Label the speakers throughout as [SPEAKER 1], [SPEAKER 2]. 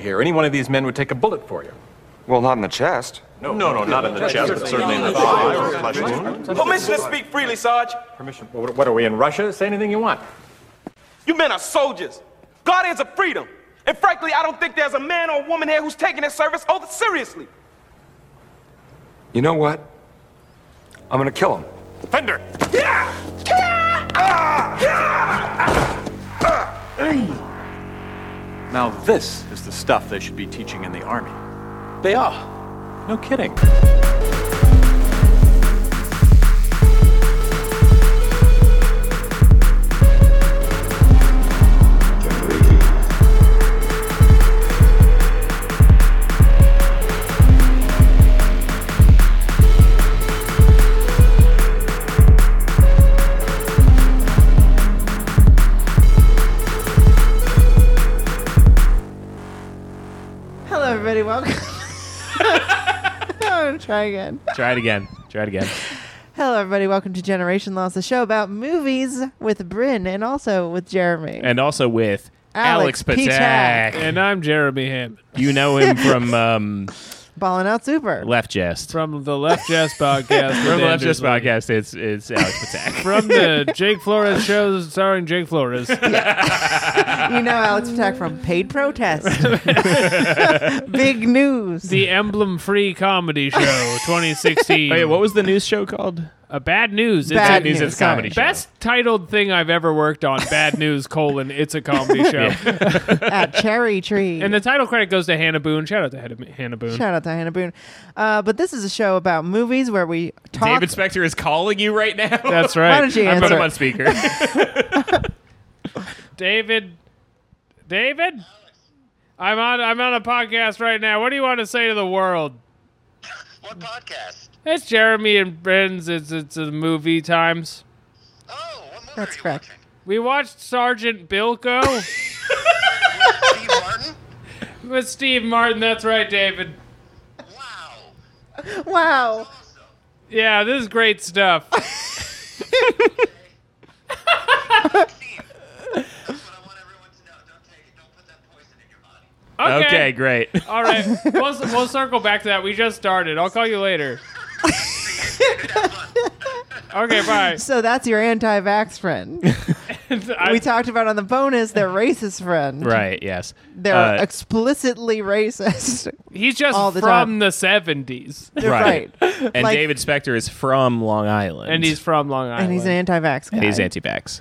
[SPEAKER 1] here. Any one of these men would take a bullet for you.
[SPEAKER 2] Well, not in the chest.
[SPEAKER 1] No, no, no, not in the chest, but certainly in the thigh or a flesh wound.
[SPEAKER 3] Permission to speak freely, Sarge.
[SPEAKER 1] Permission. Well, What what are we in Russia? Say anything you want.
[SPEAKER 3] You men are soldiers, guardians of freedom. And frankly, I don't think there's a man or woman here who's taking their service oath seriously.
[SPEAKER 2] You know what? I'm gonna kill him.
[SPEAKER 1] Fender. Now this is the stuff they should be teaching in the army.
[SPEAKER 3] They are.
[SPEAKER 1] No kidding.
[SPEAKER 4] Hello, everybody. Welcome. I'm gonna try again.
[SPEAKER 5] Try it again. Try it again.
[SPEAKER 4] Hello, everybody. Welcome to Generation Lost, a show about movies with Bryn and also with Jeremy.
[SPEAKER 5] And also with
[SPEAKER 4] Alex
[SPEAKER 5] Alex,
[SPEAKER 4] Pitak.
[SPEAKER 5] Patak.
[SPEAKER 6] And I'm Jeremy Hammond
[SPEAKER 5] You know him from um,
[SPEAKER 4] Balling out super.
[SPEAKER 5] Left Jest. From,
[SPEAKER 6] from the Left Jazz Podcast. with
[SPEAKER 5] the Left
[SPEAKER 6] Andrew
[SPEAKER 5] Jest
[SPEAKER 6] Slade.
[SPEAKER 5] podcast, it's, it's Alex Patak.
[SPEAKER 6] From the Jake Flores show starring Jake Flores.
[SPEAKER 4] you know Alex Patak from Paid Protest. Big news.
[SPEAKER 6] the Emblem Free Comedy Show 2016.
[SPEAKER 5] Wait, Oh, what was the news show called?
[SPEAKER 6] A bad news. It's
[SPEAKER 4] Bad
[SPEAKER 6] a-
[SPEAKER 4] News,
[SPEAKER 5] News. It's a comedy
[SPEAKER 4] sorry.
[SPEAKER 5] show.
[SPEAKER 6] Best titled thing I've ever worked on. Bad news, colon, it's a comedy show.
[SPEAKER 4] at Cherry Tree.
[SPEAKER 6] And the title credit goes to Hannah Boone. Shout out to Hannah- Hannah Boone.
[SPEAKER 4] Shout out to Hannah Boone. Uh, but this is a show about movies where we talk.
[SPEAKER 5] David Spector is calling you right now.
[SPEAKER 6] That's right.
[SPEAKER 4] Why don't you
[SPEAKER 5] I put
[SPEAKER 4] answer
[SPEAKER 5] him on
[SPEAKER 4] it?
[SPEAKER 5] speaker.
[SPEAKER 6] David. David? I'm on I'm on a podcast right now. What do you want to say to the world?
[SPEAKER 7] What podcast?
[SPEAKER 6] It's Jeremy and Brins. It's it's a movie times.
[SPEAKER 7] Oh, what movie
[SPEAKER 4] That's
[SPEAKER 7] are you
[SPEAKER 4] correct.
[SPEAKER 6] We watched Sergeant Bilko
[SPEAKER 7] watching? Steve Martin?
[SPEAKER 6] with Steve Martin. That's right, David.
[SPEAKER 7] Wow.
[SPEAKER 4] Wow.
[SPEAKER 6] Yeah, this is great stuff.
[SPEAKER 7] Steve. That's what I want everyone to know. Don't take it. Don't put that poison in your body.
[SPEAKER 6] Okay.
[SPEAKER 5] okay, great.
[SPEAKER 6] All right. We'll, we'll circle back to that. We just started. I'll call you later. okay, bye.
[SPEAKER 4] So that's your anti vax friend.
[SPEAKER 6] I-
[SPEAKER 4] we talked about on the bonus their racist friend.
[SPEAKER 5] Right, yes.
[SPEAKER 4] They're
[SPEAKER 5] Uh,
[SPEAKER 4] explicitly racist.
[SPEAKER 6] he's just
[SPEAKER 4] all the
[SPEAKER 6] from
[SPEAKER 4] time.
[SPEAKER 6] the 70s.
[SPEAKER 4] They're right.
[SPEAKER 5] And
[SPEAKER 4] Like-
[SPEAKER 5] David Spector is from Long Island.
[SPEAKER 6] And he's from Long Island.
[SPEAKER 4] And he's an anti vax guy.
[SPEAKER 5] And he's anti-vax.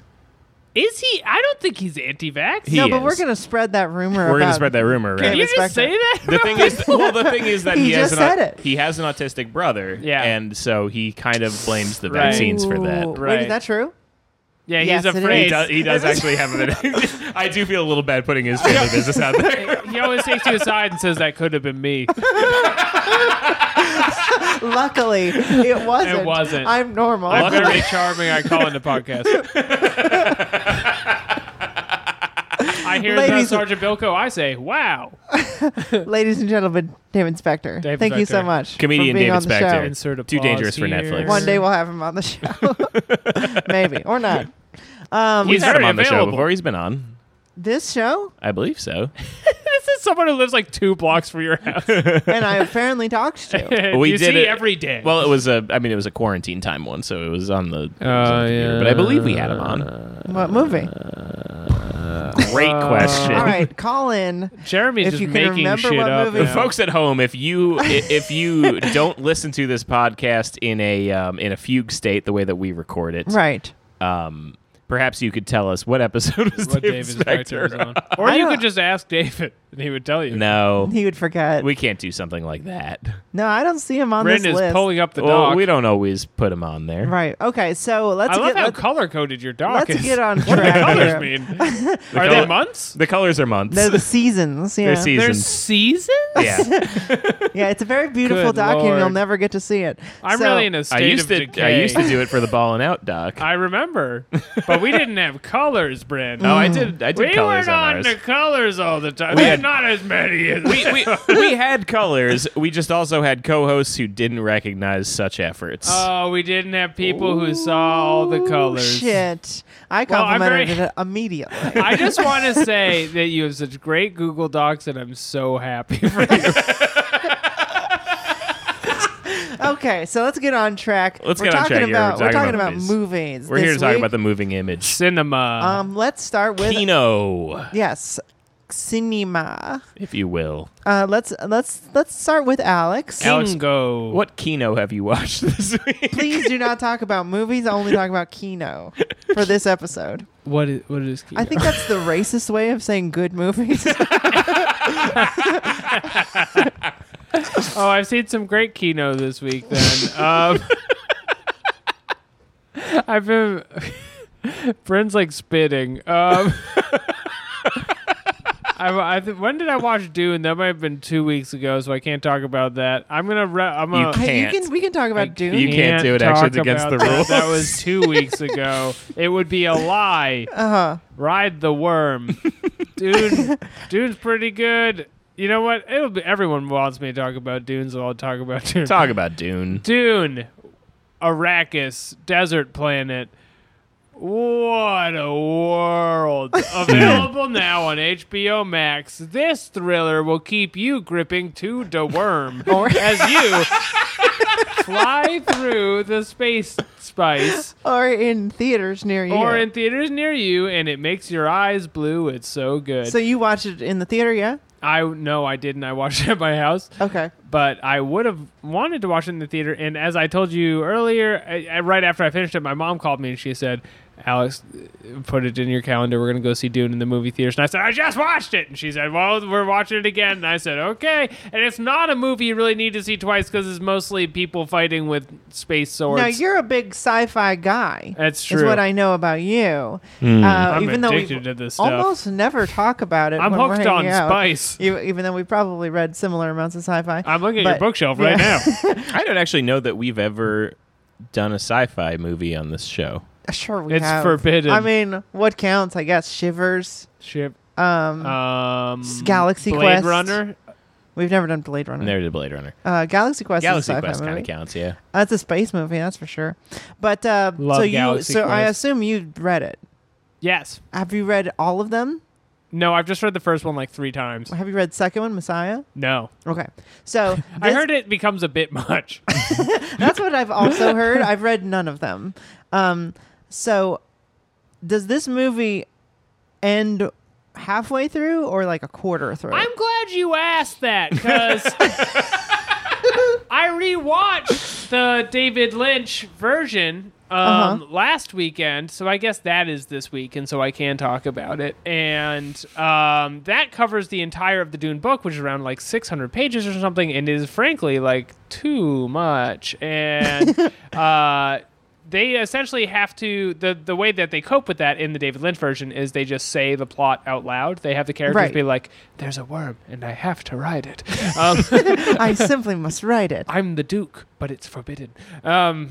[SPEAKER 6] Is he? I don't think he's anti-vax.
[SPEAKER 5] He
[SPEAKER 4] No, but we're
[SPEAKER 5] is.
[SPEAKER 4] going to spread that rumor.
[SPEAKER 5] We're
[SPEAKER 4] going to
[SPEAKER 5] spread that rumor around.
[SPEAKER 6] Did you
[SPEAKER 4] David
[SPEAKER 6] just
[SPEAKER 4] Spector.
[SPEAKER 6] say that?
[SPEAKER 5] The thing is, well, the thing is that
[SPEAKER 4] He
[SPEAKER 5] he, has
[SPEAKER 4] just
[SPEAKER 5] an, au-
[SPEAKER 4] said it.
[SPEAKER 5] he has an autistic brother,
[SPEAKER 6] Yeah.
[SPEAKER 5] and so he kind of blames the
[SPEAKER 6] Right.
[SPEAKER 5] vaccines for that.
[SPEAKER 4] Wait, is
[SPEAKER 6] Right.
[SPEAKER 4] that true?
[SPEAKER 6] yeah,
[SPEAKER 4] Yes, it
[SPEAKER 6] he's
[SPEAKER 4] is.
[SPEAKER 6] afraid.
[SPEAKER 5] He does, he does actually have a bit. I do feel a little bad putting his family business out there.
[SPEAKER 6] He always takes you aside and says that could have been me.
[SPEAKER 4] Luckily, it wasn't.
[SPEAKER 6] wasn't.
[SPEAKER 4] I'm normal.
[SPEAKER 6] I'm very charming. I call in the podcast. I hear
[SPEAKER 4] Ladies-
[SPEAKER 6] that Sergeant Bilko. I say, wow.
[SPEAKER 4] Ladies and gentlemen, David Spector.
[SPEAKER 6] David
[SPEAKER 4] Thank you so
[SPEAKER 6] Spector.
[SPEAKER 4] much.
[SPEAKER 5] Comedian
[SPEAKER 4] for being
[SPEAKER 5] David
[SPEAKER 4] on the
[SPEAKER 5] Spector.
[SPEAKER 4] Show.
[SPEAKER 6] Insert
[SPEAKER 5] Too
[SPEAKER 6] applause
[SPEAKER 5] dangerous for
[SPEAKER 6] here.
[SPEAKER 5] Netflix.
[SPEAKER 4] One day we'll have him on the show. Maybe. Or not. Um,
[SPEAKER 5] He's had him
[SPEAKER 6] very
[SPEAKER 5] on the show
[SPEAKER 6] available.
[SPEAKER 5] before. He's been on,
[SPEAKER 4] This show?
[SPEAKER 5] I believe so.
[SPEAKER 6] This is someone who lives like two blocks from your house.
[SPEAKER 4] And I apparently talks to.
[SPEAKER 5] We
[SPEAKER 6] you
[SPEAKER 5] did
[SPEAKER 6] see
[SPEAKER 5] it-
[SPEAKER 6] every day.
[SPEAKER 5] Well, it was a. I mean, it was a quarantine time one, so it was on the. it was on the
[SPEAKER 6] Oh,
[SPEAKER 5] computer,
[SPEAKER 6] yeah.
[SPEAKER 5] But I believe we had him on.
[SPEAKER 4] What movie?
[SPEAKER 5] Great question.
[SPEAKER 4] All right, call in.
[SPEAKER 6] Jeremy's
[SPEAKER 4] if
[SPEAKER 6] just
[SPEAKER 4] you can
[SPEAKER 6] making
[SPEAKER 4] remember
[SPEAKER 6] shit
[SPEAKER 4] what
[SPEAKER 6] up.
[SPEAKER 4] movie-
[SPEAKER 6] now.
[SPEAKER 5] folks at home if you i- if you don't listen to this podcast in a um, in a fugue state the way that we record it
[SPEAKER 4] Right.
[SPEAKER 5] um perhaps you could tell us what episode was
[SPEAKER 6] what
[SPEAKER 5] David
[SPEAKER 6] David Spector was
[SPEAKER 5] Spector
[SPEAKER 6] on.
[SPEAKER 5] on.
[SPEAKER 6] Or
[SPEAKER 4] I
[SPEAKER 6] you
[SPEAKER 4] don't-
[SPEAKER 6] could just ask David, and he would tell you.
[SPEAKER 5] no
[SPEAKER 4] He would forget.
[SPEAKER 5] we can't do something like that
[SPEAKER 4] no, I don't see him on
[SPEAKER 6] Bryn
[SPEAKER 4] this
[SPEAKER 6] is
[SPEAKER 4] list.
[SPEAKER 6] pulling up the
[SPEAKER 5] well
[SPEAKER 6] dog.
[SPEAKER 5] we don't always put him on there
[SPEAKER 4] Right. Okay, so let's
[SPEAKER 6] I love
[SPEAKER 4] get
[SPEAKER 6] how
[SPEAKER 4] let's,
[SPEAKER 6] color coded your
[SPEAKER 4] let's
[SPEAKER 6] dog is.
[SPEAKER 4] get on
[SPEAKER 6] what do the
[SPEAKER 4] track
[SPEAKER 6] colors
[SPEAKER 4] here.
[SPEAKER 6] mean? Are
[SPEAKER 5] color-
[SPEAKER 6] they months?
[SPEAKER 5] the colors are months
[SPEAKER 4] They're the seasons. Yeah.
[SPEAKER 5] They're seasons
[SPEAKER 6] seasons?
[SPEAKER 5] yeah
[SPEAKER 4] Yeah, it's a very beautiful
[SPEAKER 6] Good
[SPEAKER 4] document. You'll
[SPEAKER 6] Lord.
[SPEAKER 4] never get to see it.
[SPEAKER 6] I'm
[SPEAKER 4] So- oh,
[SPEAKER 6] really in a state
[SPEAKER 5] i used
[SPEAKER 6] of
[SPEAKER 5] to
[SPEAKER 6] decay.
[SPEAKER 5] i used to do it for the ball and out doc
[SPEAKER 6] I remember, but we didn't have colors, Brandon.
[SPEAKER 5] no Oh, i did i did
[SPEAKER 6] we
[SPEAKER 5] colors
[SPEAKER 6] weren't
[SPEAKER 5] on
[SPEAKER 6] on
[SPEAKER 5] ours
[SPEAKER 6] the colors all the time.
[SPEAKER 5] We had had
[SPEAKER 6] not as many as
[SPEAKER 5] we, we, we had colors. We just also had co-hosts who didn't recognize such efforts.
[SPEAKER 6] Oh, we didn't have people who saw all the colors.
[SPEAKER 4] Shit. I
[SPEAKER 6] Well, I'm
[SPEAKER 4] complimented
[SPEAKER 6] very-
[SPEAKER 4] it immediately.
[SPEAKER 6] I just want to say that you have such great Google Docs, and I'm so happy for you.
[SPEAKER 4] okay, so let's get on track.
[SPEAKER 5] Let's
[SPEAKER 4] we're
[SPEAKER 5] get on
[SPEAKER 4] talking
[SPEAKER 5] track here.
[SPEAKER 4] About,
[SPEAKER 5] We're
[SPEAKER 4] we're
[SPEAKER 5] talking
[SPEAKER 4] talking about
[SPEAKER 5] about movies.
[SPEAKER 4] movies.
[SPEAKER 5] We're here to
[SPEAKER 4] this
[SPEAKER 5] talk
[SPEAKER 4] week.
[SPEAKER 5] about the moving image.
[SPEAKER 6] Cinema.
[SPEAKER 4] Um, let's start with
[SPEAKER 5] Kino,
[SPEAKER 4] yes, cinema.
[SPEAKER 5] if you will.
[SPEAKER 4] Uh, let's let's let's start with Alex.
[SPEAKER 6] Alex,
[SPEAKER 5] King-
[SPEAKER 6] go.
[SPEAKER 5] What Kino have you watched this week?
[SPEAKER 4] Please do not talk about movies. Only talk about Kino for this episode.
[SPEAKER 6] What is, what is
[SPEAKER 4] I think that's the racist way of saying good movies.
[SPEAKER 6] Oh, I've seen some great Kino this week. Then um, I've been. Brent's like spitting. Um, I, I th- when did I watch Dune? That might have been two weeks ago, so I can't talk about that. I'm gonna. Re- I'm
[SPEAKER 5] You
[SPEAKER 6] gonna.
[SPEAKER 4] Hey,
[SPEAKER 5] Can't.
[SPEAKER 4] You can we can talk about Dune.
[SPEAKER 5] You can't do it,
[SPEAKER 6] talk
[SPEAKER 5] actually, it's against
[SPEAKER 6] about
[SPEAKER 5] the
[SPEAKER 6] that.
[SPEAKER 5] rules.
[SPEAKER 6] That was two weeks ago. It would be a lie. Uh huh. Ride the worm. Dune. Dune's pretty good. You know what? It'll be everyone wants me to talk about Dune, so I'll talk about Dune.
[SPEAKER 5] Talk about Dune.
[SPEAKER 6] Dune, Arrakis, desert planet. What a world. Available now on HBO Max. This thriller will keep you gripping to the worm as you fly through the space spice
[SPEAKER 4] or in theaters near you.
[SPEAKER 6] or in theaters near you and it makes your eyes blue. It's so good.
[SPEAKER 4] so you watch it in the theater, yeah?
[SPEAKER 6] I no, I didn't. I watched it at my house
[SPEAKER 4] Okay.
[SPEAKER 6] but I would have wanted to watch it in the theater. And as I told you earlier, I, I, right after I finished it, my mom called me and she said, "Alex, put it in your calendar. We're gonna go see Dune in the movie theaters." And I said, "I just watched it." And she said, "Well, we're watching it again." And I said, "Okay." And it's not a movie you really need to see twice because it's mostly people fighting with space swords.
[SPEAKER 4] Now you're a big sci-fi guy.
[SPEAKER 6] That's
[SPEAKER 4] Is
[SPEAKER 6] true.
[SPEAKER 4] what I know about you.
[SPEAKER 5] Hmm.
[SPEAKER 4] Uh,
[SPEAKER 6] I'm
[SPEAKER 4] even though
[SPEAKER 6] addicted
[SPEAKER 4] we
[SPEAKER 6] to this stuff.
[SPEAKER 4] almost never talk about it.
[SPEAKER 6] I'm
[SPEAKER 4] when we're
[SPEAKER 6] hooked on
[SPEAKER 4] hanging out,
[SPEAKER 6] spice.
[SPEAKER 4] e- Even though we probably read similar amounts of sci-fi.
[SPEAKER 6] I'm looking at your
[SPEAKER 4] But-
[SPEAKER 6] bookshelf
[SPEAKER 4] yeah.
[SPEAKER 6] right now.
[SPEAKER 5] I don't actually know that we've ever done a sci-fi movie on this show.
[SPEAKER 4] Sure, we
[SPEAKER 6] It's
[SPEAKER 4] have.
[SPEAKER 6] forbidden.
[SPEAKER 4] I mean, what counts? I guess Shivers.
[SPEAKER 6] Ship.
[SPEAKER 4] Um,
[SPEAKER 6] Um,
[SPEAKER 4] Galaxy
[SPEAKER 6] Blade
[SPEAKER 4] Quest.
[SPEAKER 6] Runner.
[SPEAKER 4] we've never done Blade Runner.
[SPEAKER 5] Never did Blade Runner.
[SPEAKER 4] Uh, Galaxy Quest
[SPEAKER 5] Galaxy
[SPEAKER 4] is a sci-fi
[SPEAKER 5] Quest kind
[SPEAKER 4] movie.
[SPEAKER 5] of counts, yeah.
[SPEAKER 4] That's a space movie, that's for sure. But uh,
[SPEAKER 6] Love
[SPEAKER 4] so you,
[SPEAKER 6] Galaxy
[SPEAKER 4] so I
[SPEAKER 6] Quest.
[SPEAKER 4] assume you read it.
[SPEAKER 6] Yes.
[SPEAKER 4] Have you read all of them?
[SPEAKER 6] No, I've just read the first one like three times.
[SPEAKER 4] Have you read second one, Messiah?
[SPEAKER 6] No.
[SPEAKER 4] Okay, so
[SPEAKER 6] I
[SPEAKER 4] this-
[SPEAKER 6] heard it becomes a bit much.
[SPEAKER 4] That's what I've also heard. I've read none of them. Um, so, does this movie end halfway through or like a quarter through?
[SPEAKER 6] I'm glad you asked that because I rewatched the David Lynch version um,
[SPEAKER 4] Uh-huh.
[SPEAKER 6] last weekend, so I guess that is this week, and so I can talk about it. And um, that covers the entire of the Dune book, which is around like 600 pages or something, and is frankly like too much. And uh, they essentially have to the the way that they cope with that in the David Lynch version is they just say the plot out loud. They have the characters
[SPEAKER 4] Right.
[SPEAKER 6] be like, "There's a worm, and I have to ride it." Um,
[SPEAKER 4] I simply must write it.
[SPEAKER 6] I'm the Duke, but it's forbidden. Um,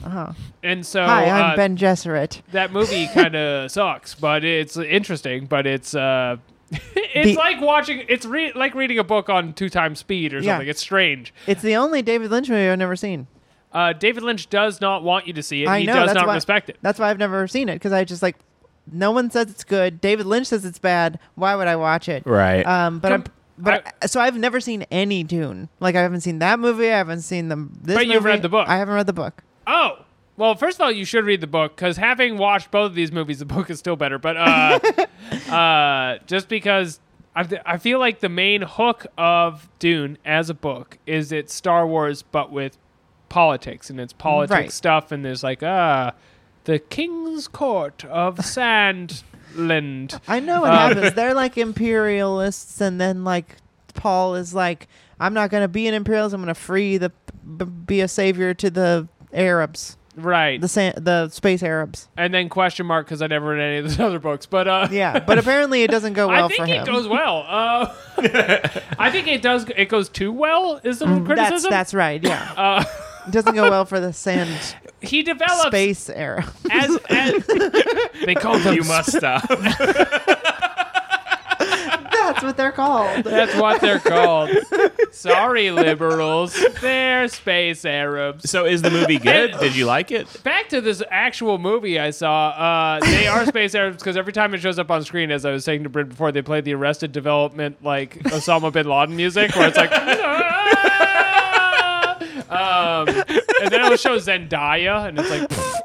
[SPEAKER 6] And so
[SPEAKER 4] Uh-huh. Hi, I'm
[SPEAKER 6] uh,
[SPEAKER 4] Ben Gesserit.
[SPEAKER 6] that movie kind of sucks, but it's interesting. But it's uh, it's
[SPEAKER 4] The-
[SPEAKER 6] like watching it's re- like reading a book on two times speed or
[SPEAKER 4] Yeah.
[SPEAKER 6] something. It's strange.
[SPEAKER 4] It's the only David Lynch movie I've never seen.
[SPEAKER 6] Uh, David Lynch does not want you to see it.
[SPEAKER 4] I
[SPEAKER 6] he
[SPEAKER 4] know
[SPEAKER 6] does
[SPEAKER 4] that's
[SPEAKER 6] not
[SPEAKER 4] why,
[SPEAKER 6] respect it.
[SPEAKER 4] That's why I've never seen it because I just like no one says it's good. David Lynch says it's bad. Why would I watch it?
[SPEAKER 5] Right.
[SPEAKER 4] Um, but
[SPEAKER 6] Com-
[SPEAKER 4] I'm, but I, so I've never seen any Dune. Like I haven't seen that movie. I haven't seen the. This
[SPEAKER 6] But you've
[SPEAKER 4] movie.
[SPEAKER 6] read the book.
[SPEAKER 4] I haven't read the book.
[SPEAKER 6] Oh. Well, first of all, you should read the book because having watched both of these movies, the book is still better. But uh, uh, just because I, th- I feel like the main hook of Dune as a book is it's Star Wars, but with politics and it's politics
[SPEAKER 4] Right.
[SPEAKER 6] stuff. And there's like, uh, the King's Court of Sandland.
[SPEAKER 4] I know
[SPEAKER 6] Um,
[SPEAKER 4] what happens. They're like imperialists, and then like Paul is like, "I'm not going to be an imperialist. I'm going to free the b- be a savior to the Arabs,
[SPEAKER 6] right.
[SPEAKER 4] the sa- the space Arabs."
[SPEAKER 6] And then question mark because I never read any of those other books. But uh,
[SPEAKER 4] Yeah, but apparently it doesn't go well
[SPEAKER 6] I think
[SPEAKER 4] for
[SPEAKER 6] it
[SPEAKER 4] him.
[SPEAKER 6] goes well. Uh, I think it does. It goes too well. Is the
[SPEAKER 4] Mm, that's
[SPEAKER 6] criticism? Uh,
[SPEAKER 4] that's right. Yeah, it doesn't go well for the sand
[SPEAKER 6] he develops
[SPEAKER 4] space Arab.
[SPEAKER 6] as, as they call them.
[SPEAKER 5] you must stop.
[SPEAKER 4] That's what they're called.
[SPEAKER 6] That's what they're called. Sorry, liberals. They're space Arabs.
[SPEAKER 5] So is the movie good? Did you like it?
[SPEAKER 6] Back to this actual movie I saw. Uh, they are space Arabs because every time it shows up on screen, as I was saying to Brit before, they played the Arrested Development like Osama bin Laden music, where it's like. um, and then it'll show Zendaya, and it's like, pff,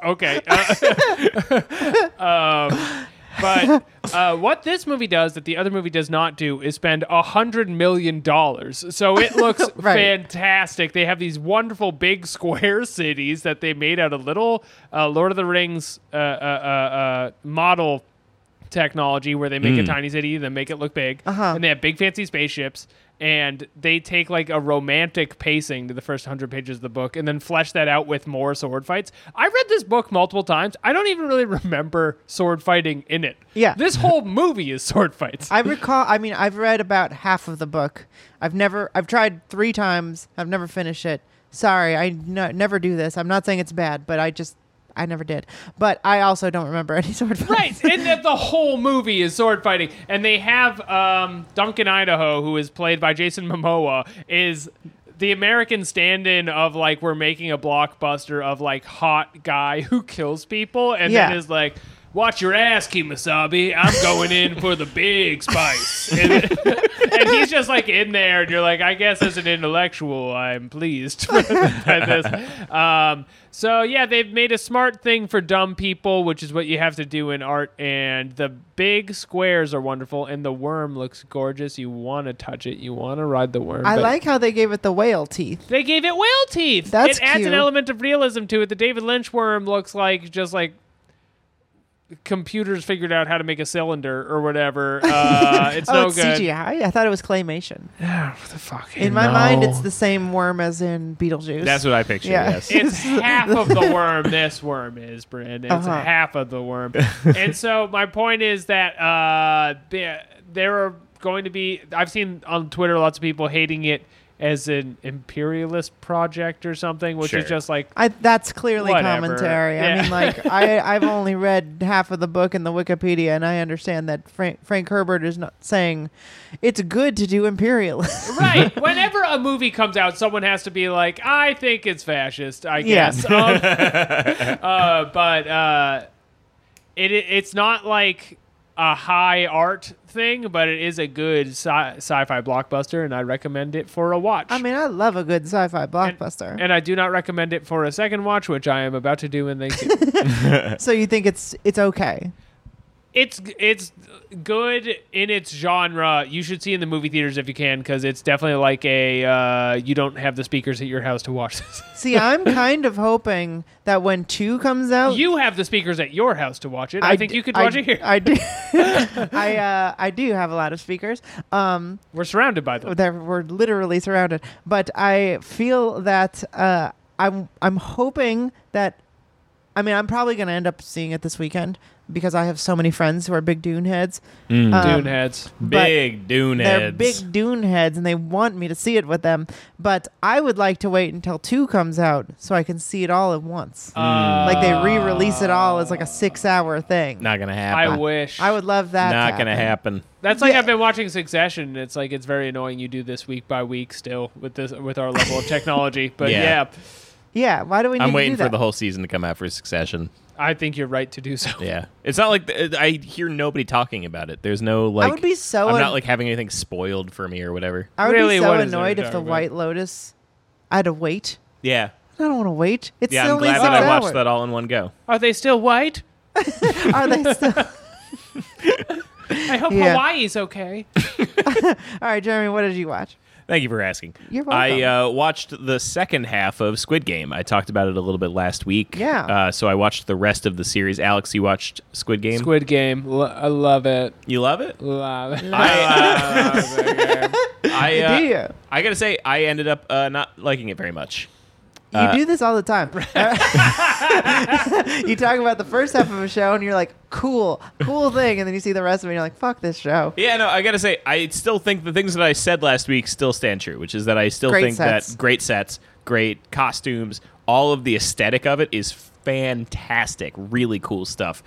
[SPEAKER 6] okay. Uh, um, But uh, what this movie does that the other movie does not do is spend a hundred million dollars. So it looks
[SPEAKER 4] Right.
[SPEAKER 6] fantastic. They have these wonderful big square cities that they made out of little uh, Lord of the Rings uh, uh, uh, uh, model technology where they make a tiny city, then make it look big, uh-huh. and they have big fancy spaceships. And they take like a romantic pacing to the first hundred pages of the book, and then flesh that out with more sword fights. I read this book multiple times. I don't even really remember sword fighting in it.
[SPEAKER 4] Yeah.
[SPEAKER 6] this whole movie is sword fights.
[SPEAKER 4] I recall. I mean, I've read about half of the book. I've never. I've tried three times. I've never finished it. Sorry, I no- never do this. I'm not saying it's bad, but I just. I never did. But I also don't remember any sword fights.
[SPEAKER 6] Right, and that the whole movie is sword fighting, and they have um, Duncan Idaho, who is played by Jason Momoa, is the American stand-in of like we're making a blockbuster of like hot guy who kills people, and
[SPEAKER 4] Yeah.
[SPEAKER 6] then is like. Watch your ass, Kimasabi. I'm going in for the big spice. And, and he's just like in there, and you're like, I guess as an intellectual, I'm pleased by this. Um, so yeah, they've made a smart thing for dumb people, which is what you have to do in art. And the big squares are wonderful, and the worm looks gorgeous. You want to touch it. You want to ride the worm.
[SPEAKER 4] I
[SPEAKER 6] but-
[SPEAKER 4] like how they gave it the whale teeth.
[SPEAKER 6] They gave it whale teeth.
[SPEAKER 4] That's
[SPEAKER 6] it adds
[SPEAKER 4] cute.
[SPEAKER 6] an element of realism to it. The David Lynch worm looks like just like computers figured out how to make a cylinder or whatever. Uh, it's
[SPEAKER 4] oh,
[SPEAKER 6] no
[SPEAKER 4] it's
[SPEAKER 6] good.
[SPEAKER 4] CGI. I thought it was claymation.
[SPEAKER 6] Ah, what the fuck?
[SPEAKER 4] In my mind,
[SPEAKER 5] No.
[SPEAKER 4] it's the same worm as in Beetlejuice.
[SPEAKER 5] That's what I pictured.
[SPEAKER 4] Yeah.
[SPEAKER 5] Yes.
[SPEAKER 6] It's half of the worm this worm is, Bryn. It's
[SPEAKER 4] Uh-huh.
[SPEAKER 6] half of the worm. and so my point is that uh, be- there are going to be. I've seen on Twitter lots of people hating it as an imperialist project or something, which
[SPEAKER 5] Sure.
[SPEAKER 6] is just like
[SPEAKER 4] I, that's clearly
[SPEAKER 6] Whatever.
[SPEAKER 4] commentary. I
[SPEAKER 6] Yeah.
[SPEAKER 4] mean, like I, I've only read half of the book in the Wikipedia, and I understand that Frank, Frank Herbert is not saying it's good to do imperialism.
[SPEAKER 6] right. Whenever a movie comes out, someone has to be like, I think it's fascist, I
[SPEAKER 4] Yeah.
[SPEAKER 6] guess. Um, uh, but uh, it, it- it's not like a high art thing, but it is a good sci- sci-fi blockbuster, and I recommend it for a watch.
[SPEAKER 4] I mean, I love a good sci-fi blockbuster.
[SPEAKER 6] and I do not recommend it for a second watch, which I am about to do in Thanksgiving.
[SPEAKER 4] so you think it's it's okay?
[SPEAKER 6] it's it's good in its genre. You should see in the movie theaters if you can, because it's definitely like a uh, you don't have the speakers at your house to watch this.
[SPEAKER 4] See, I'm kind of hoping that when two comes out,
[SPEAKER 6] you have the speakers at your house to watch it. I, think
[SPEAKER 4] d-
[SPEAKER 6] you could
[SPEAKER 4] I-
[SPEAKER 6] watch it here.
[SPEAKER 4] I do. I uh, I do have a lot of speakers. Um,
[SPEAKER 6] We're surrounded by them.
[SPEAKER 4] that we're literally surrounded. But I feel that uh, I'm I'm hoping that I mean I'm probably going to end up seeing it this weekend because I have so many friends who are big Dune heads.
[SPEAKER 6] Dune heads.
[SPEAKER 5] Big Dune
[SPEAKER 4] They're
[SPEAKER 5] heads.
[SPEAKER 4] big Dune heads and they want me to see it with them. But I would like to wait until two comes out so I can see it all at once.
[SPEAKER 5] Mm.
[SPEAKER 4] like they re-release it all as like a six-hour thing.
[SPEAKER 5] Not gonna
[SPEAKER 6] I
[SPEAKER 5] happen.
[SPEAKER 6] wish.
[SPEAKER 4] I would love that.
[SPEAKER 5] Not
[SPEAKER 4] to
[SPEAKER 5] gonna happen.
[SPEAKER 6] That's like
[SPEAKER 4] Yeah.
[SPEAKER 6] I've been watching Succession. and It's like it's very annoying. You do this week by week still with this with our level of technology. But
[SPEAKER 5] Yeah.
[SPEAKER 6] yeah,
[SPEAKER 4] Yeah, why do we? Need
[SPEAKER 5] I'm
[SPEAKER 4] to
[SPEAKER 5] waiting
[SPEAKER 4] do that?
[SPEAKER 5] for the whole season to come out for Succession.
[SPEAKER 6] I think you're right to do so.
[SPEAKER 5] Yeah, it's not like th- I hear nobody talking about it. There's no like.
[SPEAKER 4] would be so
[SPEAKER 5] I'm
[SPEAKER 4] un-
[SPEAKER 5] not like having anything spoiled for me or whatever.
[SPEAKER 4] I would
[SPEAKER 6] Really,
[SPEAKER 4] be so
[SPEAKER 6] what is there to
[SPEAKER 4] annoyed if
[SPEAKER 6] talk
[SPEAKER 4] the
[SPEAKER 6] about?
[SPEAKER 4] White Lotus. I had to wait.
[SPEAKER 5] Yeah,
[SPEAKER 4] I don't want to wait. It's
[SPEAKER 5] yeah. I'm
[SPEAKER 4] only
[SPEAKER 5] glad
[SPEAKER 4] six
[SPEAKER 5] that I
[SPEAKER 4] hours.
[SPEAKER 5] watched that all in one go.
[SPEAKER 6] Are they still white?
[SPEAKER 4] Are they still?
[SPEAKER 6] I hope
[SPEAKER 4] Yeah.
[SPEAKER 6] Hawaii's okay.
[SPEAKER 4] All right, Jeremy, what did you watch?
[SPEAKER 5] Thank you for asking.
[SPEAKER 4] You're
[SPEAKER 5] I uh, watched the second half of Squid Game. I talked about it a little bit last week.
[SPEAKER 4] Yeah.
[SPEAKER 5] Uh, so I watched the rest of the series. Alex, you watched Squid Game.
[SPEAKER 6] Squid Game. Lo- I love it.
[SPEAKER 5] you love it.
[SPEAKER 6] Love it.
[SPEAKER 5] I, uh, I, uh,
[SPEAKER 4] do you?
[SPEAKER 5] I gotta say, I ended up uh, not liking it very much.
[SPEAKER 4] You do this all the time. you talk about the first half of a show and you're like, cool, cool thing. And then you see the rest of it and you're like, fuck this show.
[SPEAKER 5] Yeah, no, I gotta say, I still think the things that I said last week still stand true, which is that I still
[SPEAKER 4] Great
[SPEAKER 5] think
[SPEAKER 4] sets.
[SPEAKER 5] that great sets, great costumes, all of the aesthetic of it is fantastic, really cool stuff.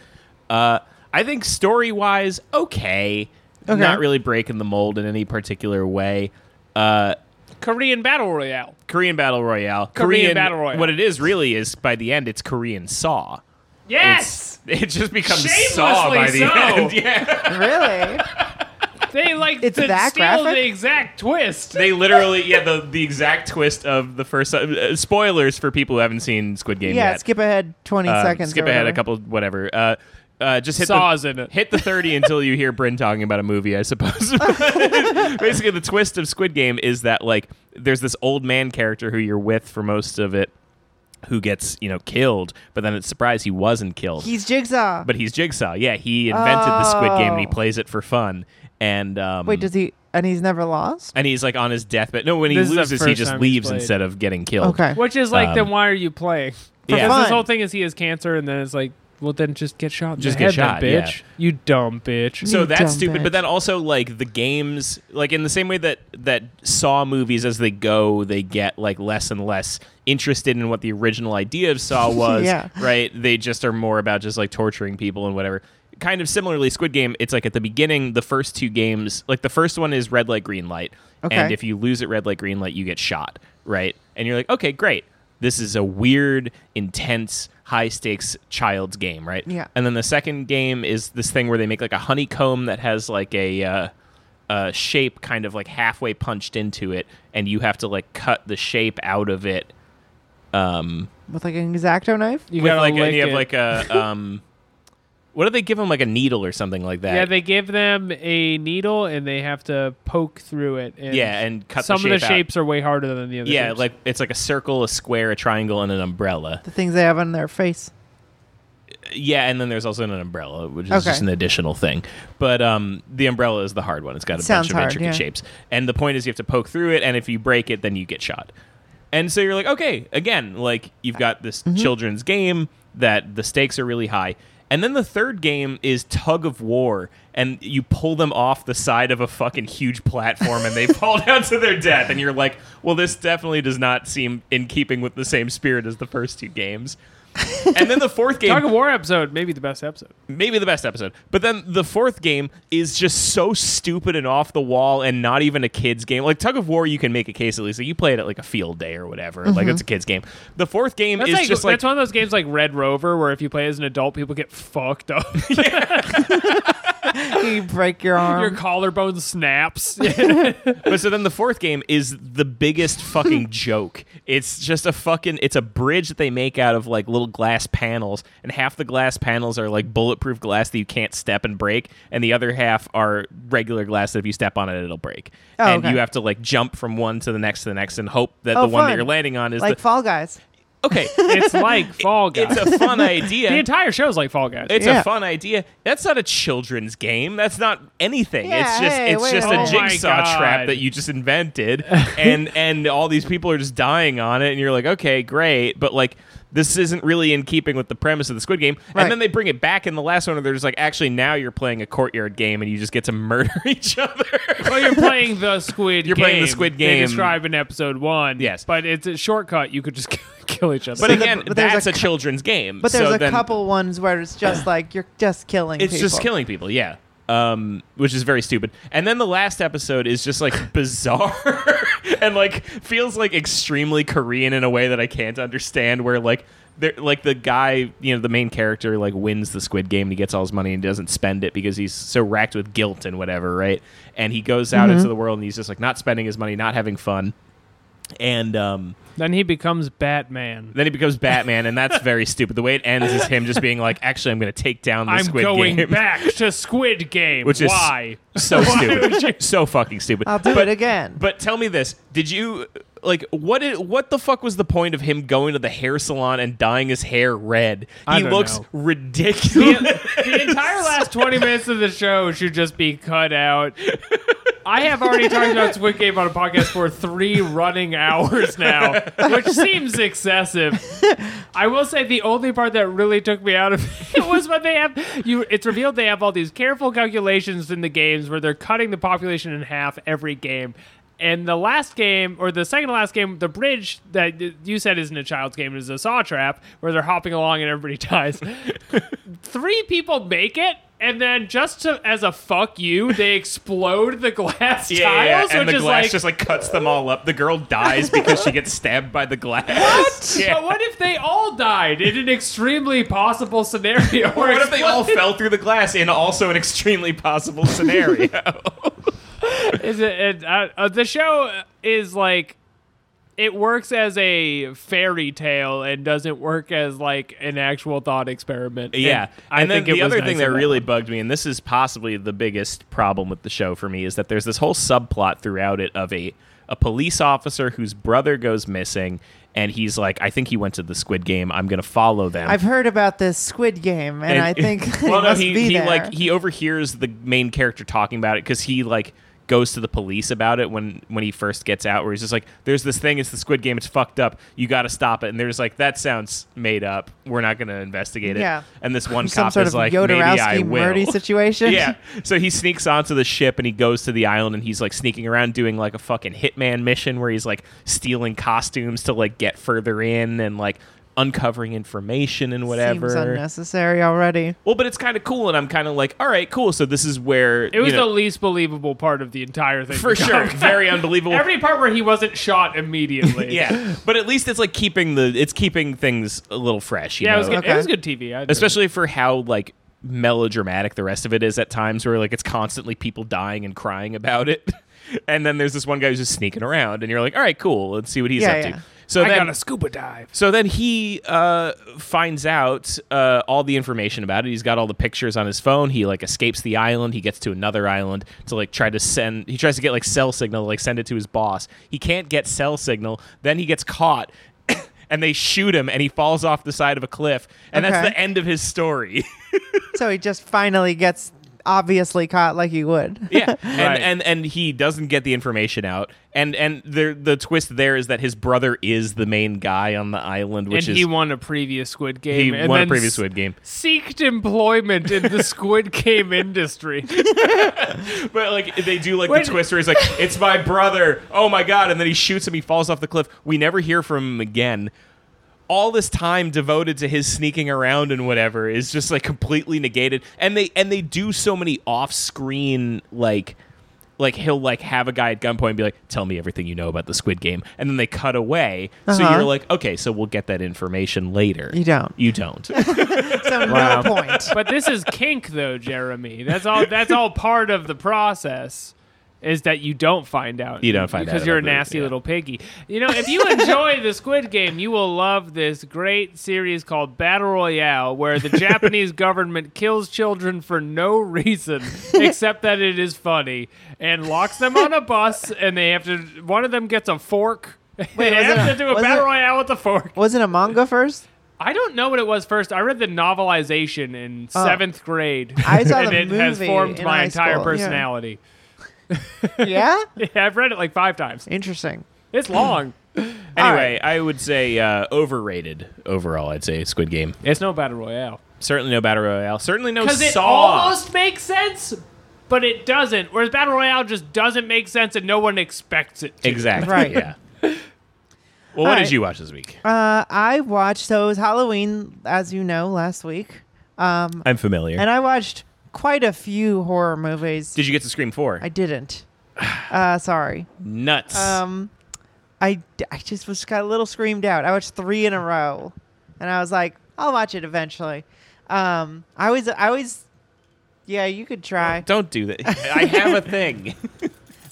[SPEAKER 5] Uh, I think story wise, okay.
[SPEAKER 4] Okay.
[SPEAKER 5] not really breaking the mold in any particular way. Uh,
[SPEAKER 6] Korean Battle Royale.
[SPEAKER 5] Korean battle royale.
[SPEAKER 6] Korean battle royale.
[SPEAKER 5] What it is really is by the end, it's Korean Saw.
[SPEAKER 6] Yes,
[SPEAKER 5] It just becomes Saw by the
[SPEAKER 6] Shamelessly so.
[SPEAKER 5] end. Yeah.
[SPEAKER 4] really?
[SPEAKER 6] they like
[SPEAKER 4] It's
[SPEAKER 6] to
[SPEAKER 4] that
[SPEAKER 6] steal
[SPEAKER 4] graphic?
[SPEAKER 6] the exact twist.
[SPEAKER 5] They literally, yeah, the, the exact twist of the first. Uh, spoilers for people who haven't seen Squid Game
[SPEAKER 4] Yeah,
[SPEAKER 5] yet.
[SPEAKER 4] skip ahead 20
[SPEAKER 5] Um,
[SPEAKER 4] seconds.
[SPEAKER 5] Skip
[SPEAKER 4] or
[SPEAKER 5] ahead a
[SPEAKER 4] whatever.
[SPEAKER 5] couple, whatever. Uh, uh, just hit
[SPEAKER 6] Saws
[SPEAKER 5] the,
[SPEAKER 6] in it.
[SPEAKER 5] Hit the thirty until you hear Bryn talking about a movie, I suppose. Basically, the twist of Squid Game is that like there's this old man character who you're with for most of it, who gets you know killed, but then it's surprised he wasn't killed.
[SPEAKER 4] He's Jigsaw.
[SPEAKER 5] but he's Jigsaw. Yeah, he invented the Squid Game and he
[SPEAKER 4] Oh.
[SPEAKER 5] plays it for fun. And um,
[SPEAKER 4] Wait, does he? And he's never lost?
[SPEAKER 5] and he's like on his deathbed. No, when he
[SPEAKER 6] This is the
[SPEAKER 5] loses, he
[SPEAKER 6] first
[SPEAKER 5] just
[SPEAKER 6] time he's
[SPEAKER 5] leaves
[SPEAKER 6] played.
[SPEAKER 5] instead of getting killed.
[SPEAKER 4] Okay.
[SPEAKER 6] Which is like,
[SPEAKER 5] Um,
[SPEAKER 6] then why are you playing?
[SPEAKER 5] Yeah.
[SPEAKER 6] Because this
[SPEAKER 4] fun.
[SPEAKER 6] whole thing is he has cancer, and then it's like, well, then just get shot. In
[SPEAKER 5] Just
[SPEAKER 6] the
[SPEAKER 5] get
[SPEAKER 6] head,
[SPEAKER 5] shot,
[SPEAKER 6] then, bitch.
[SPEAKER 5] yeah.
[SPEAKER 6] You dumb bitch.
[SPEAKER 5] so
[SPEAKER 4] You dumb
[SPEAKER 5] that's stupid
[SPEAKER 4] bitch.
[SPEAKER 5] but then also like the games like in the same way that that saw movies as they go they get like less and less interested in what the original idea of saw was
[SPEAKER 4] Yeah.
[SPEAKER 5] right they just are more about just like torturing people and whatever kind of similarly squid game it's like at the beginning the first two games like the first one is red light green light and
[SPEAKER 4] Okay.
[SPEAKER 5] if you lose at red light green light you get shot right and you're like okay great this is a weird intense high stakes child's game right
[SPEAKER 4] Yeah.
[SPEAKER 5] and then the second game is this thing where they make like a honeycomb that has like a uh, uh, shape kind of like halfway punched into it, and you have to like cut the shape out of it. Um,
[SPEAKER 4] With like an exacto knife?
[SPEAKER 6] You
[SPEAKER 5] with
[SPEAKER 6] gotta
[SPEAKER 5] like and
[SPEAKER 6] lick
[SPEAKER 5] you have
[SPEAKER 6] it.
[SPEAKER 5] like a um, what do they give them like a needle or something like that?
[SPEAKER 6] yeah, they give them a needle and they have to poke through it. And
[SPEAKER 5] Yeah, and cut the
[SPEAKER 6] some of
[SPEAKER 5] shape
[SPEAKER 6] the
[SPEAKER 5] out.
[SPEAKER 6] shapes are way harder than the other.
[SPEAKER 5] yeah,
[SPEAKER 6] shapes.
[SPEAKER 5] like it's like a circle, a square, a triangle, and an umbrella.
[SPEAKER 4] The things they have on their face.
[SPEAKER 5] Yeah, and then there's also an umbrella, which is
[SPEAKER 4] Okay.
[SPEAKER 5] just an additional thing. But um, the umbrella is the hard one. It's got a
[SPEAKER 4] Sounds
[SPEAKER 5] bunch of
[SPEAKER 4] hard,
[SPEAKER 5] intricate
[SPEAKER 4] yeah.
[SPEAKER 5] shapes. And the point is you have to poke through it, and if you break it, then you get shot. And so you're like, okay, again, like you've got this
[SPEAKER 4] Mm-hmm.
[SPEAKER 5] children's game that the stakes are really high. And then the third game is tug of war, and you pull them off the side of a fucking huge platform and they fall down to their death. And you're like, well, this definitely does not seem in keeping with the same spirit as the first two games. and then the fourth game
[SPEAKER 6] Tug of War episode, maybe the best episode.
[SPEAKER 5] maybe the best episode. But then the fourth game is just so stupid and off the wall and not even a kid's game. Like tug of war, you can make a case at least. Like, you play it at like a field day or whatever. Like it's a kid's game. The fourth game
[SPEAKER 6] Mm-hmm. That's
[SPEAKER 5] is
[SPEAKER 6] like,
[SPEAKER 5] just like
[SPEAKER 6] that's one of those games like Red Rover where if you play as an adult, people get fucked up.
[SPEAKER 4] You break your
[SPEAKER 6] Your
[SPEAKER 5] Um,
[SPEAKER 4] arm.
[SPEAKER 6] collarbone snaps.
[SPEAKER 5] but so then the fourth game is the biggest fucking joke. It's just a fucking it's a bridge that they make out of like little glass panels, and half the glass panels are like bulletproof glass that you can't step and break, and the other half are regular glass that if you step on it it'll break.
[SPEAKER 4] Oh,
[SPEAKER 5] and
[SPEAKER 4] okay.
[SPEAKER 5] you have to like jump from one to the next to the next and hope that
[SPEAKER 4] Oh,
[SPEAKER 5] the one that
[SPEAKER 4] fun.
[SPEAKER 5] you're landing on is
[SPEAKER 4] Like
[SPEAKER 5] the
[SPEAKER 4] Fall Guys.
[SPEAKER 5] Okay.
[SPEAKER 6] it's like Fall Guys.
[SPEAKER 5] it's a fun idea.
[SPEAKER 6] the entire show's like Fall Guys.
[SPEAKER 5] It's
[SPEAKER 4] Yeah.
[SPEAKER 5] a fun idea. That's not a children's game. That's not anything.
[SPEAKER 4] Yeah,
[SPEAKER 5] it's just
[SPEAKER 4] hey,
[SPEAKER 5] it's
[SPEAKER 4] wait
[SPEAKER 5] just
[SPEAKER 4] a
[SPEAKER 5] a
[SPEAKER 4] minute.
[SPEAKER 6] Oh my
[SPEAKER 5] jigsaw trap
[SPEAKER 6] God.
[SPEAKER 5] that you just invented, and and all these people are just dying on it, and you're like, okay, great, but like this isn't really in keeping with the premise of the Squid Game.
[SPEAKER 4] Right.
[SPEAKER 5] And then they bring it back in the last one, and they're just like, actually, now you're playing a courtyard game, and you just get to murder each other.
[SPEAKER 6] well, you're playing the Squid.
[SPEAKER 5] You're
[SPEAKER 6] game.
[SPEAKER 5] playing the Squid
[SPEAKER 6] They
[SPEAKER 5] Game.
[SPEAKER 6] describe in episode one.
[SPEAKER 5] Yes.
[SPEAKER 6] but it's a shortcut. You could just kill each other.
[SPEAKER 5] but
[SPEAKER 4] So the-
[SPEAKER 5] again,
[SPEAKER 4] but there's
[SPEAKER 5] that's
[SPEAKER 4] a
[SPEAKER 5] a,
[SPEAKER 4] cou-
[SPEAKER 5] children's game.
[SPEAKER 4] But there's
[SPEAKER 5] So
[SPEAKER 4] a
[SPEAKER 5] then-
[SPEAKER 4] couple ones where it's just like you're just killing
[SPEAKER 5] It's
[SPEAKER 4] people.
[SPEAKER 5] just killing people, yeah. Um, which is very stupid. And then the last episode is just like bizarre and like feels like extremely Korean in a way that I can't understand. Where like they're like the guy, you know, the main character like wins the Squid Game and he gets all his money and doesn't spend it because he's so racked with guilt and whatever, right? And he goes out
[SPEAKER 6] Mm-hmm.
[SPEAKER 5] into the world and he's just like not spending his money, not having fun, and um,
[SPEAKER 6] then he becomes Batman.
[SPEAKER 5] then he becomes Batman, and that's very stupid. The way it ends is him just being like, "Actually, I'm going to take down the
[SPEAKER 6] I'm
[SPEAKER 5] Squid
[SPEAKER 6] going
[SPEAKER 5] Game."
[SPEAKER 6] back to Squid Game.
[SPEAKER 5] Which is-
[SPEAKER 6] why?
[SPEAKER 5] so stupid, so fucking stupid.
[SPEAKER 4] I'll do
[SPEAKER 5] but,
[SPEAKER 4] it again.
[SPEAKER 5] But tell me this: Did you like what? Did, what the fuck was the point of him going to the hair salon and dyeing his hair red?
[SPEAKER 6] I
[SPEAKER 5] He
[SPEAKER 6] don't
[SPEAKER 5] looks
[SPEAKER 6] know.
[SPEAKER 5] ridiculous.
[SPEAKER 6] the entire last 20 minutes of the show should just be cut out. I have already talked about Squid Game on a podcast for three running hours now, which seems excessive. I will say the only part that really took me out of it was when they have you. It's revealed they have all these careful calculations in the games where they're cutting the population in half every game. And the last game, or the second to last game, the bridge that you said isn't a child's game, is a saw trap where they're hopping along and everybody dies three people make it and then just to, as a fuck you, they explode the glass
[SPEAKER 5] Yeah, yeah, yeah.
[SPEAKER 6] tiles,
[SPEAKER 5] and
[SPEAKER 6] which
[SPEAKER 5] the
[SPEAKER 6] is
[SPEAKER 5] glass
[SPEAKER 6] like.
[SPEAKER 5] just like cuts them all up. The girl dies because she gets stabbed by the glass. What? Yeah.
[SPEAKER 6] But what if they all died in an extremely possible scenario?
[SPEAKER 5] Or what if they all fell through the glass in also an extremely possible scenario?
[SPEAKER 6] Is it, it uh, uh, the show is like it works as a fairy tale and doesn't work as like an actual thought experiment.
[SPEAKER 5] yeah.
[SPEAKER 6] And
[SPEAKER 5] And,
[SPEAKER 6] I
[SPEAKER 5] then
[SPEAKER 6] think it
[SPEAKER 5] the
[SPEAKER 6] was
[SPEAKER 5] other
[SPEAKER 6] nice
[SPEAKER 5] thing
[SPEAKER 6] in
[SPEAKER 5] that
[SPEAKER 6] that
[SPEAKER 5] really bugged me, and this is possibly the biggest problem with the show for me, is that there's this whole subplot throughout it of a a police officer whose brother goes missing, and he's like, I think he went to the Squid Game. I'm gonna follow them.
[SPEAKER 4] I've heard about this Squid Game, and, I think it
[SPEAKER 5] well, no,
[SPEAKER 4] must
[SPEAKER 5] he,
[SPEAKER 4] be
[SPEAKER 5] he
[SPEAKER 4] there.
[SPEAKER 5] like he overhears the main character talking about it because he like goes to the police about it when when he first gets out, where he's just like, "There's this thing. It's the Squid Game. It's fucked up. You got to stop it." And they're just like, "That sounds made up. We're not going to investigate it."
[SPEAKER 4] Yeah.
[SPEAKER 5] And this one
[SPEAKER 4] some
[SPEAKER 5] cop
[SPEAKER 4] sort
[SPEAKER 5] is
[SPEAKER 4] of
[SPEAKER 5] like, "Maybe I
[SPEAKER 4] Yoderowski
[SPEAKER 5] will."
[SPEAKER 4] Murdy situation.
[SPEAKER 5] Yeah. So he sneaks onto the ship and he goes to the island and he's like sneaking around doing like a fucking hitman mission where he's like stealing costumes to like get further in and like uncovering information and whatever.
[SPEAKER 4] Seems unnecessary already.
[SPEAKER 5] Well, but it's kind of cool, and I'm kind of like, all right, cool. So this is where
[SPEAKER 6] It was
[SPEAKER 5] you
[SPEAKER 6] the
[SPEAKER 5] know,
[SPEAKER 6] least believable part of the entire thing.
[SPEAKER 5] for sure very unbelievable.
[SPEAKER 6] Every part where he wasn't shot immediately.
[SPEAKER 5] yeah, but at least it's like keeping the it's keeping things a little fresh. You
[SPEAKER 6] Yeah,
[SPEAKER 5] know?
[SPEAKER 6] it was good. It
[SPEAKER 4] Okay.
[SPEAKER 6] was good TV. I enjoyed it.
[SPEAKER 5] especially for how like melodramatic the rest of it is at times where like it's constantly people dying and crying about it and then there's this one guy who's just sneaking around and you're like all right cool let's see what he's
[SPEAKER 4] Yeah,
[SPEAKER 5] up
[SPEAKER 4] yeah.
[SPEAKER 5] to so
[SPEAKER 6] I
[SPEAKER 5] then,
[SPEAKER 6] got a scuba dive.
[SPEAKER 5] So then he uh, finds out uh, all the information about it. He's got all the pictures on his phone. He like escapes the island. He gets to another island to like try to send. He tries to get like cell signal, to, like send it to his boss. He can't get cell signal. Then he gets caught, and they shoot him, and he falls off the side of a cliff. And that's
[SPEAKER 4] Okay.
[SPEAKER 5] the end of his story.
[SPEAKER 4] So he just finally gets obviously caught like he would.
[SPEAKER 5] yeah, and,
[SPEAKER 6] Right.
[SPEAKER 5] and and he doesn't get the information out. And and the the twist there is that his brother is the main guy on the island, which
[SPEAKER 6] and
[SPEAKER 5] is
[SPEAKER 6] he won a previous Squid
[SPEAKER 5] he
[SPEAKER 6] Game. and
[SPEAKER 5] won a
[SPEAKER 6] then
[SPEAKER 5] previous
[SPEAKER 6] s-
[SPEAKER 5] Squid Game.
[SPEAKER 6] Seeked employment in the Squid Game industry.
[SPEAKER 5] But like they do like
[SPEAKER 6] When-
[SPEAKER 5] the twist where he's like, "It's my brother! Oh my god!" And then he shoots him. He falls off the cliff. We never hear from him again. All this time devoted to his sneaking around and whatever is just like completely negated. And they and they do so many off-screen like like he'll like have a guy at gunpoint and be like, "Tell me everything you know about the Squid Game," and then they cut away. So
[SPEAKER 4] Uh-huh.
[SPEAKER 5] you're like, "Okay, so we'll get that information later."
[SPEAKER 4] You don't.
[SPEAKER 5] You don't.
[SPEAKER 4] So no point.
[SPEAKER 6] but this is kink though, Jeremy. That's all that's all part of the process is that you don't find out.
[SPEAKER 5] You don't find out
[SPEAKER 6] because you're a
[SPEAKER 5] about the-
[SPEAKER 6] nasty
[SPEAKER 5] yeah.
[SPEAKER 6] little piggy. You know, if you enjoy the Squid Game, you will love this great series called Battle Royale where the Japanese government kills children for no reason except that it is funny and locks them on a bus and they have to one of them gets a fork. they
[SPEAKER 4] was it
[SPEAKER 6] have
[SPEAKER 4] a-
[SPEAKER 6] to do a
[SPEAKER 4] was
[SPEAKER 6] battle
[SPEAKER 4] it-
[SPEAKER 6] royale with a fork.
[SPEAKER 4] Was it a manga first?
[SPEAKER 6] I don't know what it was first. I read the novelization in seventh grade.
[SPEAKER 4] Oh. I saw
[SPEAKER 6] and
[SPEAKER 4] the
[SPEAKER 6] it has
[SPEAKER 4] movie
[SPEAKER 6] formed
[SPEAKER 4] in
[SPEAKER 6] my
[SPEAKER 4] high
[SPEAKER 6] entire
[SPEAKER 4] school, yeah.
[SPEAKER 6] personality.
[SPEAKER 4] Yeah?
[SPEAKER 6] Yeah. I've read it like five times.
[SPEAKER 4] Interesting.
[SPEAKER 6] It's long.
[SPEAKER 5] anyway, I would say uh, overrated overall. I'd say Squid Game.
[SPEAKER 6] it's no battle royale
[SPEAKER 5] Certainly no battle royale. Certainly no Saw.
[SPEAKER 6] because it almost makes sense, but it doesn't. Whereas battle royale just doesn't make sense, and no one expects it. To.
[SPEAKER 5] exactly.
[SPEAKER 4] Right.
[SPEAKER 5] Yeah. Well, what
[SPEAKER 4] All
[SPEAKER 5] did
[SPEAKER 4] right.
[SPEAKER 5] you watch this week?
[SPEAKER 4] Uh, I watched, so it was Halloween, as you know, last week.
[SPEAKER 5] I'm familiar.
[SPEAKER 4] And I watched quite a few horror movies.
[SPEAKER 5] did you get to Scream Four?
[SPEAKER 4] I didn't. Uh, sorry.
[SPEAKER 5] Nuts.
[SPEAKER 4] Um, I, I just was got a little screamed out. I watched three in a row, and I was like, I'll watch it eventually. Um, I was I was, yeah, you could try.
[SPEAKER 5] Don't do that. I have a thing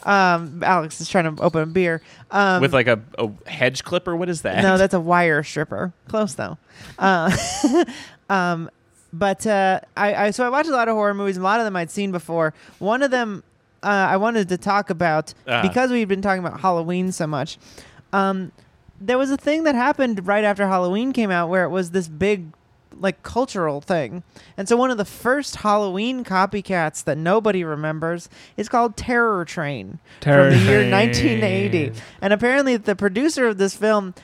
[SPEAKER 4] Alex is trying to open a beer. Um,
[SPEAKER 5] with like a, a hedge clipper. What is that?
[SPEAKER 4] no, that's a wire stripper. Close though. Uh, um, but uh, I, I so I watch a lot of horror movies. A lot of them I'd seen before. One of them uh, I wanted to talk about
[SPEAKER 5] Uh-huh.
[SPEAKER 4] because we've been talking about Halloween so much. Um, there was a thing that happened right after Halloween came out where it was this big like cultural thing. And so one of the first Halloween copycats that nobody remembers is called Terror Train
[SPEAKER 6] Terror
[SPEAKER 4] from the year
[SPEAKER 6] Train.
[SPEAKER 4] 1980. And apparently the producer of this film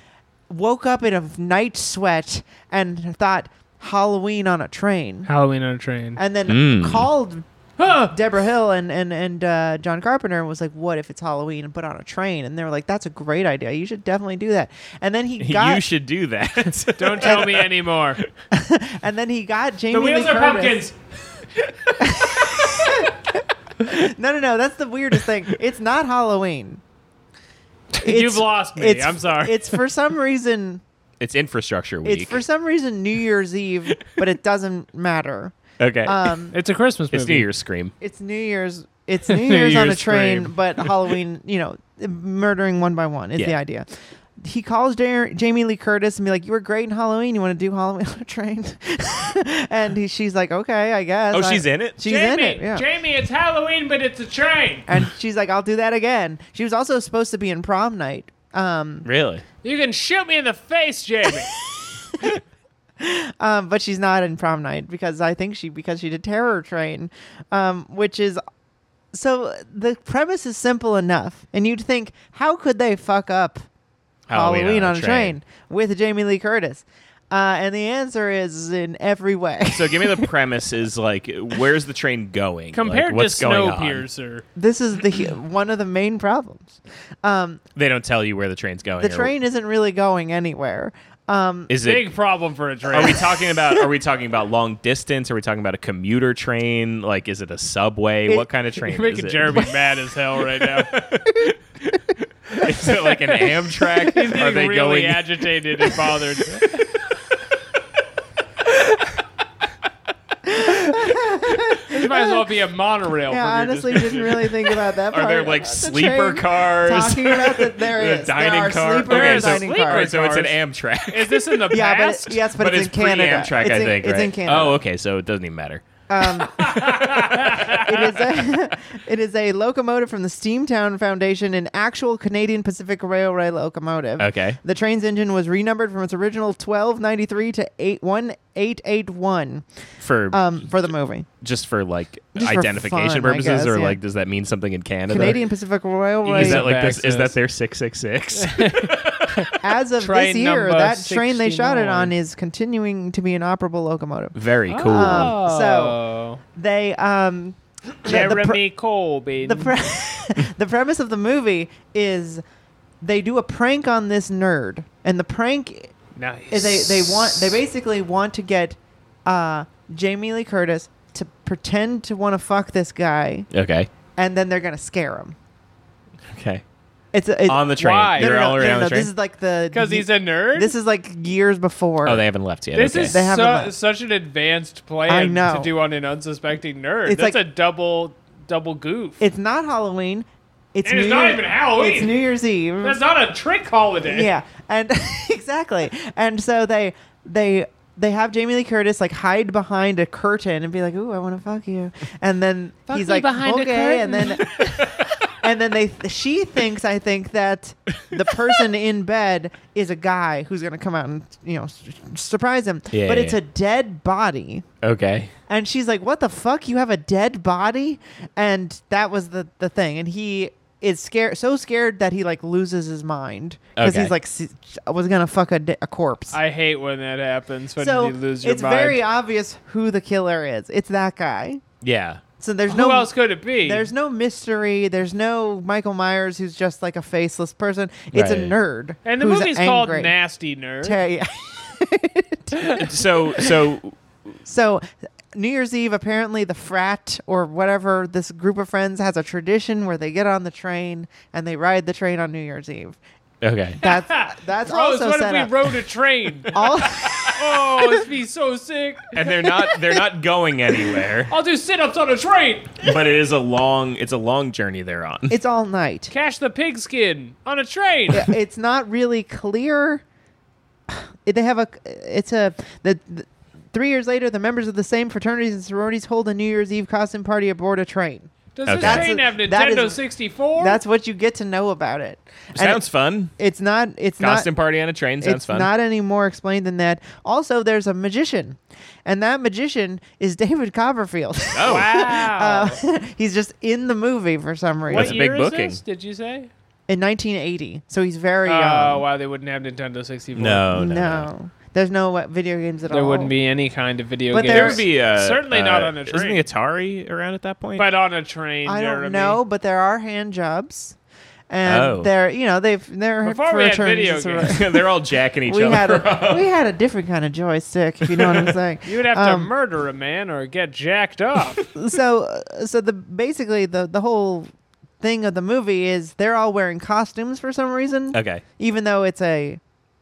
[SPEAKER 4] woke up in a night sweat and thought Halloween on a train.
[SPEAKER 6] Halloween on a train.
[SPEAKER 4] And then called
[SPEAKER 6] Huh.
[SPEAKER 4] Deborah Hill and and and uh, John Carpenter was like, "What if it's Halloween and put on a train?" And they were like, "That's a great idea. You should definitely do that." And then he got
[SPEAKER 5] you should do that.
[SPEAKER 6] Don't tell me anymore.
[SPEAKER 4] and then he got Jamie
[SPEAKER 6] the wheels
[SPEAKER 4] Lee
[SPEAKER 6] are
[SPEAKER 4] Curtis.
[SPEAKER 6] pumpkins.
[SPEAKER 4] No, no, no. That's the weirdest thing. It's not Halloween. It's-
[SPEAKER 6] You've lost me.
[SPEAKER 4] it's-
[SPEAKER 6] I'm sorry.
[SPEAKER 4] It's for some reason.
[SPEAKER 5] It's infrastructure week.
[SPEAKER 4] It's for some reason New Year's Eve, but it doesn't matter.
[SPEAKER 5] okay.
[SPEAKER 4] Um,
[SPEAKER 6] It's a Christmas movie.
[SPEAKER 5] it's New Year's Scream.
[SPEAKER 4] it's New Year's. It's New Year's, on a
[SPEAKER 6] Year's
[SPEAKER 4] train,
[SPEAKER 6] scream.
[SPEAKER 4] but Halloween. You know, murdering one by one is the
[SPEAKER 5] Yeah.
[SPEAKER 4] idea. He calls Jar Jamie Lee Curtis and be like, "You were great in Halloween. You want to do Halloween on a train?" and he, she's like, "Okay, I guess."
[SPEAKER 5] Oh,
[SPEAKER 4] I-
[SPEAKER 5] she's in it?
[SPEAKER 4] She's
[SPEAKER 6] Jamie,
[SPEAKER 4] in it. Yeah.
[SPEAKER 6] Jamie, it's Halloween, but it's a train.
[SPEAKER 4] and she's like, "I'll do that again." She was also supposed to be in prom night. Um,
[SPEAKER 5] Really?
[SPEAKER 6] You can shoot me in the face, Jamie.
[SPEAKER 4] um, but she's not in prom night because I think she because she did Terror Train, um, which is so the premise is simple enough, and you'd think how could they fuck up Halloween, on, a train. with Jamie Lee Curtis, uh, and the answer is in every way.
[SPEAKER 5] So give me the premise is like where's the train going?
[SPEAKER 6] Compared
[SPEAKER 5] like, what's
[SPEAKER 6] to
[SPEAKER 5] going on?
[SPEAKER 6] Snowpiercer,
[SPEAKER 4] this is the one of the main problems.
[SPEAKER 5] They don't tell you where the train's going.
[SPEAKER 4] The
[SPEAKER 5] or-
[SPEAKER 4] train isn't really going anywhere. Um,
[SPEAKER 5] is
[SPEAKER 6] big
[SPEAKER 5] it
[SPEAKER 6] problem for a train.
[SPEAKER 5] Are we talking about are we talking about long distance? Are we talking about a commuter train? Like is it a subway?
[SPEAKER 4] It-
[SPEAKER 5] what kind of train
[SPEAKER 6] You're
[SPEAKER 5] is
[SPEAKER 6] making
[SPEAKER 5] it?
[SPEAKER 6] Jeremy mad as hell right now.
[SPEAKER 5] Is it like an Amtrak?
[SPEAKER 6] He's getting
[SPEAKER 5] Are they
[SPEAKER 6] really
[SPEAKER 5] going
[SPEAKER 6] agitated and bothered. this might as well be a monorail.
[SPEAKER 4] yeah,
[SPEAKER 6] from your
[SPEAKER 4] honestly, didn't really think about that.
[SPEAKER 5] Are
[SPEAKER 4] part
[SPEAKER 5] there like
[SPEAKER 4] about the
[SPEAKER 5] sleeper
[SPEAKER 4] train.
[SPEAKER 5] cars?
[SPEAKER 4] Talking about that, there
[SPEAKER 5] The
[SPEAKER 4] is There
[SPEAKER 5] dining
[SPEAKER 4] are
[SPEAKER 5] car-
[SPEAKER 4] Sleeper
[SPEAKER 5] okay,
[SPEAKER 4] and
[SPEAKER 5] so-
[SPEAKER 4] dining
[SPEAKER 6] sleeper
[SPEAKER 4] cars.
[SPEAKER 5] Wait, so it's an
[SPEAKER 6] cars.
[SPEAKER 5] Amtrak.
[SPEAKER 6] Is this in the
[SPEAKER 4] Yeah, but
[SPEAKER 6] past?
[SPEAKER 4] it, yes, but,
[SPEAKER 5] but
[SPEAKER 4] it's,
[SPEAKER 5] it's,
[SPEAKER 4] in Canada.
[SPEAKER 5] pre-Amtrak,
[SPEAKER 4] it's
[SPEAKER 5] I
[SPEAKER 4] in,
[SPEAKER 5] think.
[SPEAKER 4] It's
[SPEAKER 5] right?
[SPEAKER 4] in Canada.
[SPEAKER 5] Oh, okay, so it doesn't even matter.
[SPEAKER 4] it is a it is a locomotive from the Steamtown Foundation, an actual Canadian Pacific Railway locomotive.
[SPEAKER 5] Okay.
[SPEAKER 4] The train's engine was renumbered from its original 1293 to 81881
[SPEAKER 5] For
[SPEAKER 4] um, for the movie.
[SPEAKER 5] just for like
[SPEAKER 4] Just for
[SPEAKER 5] identification
[SPEAKER 4] fun, I
[SPEAKER 5] purposes,
[SPEAKER 4] guess,
[SPEAKER 5] or
[SPEAKER 4] yeah.
[SPEAKER 5] like does that mean something in Canada?
[SPEAKER 4] Canadian Pacific Railway.
[SPEAKER 5] Is
[SPEAKER 6] Ease
[SPEAKER 5] that
[SPEAKER 6] of
[SPEAKER 5] like this? Is
[SPEAKER 6] access.
[SPEAKER 5] that their six six six?
[SPEAKER 4] As of
[SPEAKER 6] Train
[SPEAKER 4] this year,
[SPEAKER 6] number
[SPEAKER 4] that train they shot it
[SPEAKER 6] 69.
[SPEAKER 4] on is continuing to be an operable locomotive. Um,
[SPEAKER 5] Very cool.
[SPEAKER 4] so- They um the- the pr-
[SPEAKER 6] Oh. Jeremy Corbyn.
[SPEAKER 4] the pre- the premise of the movie is they do a prank on this nerd, and the prank
[SPEAKER 6] nice.
[SPEAKER 4] is they they want they basically want to get uh, Jamie Lee Curtis to pretend to want to fuck this guy,
[SPEAKER 5] okay.
[SPEAKER 4] and then they're gonna scare him.
[SPEAKER 5] Okay.
[SPEAKER 4] It's a, it,
[SPEAKER 5] On the train.
[SPEAKER 6] Why?
[SPEAKER 5] You're
[SPEAKER 4] no, no, no,
[SPEAKER 5] all around
[SPEAKER 4] no,
[SPEAKER 5] the train.
[SPEAKER 4] This is like the
[SPEAKER 6] because he's a nerd.
[SPEAKER 4] This is like years before.
[SPEAKER 5] oh, they haven't left yet.
[SPEAKER 6] This
[SPEAKER 5] okay.
[SPEAKER 6] is
[SPEAKER 4] They have
[SPEAKER 6] su-
[SPEAKER 4] a-
[SPEAKER 6] such an advanced plan
[SPEAKER 4] I know.
[SPEAKER 6] to do on an unsuspecting nerd.
[SPEAKER 4] It's
[SPEAKER 6] That's
[SPEAKER 4] like-
[SPEAKER 6] a double double goof.
[SPEAKER 4] it's not Halloween. It's,
[SPEAKER 6] And it's
[SPEAKER 4] New
[SPEAKER 6] not
[SPEAKER 4] Year-
[SPEAKER 6] even Halloween.
[SPEAKER 4] It's New Year's Eve.
[SPEAKER 6] That's not a trick holiday.
[SPEAKER 4] yeah and exactly and so they they they have Jamie Lee Curtis like hide behind a curtain and be like, "Ooh, I want to fuck you," and then he's
[SPEAKER 6] me
[SPEAKER 4] like,
[SPEAKER 6] behind a
[SPEAKER 4] "Okay," and then and then they she thinks I think that the person in bed is a guy who's gonna come out and you know s- surprise him,
[SPEAKER 5] Yeah,
[SPEAKER 4] but
[SPEAKER 5] yeah,
[SPEAKER 4] it's
[SPEAKER 5] yeah.
[SPEAKER 4] a dead body.
[SPEAKER 5] okay.
[SPEAKER 4] And she's like, "What the fuck? You have a dead body?" And that was the the thing. And he is scared, so scared that he like loses his mind because
[SPEAKER 5] Okay.
[SPEAKER 4] he's like, "S- "I was gonna fuck a, de- a corpse."
[SPEAKER 6] I hate when that happens when
[SPEAKER 4] so
[SPEAKER 6] you lose your
[SPEAKER 4] it's
[SPEAKER 6] mind.
[SPEAKER 4] very obvious who the killer is. It's that guy.
[SPEAKER 5] Yeah.
[SPEAKER 4] So there's
[SPEAKER 6] Who
[SPEAKER 4] no
[SPEAKER 6] else could it be?
[SPEAKER 4] there's no mystery. There's no Michael Myers who's just like a faceless person. It's a
[SPEAKER 5] Right.
[SPEAKER 4] nerd.
[SPEAKER 6] and the
[SPEAKER 4] who's
[SPEAKER 6] movie's called
[SPEAKER 4] angry.
[SPEAKER 6] Nasty Nerd.
[SPEAKER 4] Ta- yeah.
[SPEAKER 5] So so
[SPEAKER 4] So New Year's Eve, apparently the frat or whatever this group of friends has a tradition where they get on the train and they ride the train on New Year's Eve.
[SPEAKER 5] okay.
[SPEAKER 4] That's that's
[SPEAKER 6] Bros,
[SPEAKER 4] also
[SPEAKER 6] Oh, what if
[SPEAKER 4] set
[SPEAKER 6] we
[SPEAKER 4] up.
[SPEAKER 6] rode a train?
[SPEAKER 4] All-
[SPEAKER 6] oh, this would be so sick.
[SPEAKER 5] And they're not they're not going anywhere.
[SPEAKER 6] I'll do sit-ups on a train.
[SPEAKER 5] But it is a long it's a long journey they're on.
[SPEAKER 4] it's all night.
[SPEAKER 6] Cash the pigskin on a train.
[SPEAKER 4] It's not really clear. They have a. It's a the. the Three years later, the members of the same fraternities and sororities hold a New Year's Eve costume party aboard a train.
[SPEAKER 6] Does
[SPEAKER 5] Okay.
[SPEAKER 6] this
[SPEAKER 5] That's
[SPEAKER 6] train
[SPEAKER 4] a-
[SPEAKER 6] have
[SPEAKER 4] that is-
[SPEAKER 6] Nintendo 64?
[SPEAKER 4] That's what you get to know about it. And
[SPEAKER 5] sounds fun.
[SPEAKER 4] it's not. It's not.
[SPEAKER 5] Costume party on a train sounds
[SPEAKER 4] it's
[SPEAKER 5] fun.
[SPEAKER 4] not any more explained than that. Also, there's a magician, and that magician is David Copperfield.
[SPEAKER 5] oh.
[SPEAKER 4] uh,
[SPEAKER 6] wow.
[SPEAKER 4] he's just in the movie for some reason.
[SPEAKER 6] what
[SPEAKER 5] That's a big
[SPEAKER 6] year is
[SPEAKER 5] booking.
[SPEAKER 6] this, did you say?
[SPEAKER 4] In 1980, so he's very
[SPEAKER 6] Oh,
[SPEAKER 4] young.
[SPEAKER 6] wow, they wouldn't have Nintendo 64.
[SPEAKER 5] No, no.
[SPEAKER 4] no, there's no uh, video games at
[SPEAKER 6] There
[SPEAKER 4] all.
[SPEAKER 6] wouldn't be any kind of video
[SPEAKER 4] But
[SPEAKER 6] game.
[SPEAKER 5] There
[SPEAKER 4] there's-
[SPEAKER 5] would be uh,
[SPEAKER 6] Certainly not
[SPEAKER 5] uh,
[SPEAKER 6] on a
[SPEAKER 5] Isn't
[SPEAKER 6] train.
[SPEAKER 5] the Atari around at that point?
[SPEAKER 6] But on a train,
[SPEAKER 4] I don't
[SPEAKER 6] Jeremy.
[SPEAKER 4] know, but there are hand jobs. and
[SPEAKER 5] Oh.
[SPEAKER 4] they're you know they've they're
[SPEAKER 6] Before we had
[SPEAKER 4] fraternity
[SPEAKER 6] video
[SPEAKER 4] and soror-
[SPEAKER 6] games.
[SPEAKER 5] They're all jacking each
[SPEAKER 4] We
[SPEAKER 5] other.
[SPEAKER 4] had
[SPEAKER 5] up.
[SPEAKER 4] a, we had a different kind of joystick, if you know what I'm saying.
[SPEAKER 6] You would have to
[SPEAKER 4] Um,
[SPEAKER 6] murder a man or get jacked up.
[SPEAKER 4] so uh, so the basically the the whole thing of the movie is they're all wearing costumes for some reason.
[SPEAKER 5] Okay.
[SPEAKER 4] Even though it's a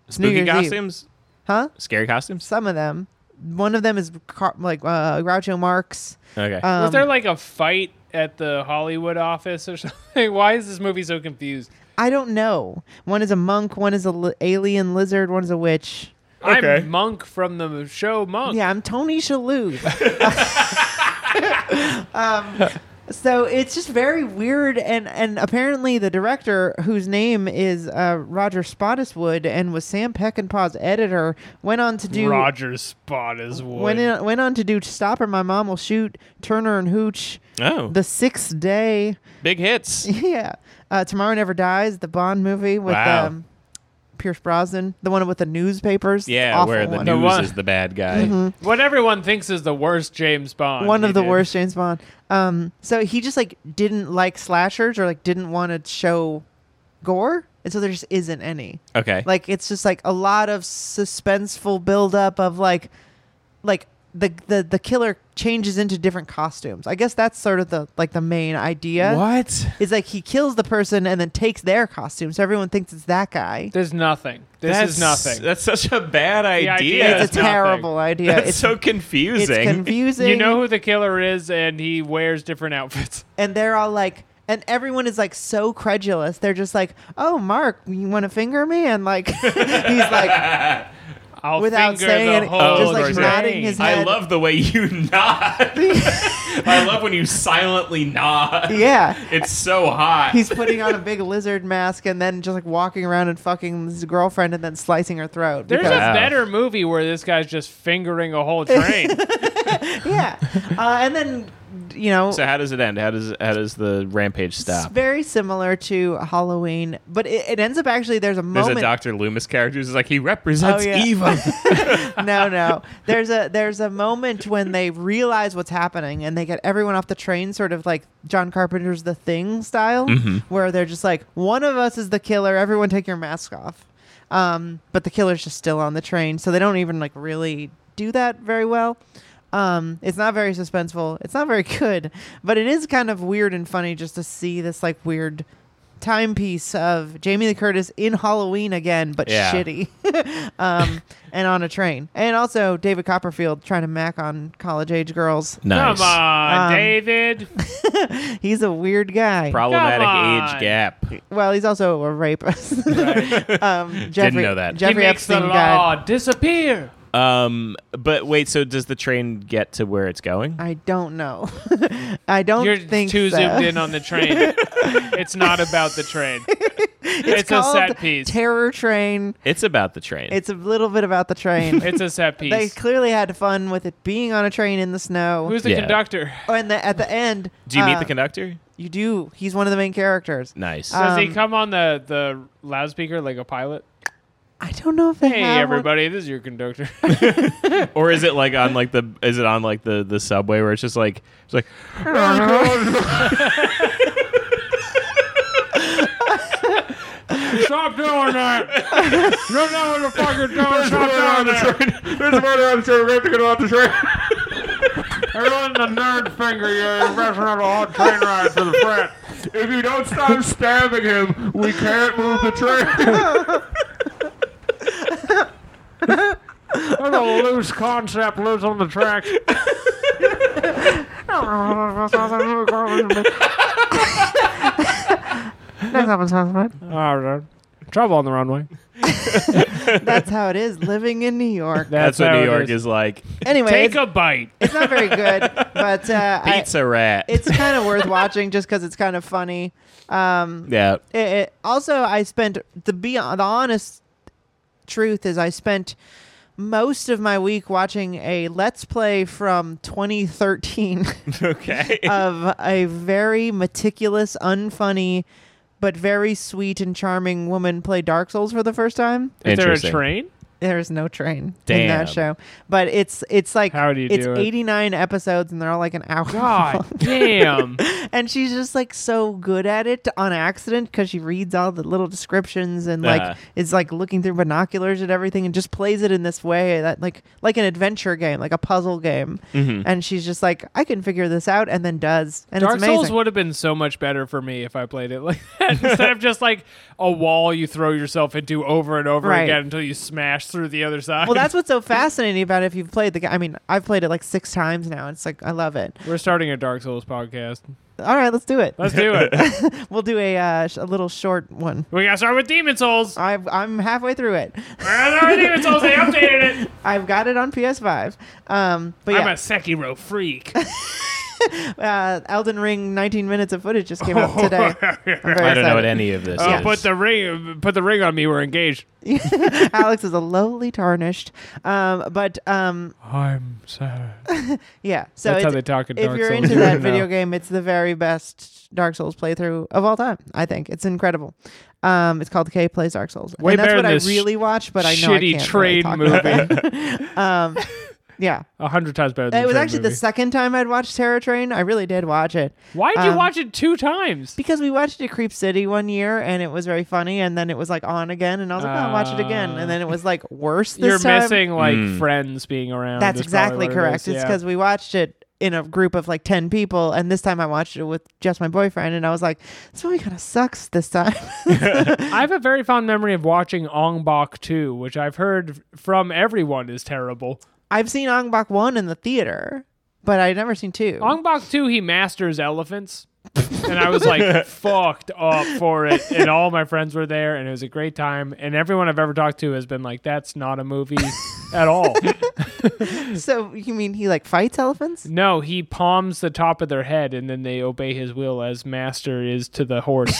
[SPEAKER 4] New
[SPEAKER 5] Spooky
[SPEAKER 4] Year's Eve.
[SPEAKER 5] costumes?
[SPEAKER 4] huh,
[SPEAKER 5] Scary costumes?
[SPEAKER 4] some of them. One of them is car- like uh, Groucho Marx.
[SPEAKER 5] Okay.
[SPEAKER 4] Um,
[SPEAKER 6] Was there like a fight at the Hollywood office or something? Why is this movie so confused?
[SPEAKER 4] I don't know. One is a monk. One is a li- alien lizard. One is a witch.
[SPEAKER 5] Okay.
[SPEAKER 6] I'm Monk from the show Monk.
[SPEAKER 4] Yeah, I'm Tony Shalhoub. um, so it's just very weird, and and apparently the director, whose name is uh, Roger Spottiswood, and was Sam Peckinpah's editor, went on to do
[SPEAKER 6] Roger Spot is wood.
[SPEAKER 4] went in, went on to do Stop or My Mom Will Shoot, Turner and Hooch,
[SPEAKER 5] oh,
[SPEAKER 4] The Sixth Day,
[SPEAKER 5] big hits.
[SPEAKER 4] yeah, uh, Tomorrow Never Dies, the Bond movie with
[SPEAKER 5] Wow.
[SPEAKER 4] um, Pierce Brosnan, the one with the newspapers,
[SPEAKER 5] Yeah,
[SPEAKER 4] awful
[SPEAKER 5] where the
[SPEAKER 4] one. Mm-hmm.
[SPEAKER 5] news
[SPEAKER 6] one-
[SPEAKER 5] is the bad guy.
[SPEAKER 6] what everyone thinks is the worst James Bond.
[SPEAKER 4] one
[SPEAKER 6] he
[SPEAKER 4] of the
[SPEAKER 6] did.
[SPEAKER 4] worst James Bond. Um, so he just like didn't like slashers or like didn't want to show gore, and so there just isn't any.
[SPEAKER 5] Okay.
[SPEAKER 4] Like it's just like a lot of suspenseful buildup of like, like the the the killer changes into different costumes. I guess that's sort of the like the main idea.
[SPEAKER 5] what?
[SPEAKER 4] Is like he kills the person and then takes their costume, so everyone thinks it's that guy.
[SPEAKER 6] There's nothing. This is nothing.
[SPEAKER 5] That's such a bad idea.
[SPEAKER 6] idea
[SPEAKER 4] It's
[SPEAKER 6] is
[SPEAKER 4] a
[SPEAKER 6] nothing.
[SPEAKER 4] terrible idea.
[SPEAKER 5] That's
[SPEAKER 4] it's
[SPEAKER 5] so
[SPEAKER 4] it's
[SPEAKER 5] confusing.
[SPEAKER 4] confusing.
[SPEAKER 6] you know who the killer is, and he wears different outfits.
[SPEAKER 4] and they're all like and everyone is like so credulous they're just like oh mark you want to finger me and like he's like
[SPEAKER 6] I'll
[SPEAKER 4] Without
[SPEAKER 6] finger
[SPEAKER 4] saying
[SPEAKER 6] the
[SPEAKER 4] it,
[SPEAKER 6] whole
[SPEAKER 5] just, like,
[SPEAKER 6] thing.
[SPEAKER 4] nodding his
[SPEAKER 5] I
[SPEAKER 4] head.
[SPEAKER 5] love the way you nod. I love when you silently nod.
[SPEAKER 4] yeah
[SPEAKER 5] It's so hot.
[SPEAKER 4] he's putting on a big lizard mask and then just like walking around and fucking his girlfriend and then slicing her throat
[SPEAKER 6] There's
[SPEAKER 4] because-
[SPEAKER 5] Wow.
[SPEAKER 6] a better movie where this guy's just fingering a whole train.
[SPEAKER 4] yeah uh, and then you know
[SPEAKER 5] so how does it end? How does how does the rampage
[SPEAKER 4] it's
[SPEAKER 5] stop?
[SPEAKER 4] very similar to halloween but it, it ends up actually there's a
[SPEAKER 5] There's
[SPEAKER 4] moment
[SPEAKER 5] a Doctor Loomis character who's like he represents
[SPEAKER 4] Oh, yeah.
[SPEAKER 5] evil.
[SPEAKER 4] no, no. There's a there's a moment when they realize what's happening and they get everyone off the train, sort of like John Carpenter's The Thing style, where they're just like, one of us is the killer. Everyone take your mask off. Um, but the killer's just still on the train, so they don't even like really do that very well. Um, it's not very suspenseful. It's not very good, but it is kind of weird and funny just to see this like weird timepiece of Jamie Lee Curtis in Halloween again, but
[SPEAKER 5] Yeah.
[SPEAKER 4] shitty um, and on a train. And also David Copperfield trying to mac on college age girls.
[SPEAKER 5] nice.
[SPEAKER 6] Come on,
[SPEAKER 4] Um,
[SPEAKER 6] David.
[SPEAKER 4] He's a weird guy.
[SPEAKER 5] Problematic
[SPEAKER 6] Come
[SPEAKER 5] age
[SPEAKER 6] on.
[SPEAKER 5] gap.
[SPEAKER 4] well, he's also a rapist. um, Jeffrey,
[SPEAKER 5] know that.
[SPEAKER 4] Jeffrey
[SPEAKER 6] he makes
[SPEAKER 4] Epstein
[SPEAKER 6] the
[SPEAKER 4] died.
[SPEAKER 6] law disappear.
[SPEAKER 5] Um, but wait, so does the train get to where it's going?
[SPEAKER 4] I don't know. I don't
[SPEAKER 6] You're
[SPEAKER 4] think
[SPEAKER 6] too
[SPEAKER 4] so.
[SPEAKER 6] zoomed in on the train. it's not about the train. It's, a
[SPEAKER 4] called
[SPEAKER 6] set piece.
[SPEAKER 4] Terror Train.
[SPEAKER 5] It's about the train.
[SPEAKER 4] It's a little bit about the train.
[SPEAKER 6] it's a set piece.
[SPEAKER 4] they clearly had fun with it being on a train in the snow.
[SPEAKER 6] Who's the
[SPEAKER 5] Yeah.
[SPEAKER 6] conductor?
[SPEAKER 4] Oh, and the, at the end,
[SPEAKER 5] Do you meet
[SPEAKER 4] uh,
[SPEAKER 5] the conductor?
[SPEAKER 4] You do. He's one of the main characters.
[SPEAKER 5] Nice.
[SPEAKER 6] Does he
[SPEAKER 4] Um,
[SPEAKER 6] come on the, the loudspeaker like a pilot?
[SPEAKER 4] I don't know if they
[SPEAKER 6] Hey,
[SPEAKER 4] have one.
[SPEAKER 6] everybody, this is your conductor.
[SPEAKER 5] or is it like on like the is it on like the the subway where it's just like it's like
[SPEAKER 6] Stop doing that! you don't know what the fuck you're doing. Stop doing that!
[SPEAKER 5] there's a murder on the train. We have to get off the train.
[SPEAKER 6] Everyone the nerd finger, you're rushing on a hot train ride to the front.
[SPEAKER 5] If you don't stop stabbing him, we can't move the train.
[SPEAKER 6] There's a loose concept loose on the tracks. Oh, trouble on the runway.
[SPEAKER 4] That's how it is living in New York.
[SPEAKER 5] That's, what
[SPEAKER 6] how
[SPEAKER 5] New
[SPEAKER 6] it
[SPEAKER 5] York is. like.
[SPEAKER 4] Anyway,
[SPEAKER 6] Take
[SPEAKER 4] it's,
[SPEAKER 6] a bite.
[SPEAKER 4] it's not very good, but uh, I-
[SPEAKER 5] Pizza rat.
[SPEAKER 4] it's kind of worth watching just because it's kind of funny.
[SPEAKER 5] yeah.
[SPEAKER 4] It, it- also, I spent the be the honest truth is I spent most of my week watching a let's play from 2013
[SPEAKER 5] Okay.
[SPEAKER 4] of a very meticulous, unfunny, but very sweet and charming woman play Dark Souls for the first time.
[SPEAKER 6] Is there a
[SPEAKER 5] Interesting.
[SPEAKER 6] train?
[SPEAKER 4] There's no train in
[SPEAKER 5] Damn.
[SPEAKER 4] that show, but it's it's like
[SPEAKER 6] How do you
[SPEAKER 4] it's
[SPEAKER 6] do it?
[SPEAKER 4] 89 episodes and they're all like an hour.
[SPEAKER 6] God
[SPEAKER 4] long.
[SPEAKER 6] damn.
[SPEAKER 4] and she's just like so good at it on accident because she reads all the little descriptions and
[SPEAKER 5] Uh-huh.
[SPEAKER 4] like is like looking through binoculars at everything and just plays it in this way that like like an adventure game, like a puzzle game. And she's just like, I can figure this out, and then does, and
[SPEAKER 6] Mm-hmm. Dark
[SPEAKER 4] it's amazing.
[SPEAKER 6] Souls would have been so much better for me if I played it like that instead of just like a wall you throw yourself into over and over
[SPEAKER 4] Right.
[SPEAKER 6] again until you smash through the other side.
[SPEAKER 4] well, that's what's so fascinating about it if you've played the game. I mean, I've played it like six times now. It's like I love it.
[SPEAKER 6] We're starting a Dark Souls podcast.
[SPEAKER 4] All right, let's do it.
[SPEAKER 6] Let's do it.
[SPEAKER 4] We'll do a uh, sh- a little short one.
[SPEAKER 6] we gotta start with Demon Souls.
[SPEAKER 4] i I'm halfway through it.
[SPEAKER 6] We're on Demon Souls. They updated it.
[SPEAKER 4] I've got it on PS5. Um, but
[SPEAKER 6] I'm a
[SPEAKER 4] yeah,
[SPEAKER 6] Sekiro freak.
[SPEAKER 4] uh, Elden Ring 19 minutes of footage just came out today. I'm very
[SPEAKER 5] Oh, I don't know
[SPEAKER 4] excited.
[SPEAKER 5] what any of this
[SPEAKER 6] Oh,
[SPEAKER 5] is.
[SPEAKER 6] put the ring, put the ring on me. We're engaged.
[SPEAKER 4] Alex is a lowly tarnished. Um, but um,
[SPEAKER 6] I'm sad.
[SPEAKER 4] yeah, so
[SPEAKER 6] That's how
[SPEAKER 4] it's-
[SPEAKER 6] they talk in
[SPEAKER 4] if
[SPEAKER 6] Dark
[SPEAKER 4] you're
[SPEAKER 6] Souls
[SPEAKER 4] into
[SPEAKER 6] right
[SPEAKER 4] that
[SPEAKER 6] now.
[SPEAKER 4] video game, it's the very best Dark Souls playthrough of all time. I think it's incredible. Um, it's called K Plays Dark Souls,
[SPEAKER 6] Way
[SPEAKER 4] and that's
[SPEAKER 6] better
[SPEAKER 4] what
[SPEAKER 6] than
[SPEAKER 4] I
[SPEAKER 6] this
[SPEAKER 4] really watch. But I know I
[SPEAKER 6] shitty
[SPEAKER 4] can't
[SPEAKER 6] train
[SPEAKER 4] really talk about
[SPEAKER 6] movie.
[SPEAKER 4] it. um, yeah,
[SPEAKER 6] A hundred times better. than
[SPEAKER 4] it was
[SPEAKER 6] Train
[SPEAKER 4] actually
[SPEAKER 6] movie.
[SPEAKER 4] the second time I'd watched Terror Train. I really did watch it.
[SPEAKER 6] Why did you
[SPEAKER 4] um,
[SPEAKER 6] watch it two times?
[SPEAKER 4] Because we watched it Creep City one year and it was very funny, and then it was like on again, and I was like, oh, I'll watch it again, and then it was like worse this
[SPEAKER 6] Uh, You're
[SPEAKER 4] time.
[SPEAKER 6] missing like friends being around.
[SPEAKER 4] That's
[SPEAKER 6] is
[SPEAKER 4] exactly
[SPEAKER 6] probably what it
[SPEAKER 4] correct.
[SPEAKER 6] is,
[SPEAKER 4] it's
[SPEAKER 6] yeah.
[SPEAKER 4] because we watched it in a group of like ten people, and this time I watched it with just my boyfriend, and I was like, this movie kind of sucks this time.
[SPEAKER 6] I have a very fond memory of watching Ong Bak 2, which I've heard from everyone is terrible.
[SPEAKER 4] I've seen Ong Bak one in the theater, but I'd never seen two.
[SPEAKER 6] Ong Bak 2, he masters elephants. and I was like fucked up for it. And all my friends were there, and it was a great time. And everyone I've ever talked to has been like, that's not a movie at all.
[SPEAKER 4] so you mean he like fights elephants?
[SPEAKER 6] No, he palms the top of their head, and then they obey his will as master is to the horse.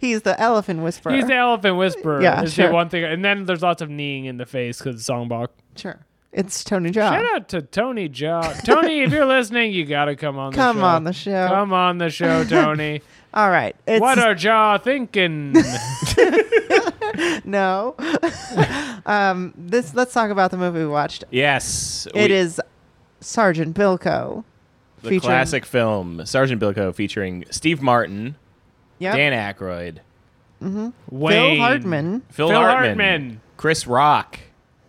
[SPEAKER 4] He's the elephant whisperer.
[SPEAKER 6] He's the elephant whisperer.
[SPEAKER 4] Yeah,
[SPEAKER 6] is
[SPEAKER 4] sure.
[SPEAKER 6] the one thing. And then there's lots of kneeing in the face because Songbok.
[SPEAKER 4] sure. It's Tony Jaa.
[SPEAKER 6] Shout out to Tony Job. Tony, if you're listening, you gotta come on.
[SPEAKER 4] Come
[SPEAKER 6] the show.
[SPEAKER 4] on the show.
[SPEAKER 6] Come on the show, Tony.
[SPEAKER 4] All right. It's
[SPEAKER 6] what are Jaw thinking?
[SPEAKER 4] no. um, this let's talk about the movie we watched.
[SPEAKER 5] yes,
[SPEAKER 4] It
[SPEAKER 5] we-
[SPEAKER 4] is Sergeant Bilko.
[SPEAKER 5] the
[SPEAKER 4] featuring-
[SPEAKER 5] classic film Sergeant Bilko featuring Steve Martin,
[SPEAKER 4] Yep.
[SPEAKER 5] Dan Aykroyd,
[SPEAKER 4] Bill
[SPEAKER 6] Wayne.
[SPEAKER 4] Hartman.
[SPEAKER 5] Phil,
[SPEAKER 6] Phil
[SPEAKER 5] Hartman,
[SPEAKER 6] Hartman.
[SPEAKER 5] Chris Rock,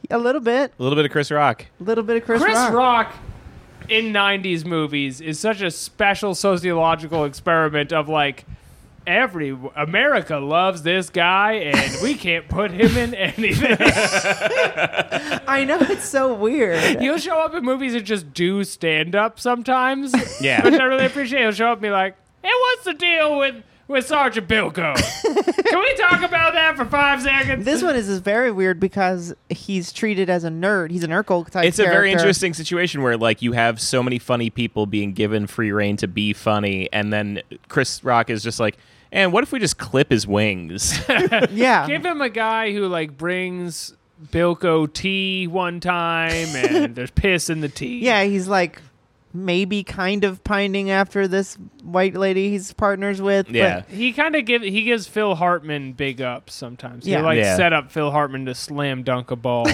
[SPEAKER 4] A little bit.
[SPEAKER 5] a little bit of Chris Rock.
[SPEAKER 4] A little bit of Chris,
[SPEAKER 6] Chris
[SPEAKER 4] Rock.
[SPEAKER 6] Rock in 90s movies is such a special sociological experiment of like every America loves this guy and we can't put him in anything.
[SPEAKER 4] I know it's so weird.
[SPEAKER 6] He'll show up in movies and just do stand up sometimes.
[SPEAKER 5] Yeah.
[SPEAKER 6] Which I really appreciate. He'll show up and be like, Hey, what's the deal with, with Sergeant Bilko? Can we talk about that for five seconds?
[SPEAKER 4] this one is, is very weird because he's treated as a nerd. He's an Urkel type.
[SPEAKER 5] It's a very
[SPEAKER 4] character.
[SPEAKER 5] interesting situation where like you have so many funny people being given free reign to be funny, and then Chris Rock is just like, and what if we just clip his wings?
[SPEAKER 4] Yeah.
[SPEAKER 6] Give him a guy who like brings Bilko tea one time and there's piss in the tea.
[SPEAKER 4] yeah. He's like maybe kind of pining after this white lady he's partners with. but-
[SPEAKER 5] yeah,
[SPEAKER 6] He kind of give he gives Phil Hartman big ups sometimes.
[SPEAKER 4] Yeah.
[SPEAKER 6] He like
[SPEAKER 5] Yeah.
[SPEAKER 6] set up Phil Hartman to slam dunk a ball.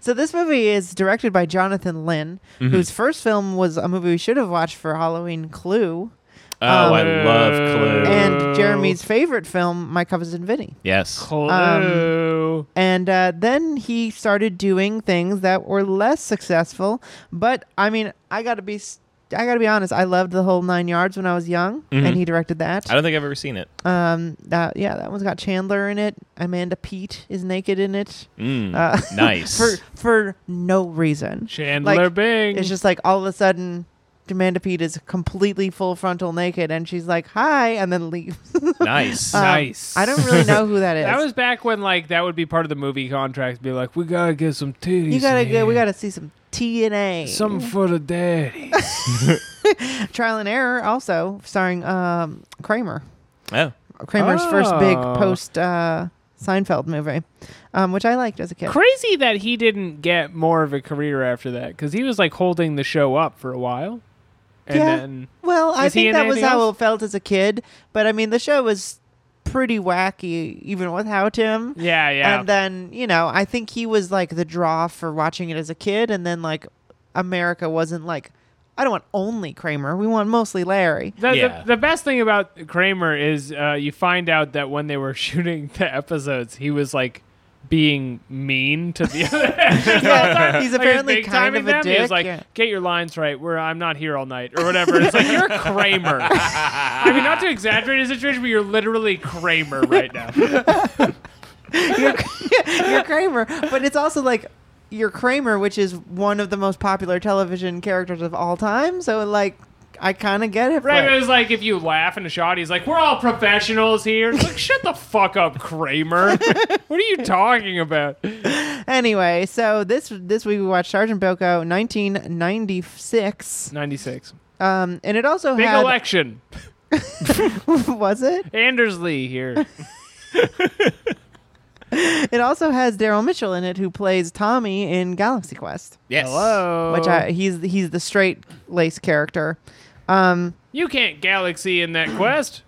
[SPEAKER 4] So this movie is directed by Jonathan Lynn,
[SPEAKER 5] Mm-hmm.
[SPEAKER 4] whose first film was a movie we should have watched for Halloween, Clue,
[SPEAKER 5] oh, I love Clue.
[SPEAKER 4] Um, and Jeremy's favorite film, My Cousin Vinny.
[SPEAKER 5] yes,
[SPEAKER 6] Hello.
[SPEAKER 4] And uh, then he started doing things that were less successful. But I mean, I gotta be, s- I gotta be honest. I loved the whole nine yards when I was young, and he directed that.
[SPEAKER 5] Mm-hmm. I don't think I've ever seen it.
[SPEAKER 4] Um, that yeah, that one's got Chandler in it. Amanda Pete is naked in it
[SPEAKER 5] Mm,
[SPEAKER 4] uh,
[SPEAKER 5] nice.
[SPEAKER 4] for for no reason.
[SPEAKER 6] Chandler
[SPEAKER 4] Like,
[SPEAKER 6] Bing.
[SPEAKER 4] It's just like all of a sudden, Amanda Pete is completely full frontal naked, and she's like, "Hi," and then leaves.
[SPEAKER 5] nice.
[SPEAKER 4] Um,
[SPEAKER 6] Nice.
[SPEAKER 4] I don't really know who that is.
[SPEAKER 6] That was back when like that would be part of the movie contract. Be like, we gotta get some titties.
[SPEAKER 4] you gotta
[SPEAKER 6] in
[SPEAKER 4] go. We
[SPEAKER 6] here.
[SPEAKER 4] gotta see some TNA.
[SPEAKER 6] some for the daddy.
[SPEAKER 4] Trial and Error, also starring um, Kramer.
[SPEAKER 5] oh,
[SPEAKER 4] Kramer's first big
[SPEAKER 6] Oh.
[SPEAKER 4] post uh, Seinfeld movie, um, which I liked as a kid.
[SPEAKER 6] Crazy that he didn't get more of a career after that because he was like holding the show up for a while, and
[SPEAKER 4] Yeah.
[SPEAKER 6] then
[SPEAKER 4] well, I
[SPEAKER 6] Is he
[SPEAKER 4] think
[SPEAKER 6] in
[SPEAKER 4] that was
[SPEAKER 6] anything
[SPEAKER 4] how
[SPEAKER 6] else?
[SPEAKER 4] it felt as a kid, but I mean, the show was pretty wacky even without him.
[SPEAKER 6] Yeah, yeah.
[SPEAKER 4] And then, you know, I think he was like the draw for watching it as a kid and then like America wasn't like I don't want only Kramer. We want mostly Larry.
[SPEAKER 6] The, the-
[SPEAKER 5] Yeah.
[SPEAKER 6] the, best thing about Kramer is uh, you find out that when they were shooting the episodes, he was like being mean to the other.
[SPEAKER 4] Yeah, he's apparently
[SPEAKER 6] big
[SPEAKER 4] kind
[SPEAKER 6] timing
[SPEAKER 4] of a
[SPEAKER 6] them.
[SPEAKER 4] dick.
[SPEAKER 6] He was like,
[SPEAKER 4] yeah.
[SPEAKER 6] "Get your lines right. Where I'm not here all night or whatever." It's like you're Kramer. I mean, not to exaggerate the situation, but you're literally Kramer right now.
[SPEAKER 4] you're Kramer, but it's also like you're Kramer, which is one of the most popular television characters of all time. So like, I kind of get it.
[SPEAKER 6] Right?
[SPEAKER 4] but-
[SPEAKER 6] It was like if you laugh in a shot, he's like, "We're all professionals here." It's like, shut the fuck up, Kramer. what are you talking about?
[SPEAKER 4] Anyway, so this this week we watched Sergeant Bilko, 1996,
[SPEAKER 6] Ninety six.
[SPEAKER 4] um, and it also
[SPEAKER 6] Big
[SPEAKER 4] had
[SPEAKER 6] election.
[SPEAKER 4] was it?
[SPEAKER 6] Anders Lee here.
[SPEAKER 4] It also has Daryl Mitchell in it, who plays Tommy in Galaxy Quest,
[SPEAKER 5] Yes.
[SPEAKER 6] Hello.
[SPEAKER 4] which I, he's he's the straight lace character.
[SPEAKER 6] you can't galaxy in that quest.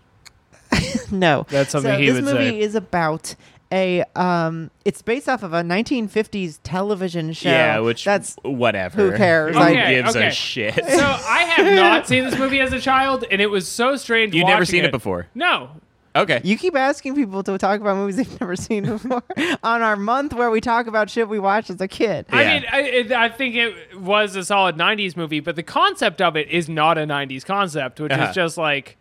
[SPEAKER 4] No,
[SPEAKER 6] That's something
[SPEAKER 4] so
[SPEAKER 6] he
[SPEAKER 4] this
[SPEAKER 6] would
[SPEAKER 4] movie
[SPEAKER 6] say.
[SPEAKER 4] is about a um it's based off of a 1950s television show
[SPEAKER 5] Yeah, which
[SPEAKER 4] that's
[SPEAKER 5] whatever.
[SPEAKER 4] who cares?
[SPEAKER 5] Who
[SPEAKER 4] Okay,
[SPEAKER 5] gives
[SPEAKER 6] okay.
[SPEAKER 5] a shit?
[SPEAKER 6] So I have not seen this movie as a child, and it was so strange.
[SPEAKER 5] You've never
[SPEAKER 6] watching
[SPEAKER 5] seen it before?
[SPEAKER 6] No.
[SPEAKER 5] okay.
[SPEAKER 4] You keep asking people to talk about movies they've never seen before on our month where we talk about shit we watched as a kid.
[SPEAKER 5] Yeah.
[SPEAKER 6] I mean, I, it, I think it was a solid '90s movie, but the concept of it is not a '90s concept, which
[SPEAKER 5] Uh-huh.
[SPEAKER 6] is just like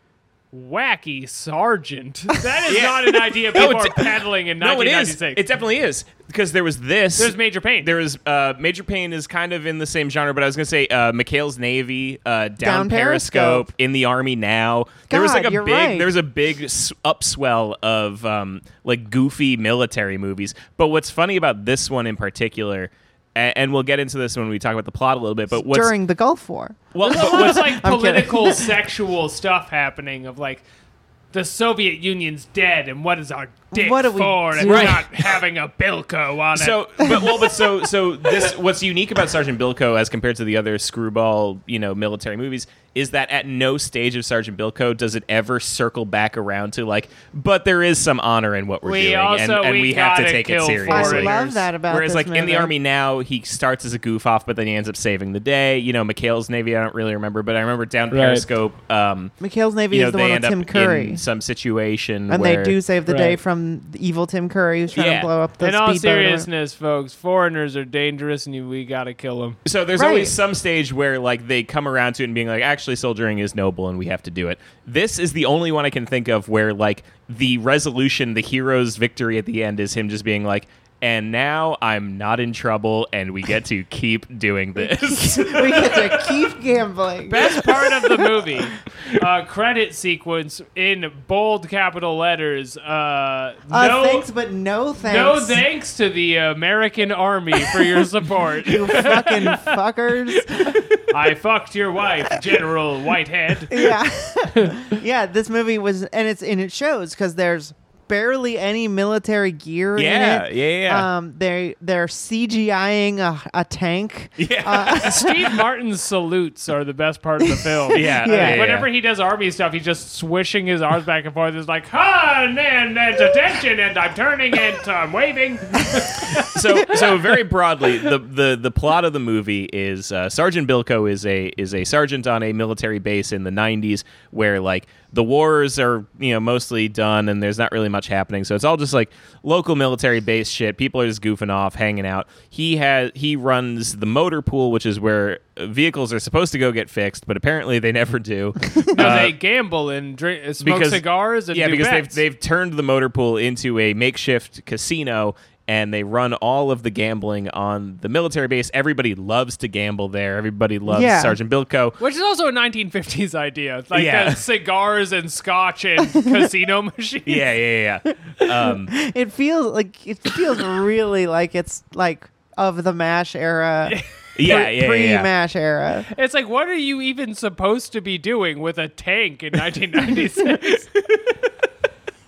[SPEAKER 6] wacky sergeant. That is not an idea people
[SPEAKER 5] it's-
[SPEAKER 6] are peddling in
[SPEAKER 5] no, it is.
[SPEAKER 6] 1996.
[SPEAKER 5] It definitely is because there was this.
[SPEAKER 6] There's Major Payne.
[SPEAKER 5] There is uh, Major Pain is kind of in the same genre, but I was gonna say uh, McHale's Navy, uh, Down,
[SPEAKER 4] Down
[SPEAKER 5] Periscope,
[SPEAKER 4] Periscope.
[SPEAKER 5] in the Army now. there was
[SPEAKER 4] God,
[SPEAKER 5] like a
[SPEAKER 4] you're
[SPEAKER 5] big,
[SPEAKER 4] right.
[SPEAKER 5] there was a big s- upswell of um, like goofy military movies. But what's funny about this one in particular, and, and we'll get into this when we talk about the plot a little bit. But what's
[SPEAKER 4] During the Gulf War.
[SPEAKER 5] well, but
[SPEAKER 6] Well,
[SPEAKER 5] what's
[SPEAKER 6] it's like
[SPEAKER 4] I'm kidding.
[SPEAKER 6] political sexual stuff happening of like the Soviet Union's dead and what is our dick
[SPEAKER 4] What do we
[SPEAKER 6] for and
[SPEAKER 4] do? Right.
[SPEAKER 6] not having a Bilko on it.
[SPEAKER 5] So, but well, but so so this what's unique about Sergeant Bilko as compared to the other screwball you know military movies is that at no stage of Sergeant Bilko does it ever circle back around to like, but there is some honor in what we're
[SPEAKER 6] We
[SPEAKER 5] doing, and,
[SPEAKER 6] also-
[SPEAKER 5] and
[SPEAKER 6] we
[SPEAKER 5] we, have to
[SPEAKER 6] gotta
[SPEAKER 5] take it
[SPEAKER 6] kill
[SPEAKER 4] I
[SPEAKER 5] seriously.
[SPEAKER 6] foreigners.
[SPEAKER 4] love that about
[SPEAKER 5] Whereas,
[SPEAKER 4] this
[SPEAKER 5] like in the
[SPEAKER 4] movie.
[SPEAKER 5] army now, he starts as a goof off, but then he ends up saving the day. You know, McHale's Navy, I don't really remember, but I remember down Periscope. Um,
[SPEAKER 4] McHale's Navy
[SPEAKER 5] you know,
[SPEAKER 4] is the
[SPEAKER 5] they
[SPEAKER 4] one with
[SPEAKER 5] end up
[SPEAKER 4] Tim Curry.
[SPEAKER 5] in some situation,
[SPEAKER 4] and they
[SPEAKER 5] where,
[SPEAKER 4] do save the day
[SPEAKER 6] Right.
[SPEAKER 4] from the evil Tim Curry who's trying
[SPEAKER 5] Yeah.
[SPEAKER 4] to blow up the
[SPEAKER 6] in all
[SPEAKER 4] speedboat or whatever.
[SPEAKER 6] seriousness, folks, foreigners are dangerous and you- we gotta kill them.
[SPEAKER 5] So there's
[SPEAKER 4] Right.
[SPEAKER 5] always some stage where like they come around to it and being like, actually, soldiering is noble and we have to do it. This is the only one I can think of where like the resolution, the hero's victory at the end is him just being like, and now I'm not in trouble and we get to keep doing this.
[SPEAKER 4] we get to keep gambling.
[SPEAKER 6] Best part of the movie, uh, credit sequence in bold capital letters. Uh,
[SPEAKER 4] Uh,
[SPEAKER 6] no,
[SPEAKER 4] thanks, but no thanks.
[SPEAKER 6] no thanks to the American Army for your support.
[SPEAKER 4] You fucking fuckers.
[SPEAKER 6] I fucked your wife, General Whitehead.
[SPEAKER 4] Yeah. yeah, this movie was, and it's and it shows because there's barely any military gear in
[SPEAKER 5] yeah, yeah,
[SPEAKER 4] it.
[SPEAKER 5] yeah.
[SPEAKER 4] Um, they they're CGIing a, a tank.
[SPEAKER 6] Steve Martin's salutes are the best part of the film.
[SPEAKER 5] yeah,
[SPEAKER 4] yeah.
[SPEAKER 5] yeah, yeah.
[SPEAKER 6] Whenever he does army stuff, he's just swishing his arms back and forth. It's like, "Hun, and there's attention, and I'm turning, and I'm waving."
[SPEAKER 5] so so very broadly, the, the the plot of the movie is uh, Sergeant Bilko is a is a sergeant on a military base in the '90s where like the wars are you know mostly done and there's not really much happening. So it's all just like local military base shit. People are just goofing off, hanging out. He has he runs the motor pool, which is where vehicles are supposed to go get fixed, but apparently they never do.
[SPEAKER 6] No, they gamble and drink, smoke cigars, and
[SPEAKER 5] Uh, yeah,
[SPEAKER 6] do
[SPEAKER 5] because
[SPEAKER 6] bets.
[SPEAKER 5] they've they've turned the motor pool into a makeshift casino, and they run all of the gambling on the military base. Everybody loves to gamble there. Everybody loves
[SPEAKER 4] Yeah.
[SPEAKER 5] Sergeant Bilko.
[SPEAKER 6] Which is also a 1950s idea, like
[SPEAKER 5] Yeah.
[SPEAKER 6] the cigars and scotch and casino machine.
[SPEAKER 5] Yeah, yeah, yeah, yeah. Um,
[SPEAKER 4] It feels like it feels really like it's like of the Mash era,
[SPEAKER 5] yeah, yeah, yeah,
[SPEAKER 4] pre
[SPEAKER 5] yeah.
[SPEAKER 4] Mash era.
[SPEAKER 6] It's like, what are you even supposed to be doing with a tank in 1996?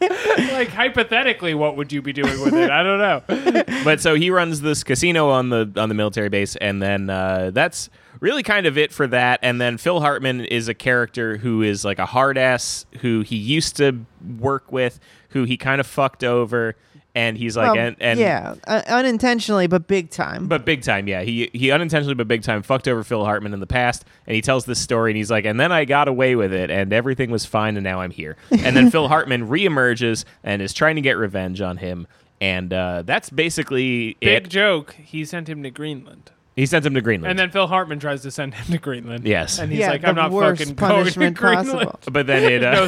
[SPEAKER 6] like, hypothetically, what would you be doing with it? I don't know.
[SPEAKER 5] but so he runs this casino on the on the military base, and then uh, that's really kind of it for that. And then Phil Hartman is a character who is like a hard ass who he used to work with, who he kind of fucked over, and he's like,
[SPEAKER 4] Well,
[SPEAKER 5] and, and
[SPEAKER 4] Um, yeah, uh, unintentionally, but big time.
[SPEAKER 5] but big time, yeah. He he unintentionally but big time fucked over Phil Hartman in the past, and he tells this story, and he's like, and then I got away with it, and everything was fine, and now I'm here. And then Phil Hartman reemerges and is trying to get revenge on him, and uh, that's basically
[SPEAKER 6] Big
[SPEAKER 5] it.
[SPEAKER 6] joke. He sent him to Greenland.
[SPEAKER 5] He sends him to Greenland,
[SPEAKER 6] And then Phil Hartman tries to send him to Greenland.
[SPEAKER 5] Yes.
[SPEAKER 6] And he's
[SPEAKER 4] yeah,
[SPEAKER 6] like,
[SPEAKER 4] the
[SPEAKER 6] I'm not
[SPEAKER 4] worst
[SPEAKER 6] fucking going to
[SPEAKER 4] punishment
[SPEAKER 6] Greenland.
[SPEAKER 4] possible.
[SPEAKER 5] but then it uh,
[SPEAKER 6] No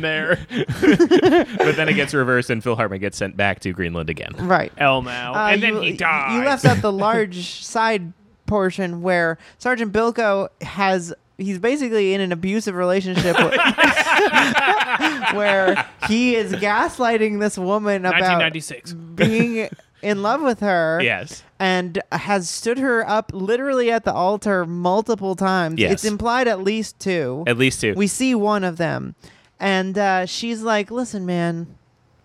[SPEAKER 6] there.
[SPEAKER 5] but then it gets reversed, and Phil Hartman gets sent back to Greenland again.
[SPEAKER 4] Right.
[SPEAKER 6] Elmo. and then
[SPEAKER 4] Uh, you,
[SPEAKER 6] he dies.
[SPEAKER 4] You left out the large side portion where Sergeant Bilko has. He's basically in an abusive relationship with, where he is gaslighting this woman about
[SPEAKER 6] 1996.
[SPEAKER 4] being in love with her.
[SPEAKER 5] Yes.
[SPEAKER 4] And has stood her up literally at the altar multiple times.
[SPEAKER 5] Yes.
[SPEAKER 4] It's implied at least two.
[SPEAKER 5] At least two.
[SPEAKER 4] we see one of them. And uh, she's like, listen, man,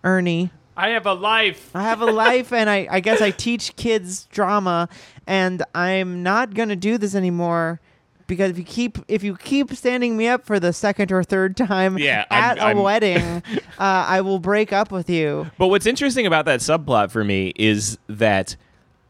[SPEAKER 4] Ernie,
[SPEAKER 6] I have a life.
[SPEAKER 4] I have a life, and I, I guess I teach kids drama, and I'm not gonna do this anymore because if you keep if you keep standing me up for the second or third time
[SPEAKER 5] Yeah, I'm-
[SPEAKER 4] at a
[SPEAKER 5] I'm-
[SPEAKER 4] wedding, uh, I will break up with you.
[SPEAKER 5] But what's interesting about that subplot for me is that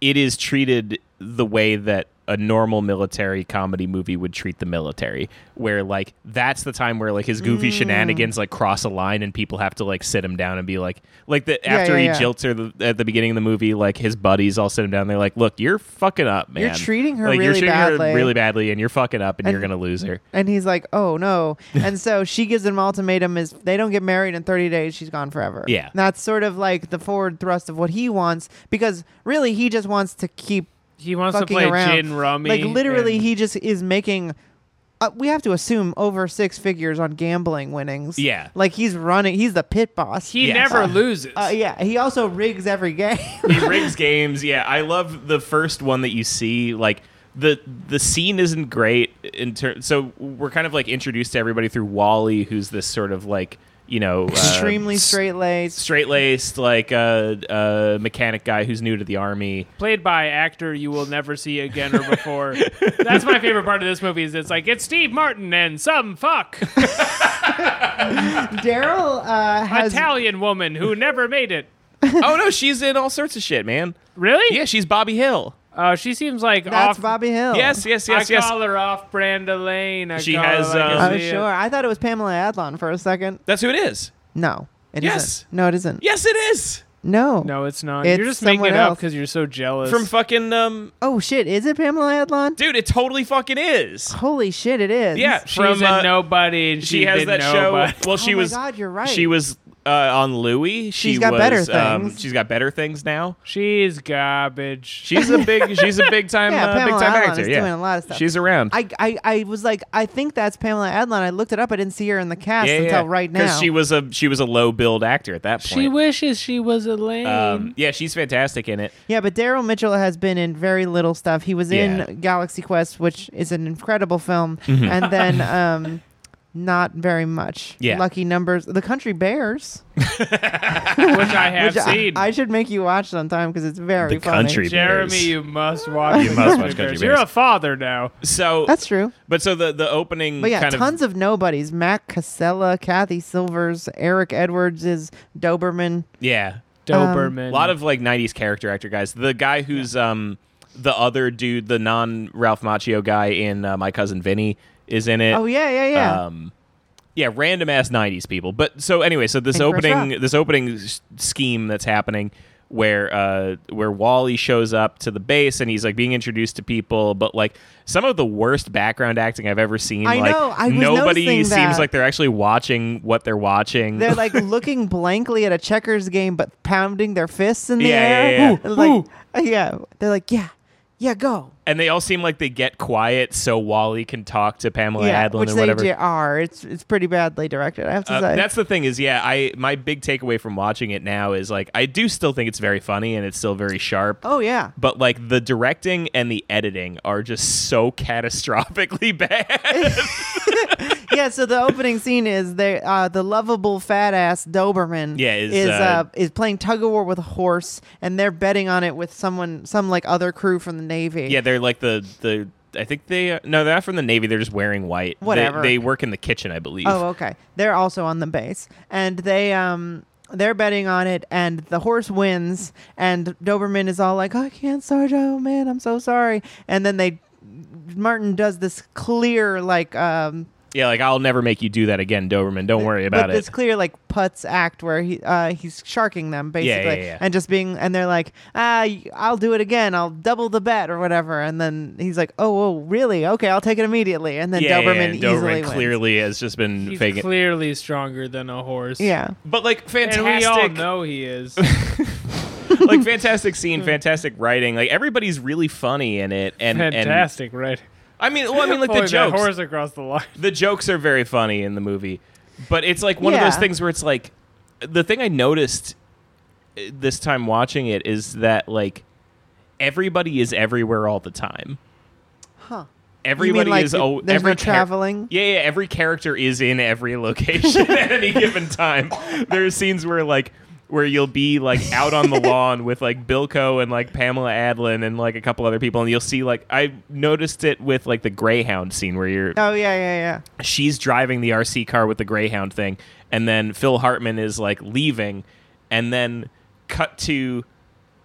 [SPEAKER 5] it is treated the way that a normal military comedy movie would treat the military, where like that's the time where like his
[SPEAKER 4] Mm.
[SPEAKER 5] goofy shenanigans like cross a line and people have to like sit him down and be like, like the after
[SPEAKER 4] yeah,
[SPEAKER 5] he
[SPEAKER 4] yeah.
[SPEAKER 5] jilts her the, at the beginning of the movie, like his buddies all sit him down. They're like, "Look, you're fucking up, man.
[SPEAKER 4] You're treating her
[SPEAKER 5] like, you're
[SPEAKER 4] really
[SPEAKER 5] treating
[SPEAKER 4] badly."
[SPEAKER 5] her really badly, and you're fucking up, and, you're
[SPEAKER 4] And-
[SPEAKER 5] gonna lose her."
[SPEAKER 4] And he's like, oh no. And so she gives him ultimatum is they don't get married in 30 days, she's gone forever.
[SPEAKER 5] Yeah.
[SPEAKER 4] And that's sort of like the forward thrust of what he wants because really he just wants to keep
[SPEAKER 6] He wants to
[SPEAKER 4] fucking
[SPEAKER 6] play
[SPEAKER 4] around.
[SPEAKER 6] gin rummy.
[SPEAKER 4] Like literally,
[SPEAKER 6] and-
[SPEAKER 4] he just is making. Uh, we have to assume over six figures on gambling winnings.
[SPEAKER 5] Yeah.
[SPEAKER 4] like he's running. He's the pit boss.
[SPEAKER 6] he
[SPEAKER 5] Yes. Uh,
[SPEAKER 6] never loses.
[SPEAKER 4] Uh, yeah, he also rigs every game.
[SPEAKER 5] he rigs games. Yeah, I love the first one that you see. Like the the scene isn't great in ter- so we're kind of like introduced to everybody through Wally, who's this sort of like you know uh,
[SPEAKER 4] Extremely straight laced.
[SPEAKER 5] straight laced like uh, uh, mechanic guy who's new to the army.
[SPEAKER 6] played by actor you will never see again or before. That's my favorite part of this movie is it's like it's Steve Martin and some fuck
[SPEAKER 4] Daryl uh, has
[SPEAKER 6] Italian woman who never made it.
[SPEAKER 5] oh no, she's in all sorts of shit, man.
[SPEAKER 6] Really?
[SPEAKER 5] Yeah, she's Bobby Hill.
[SPEAKER 6] Uh, she seems like
[SPEAKER 4] that's
[SPEAKER 6] off.
[SPEAKER 4] Bobby Hill.
[SPEAKER 5] Yes, yes, yes,
[SPEAKER 6] Oh. I
[SPEAKER 5] yes.
[SPEAKER 6] call her off brand Elaine. I
[SPEAKER 5] She
[SPEAKER 6] call her
[SPEAKER 5] has,
[SPEAKER 6] like I
[SPEAKER 5] um,
[SPEAKER 4] Oh
[SPEAKER 6] see it.
[SPEAKER 4] sure, I thought it was Pamela Adlon for a second.
[SPEAKER 5] That's who it is.
[SPEAKER 4] No, it
[SPEAKER 5] Yes.
[SPEAKER 4] not No, it isn't.
[SPEAKER 5] Yes, it is.
[SPEAKER 4] No.
[SPEAKER 6] No, it's not.
[SPEAKER 4] It's
[SPEAKER 6] you're just making
[SPEAKER 4] someone
[SPEAKER 6] it up
[SPEAKER 4] else.
[SPEAKER 6] because you're so jealous.
[SPEAKER 5] From fucking um,
[SPEAKER 4] Oh shit, is it Pamela Adlon?
[SPEAKER 5] dude, it totally fucking is.
[SPEAKER 4] Holy shit, it is.
[SPEAKER 5] Yeah,
[SPEAKER 6] she's
[SPEAKER 5] from
[SPEAKER 6] a
[SPEAKER 5] uh,
[SPEAKER 6] nobody. And
[SPEAKER 5] she,
[SPEAKER 6] she
[SPEAKER 5] has
[SPEAKER 6] did
[SPEAKER 5] that
[SPEAKER 6] nobody.
[SPEAKER 5] show. Well, she
[SPEAKER 4] Oh my
[SPEAKER 5] was.
[SPEAKER 4] God, you're right.
[SPEAKER 5] She was uh, on Louis. She
[SPEAKER 4] She's got
[SPEAKER 5] was,
[SPEAKER 4] better
[SPEAKER 5] um,
[SPEAKER 4] things.
[SPEAKER 5] she's got better things now.
[SPEAKER 6] She's garbage.
[SPEAKER 5] She's a big. she's a big time.
[SPEAKER 4] Yeah,
[SPEAKER 5] uh, big
[SPEAKER 4] Pamela
[SPEAKER 5] time
[SPEAKER 4] Adlon
[SPEAKER 5] actor.
[SPEAKER 4] is
[SPEAKER 5] yeah,
[SPEAKER 4] doing a lot of stuff.
[SPEAKER 5] She's around.
[SPEAKER 4] I, I, I was like, I think that's Pamela Adlon. I looked it up. I didn't see her in the cast
[SPEAKER 5] yeah, yeah,
[SPEAKER 4] until
[SPEAKER 5] yeah.
[SPEAKER 4] right
[SPEAKER 5] 'Cause
[SPEAKER 4] now.
[SPEAKER 5] she was a she was a low build actor at that point.
[SPEAKER 6] she wishes she was Elaine.
[SPEAKER 5] um, yeah, she's fantastic in it.
[SPEAKER 4] yeah, but Daryl Mitchell has been in very little stuff. He was in
[SPEAKER 5] Yeah. Mm-hmm.
[SPEAKER 4] Galaxy Quest, which is an incredible film, and then um, not very much.
[SPEAKER 5] Yeah.
[SPEAKER 4] Lucky Numbers, The Country Bears,
[SPEAKER 6] which I have
[SPEAKER 4] which I,
[SPEAKER 6] seen.
[SPEAKER 4] I should make you watch sometime because it's very
[SPEAKER 5] The
[SPEAKER 4] funny.
[SPEAKER 5] Country
[SPEAKER 6] Jeremy,
[SPEAKER 5] Bears.
[SPEAKER 6] you must watch.
[SPEAKER 5] You
[SPEAKER 6] The
[SPEAKER 5] must watch
[SPEAKER 6] Country
[SPEAKER 5] Country
[SPEAKER 6] Bears.
[SPEAKER 5] Bears.
[SPEAKER 6] You're a father now.
[SPEAKER 5] So
[SPEAKER 4] That's true.
[SPEAKER 5] But so the the opening.
[SPEAKER 4] But yeah,
[SPEAKER 5] kind
[SPEAKER 4] tons
[SPEAKER 5] of.
[SPEAKER 4] of, nobodies. Mac Casella, Kathy Silvers, Eric Edwards is Doberman.
[SPEAKER 5] Yeah,
[SPEAKER 6] Doberman.
[SPEAKER 5] a Um, lot of like '90s character actor guys. The guy who's um the other dude, the non Ralph Macchio guy in uh, My Cousin Vinny is in it.
[SPEAKER 4] Oh yeah, yeah, yeah.
[SPEAKER 5] um yeah random ass 90s people but so anyway so this
[SPEAKER 4] And Chris
[SPEAKER 5] opening
[SPEAKER 4] Rock.
[SPEAKER 5] this opening s- scheme that's happening where uh where wally shows up to the base and he's like being introduced to people but like some of the worst background acting i've ever seen
[SPEAKER 4] I
[SPEAKER 5] like
[SPEAKER 4] know, I was
[SPEAKER 5] nobody
[SPEAKER 4] noticing
[SPEAKER 5] seems
[SPEAKER 4] that.
[SPEAKER 5] like they're actually watching what they're watching
[SPEAKER 4] They're like looking blankly at a checkers game, but pounding their fists in the
[SPEAKER 5] Yeah,
[SPEAKER 4] air.
[SPEAKER 5] yeah, yeah.
[SPEAKER 4] And Like, yeah. They're like, yeah, yeah, go.
[SPEAKER 5] and they all seem like they get quiet so wally can talk to pamela
[SPEAKER 4] yeah,
[SPEAKER 5] adlin
[SPEAKER 4] which
[SPEAKER 5] or
[SPEAKER 4] they
[SPEAKER 5] whatever
[SPEAKER 4] j- are. It's it's pretty badly directed. I have to
[SPEAKER 5] Uh,
[SPEAKER 4] say.
[SPEAKER 5] that's the thing is yeah i my big takeaway from watching it now is like i do still think it's very funny and it's still very sharp
[SPEAKER 4] oh yeah.
[SPEAKER 5] but like the directing and the editing are just so catastrophically bad.
[SPEAKER 4] yeah, so the opening scene is there. Uh, the lovable fat ass Doberman.
[SPEAKER 5] Yeah, is,
[SPEAKER 4] is, uh,
[SPEAKER 5] uh,
[SPEAKER 4] is playing tug of war with a horse, and they're betting on it with someone, some like other crew from the navy.
[SPEAKER 5] yeah, they're like the the I think they are, no, they're not from the Navy. They're just wearing white. They-
[SPEAKER 4] Whatever.
[SPEAKER 5] They, work in the kitchen, I believe.
[SPEAKER 4] Oh, okay. They're also on the base, and they um they're betting on it and the horse wins and doberman is all like i can't sergio man i'm so sorry and then they martin does this clear like um
[SPEAKER 5] Yeah, like I'll never make you do that again, Doberman. Don't worry about
[SPEAKER 4] but
[SPEAKER 5] it.
[SPEAKER 4] this clear like putz act where he uh he's sharking them basically
[SPEAKER 5] yeah.
[SPEAKER 4] and just being and they're like ah y- i'll do it again i'll double the bet or whatever and then he's like oh oh really okay i'll take it immediately and then
[SPEAKER 5] yeah, yeah,
[SPEAKER 4] doberman
[SPEAKER 5] yeah,
[SPEAKER 4] easily
[SPEAKER 5] Doberman
[SPEAKER 4] wins.
[SPEAKER 5] clearly has just been
[SPEAKER 6] He's
[SPEAKER 5] faking.
[SPEAKER 6] clearly stronger than a horse.
[SPEAKER 4] yeah
[SPEAKER 5] but like
[SPEAKER 6] And we all
[SPEAKER 5] fantastic,
[SPEAKER 6] know he is.
[SPEAKER 5] like fantastic scene, fantastic writing. Like everybody's really funny in it, and and
[SPEAKER 6] Fantastic, right?
[SPEAKER 5] I mean, well, I mean, like
[SPEAKER 6] Boy,
[SPEAKER 5] the
[SPEAKER 6] that
[SPEAKER 5] jokes,
[SPEAKER 6] horse across the line.
[SPEAKER 5] the jokes are very funny in the movie, but it's like one of those
[SPEAKER 4] Yeah.
[SPEAKER 5] things where it's like the thing I noticed uh, this time watching it is that like everybody is everywhere all the time.
[SPEAKER 4] Huh.
[SPEAKER 5] Everybody
[SPEAKER 4] like,
[SPEAKER 5] is oh,
[SPEAKER 4] there's
[SPEAKER 5] every
[SPEAKER 4] no traveling?
[SPEAKER 5] Yeah, yeah, every character is in every location at any given time. There are scenes where like where you'll be like out on the lawn with like Bilko and like Pamela Adlin and like a couple other people and you'll see like I noticed it with like the Greyhound scene where you're
[SPEAKER 4] oh yeah yeah yeah
[SPEAKER 5] she's driving the RC car with the Greyhound thing, and then Phil Hartman is like leaving, and then cut to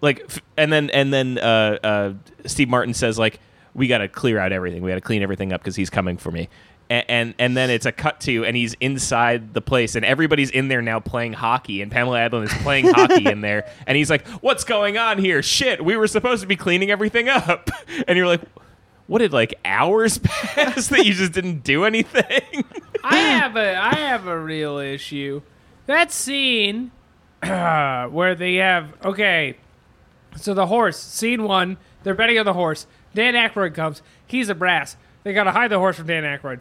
[SPEAKER 5] like, f- and then and then uh, uh, Steve Martin says like, we got to clear out everything, we got to clean everything up because he's coming for me. And, and and then it's a cut to and he's inside the place and everybody's in there now playing hockey and Pamela Adlin is playing hockey in there and he's like what's going on here shit we were supposed to be cleaning everything up and you're like what did like hours pass that you just didn't do anything?
[SPEAKER 6] I have a I have a real issue. That scene where they have okay, so the horse scene one, they're betting on the horse. Dan Aykroyd comes. He's a brass. They gotta hide the horse from Dan Aykroyd.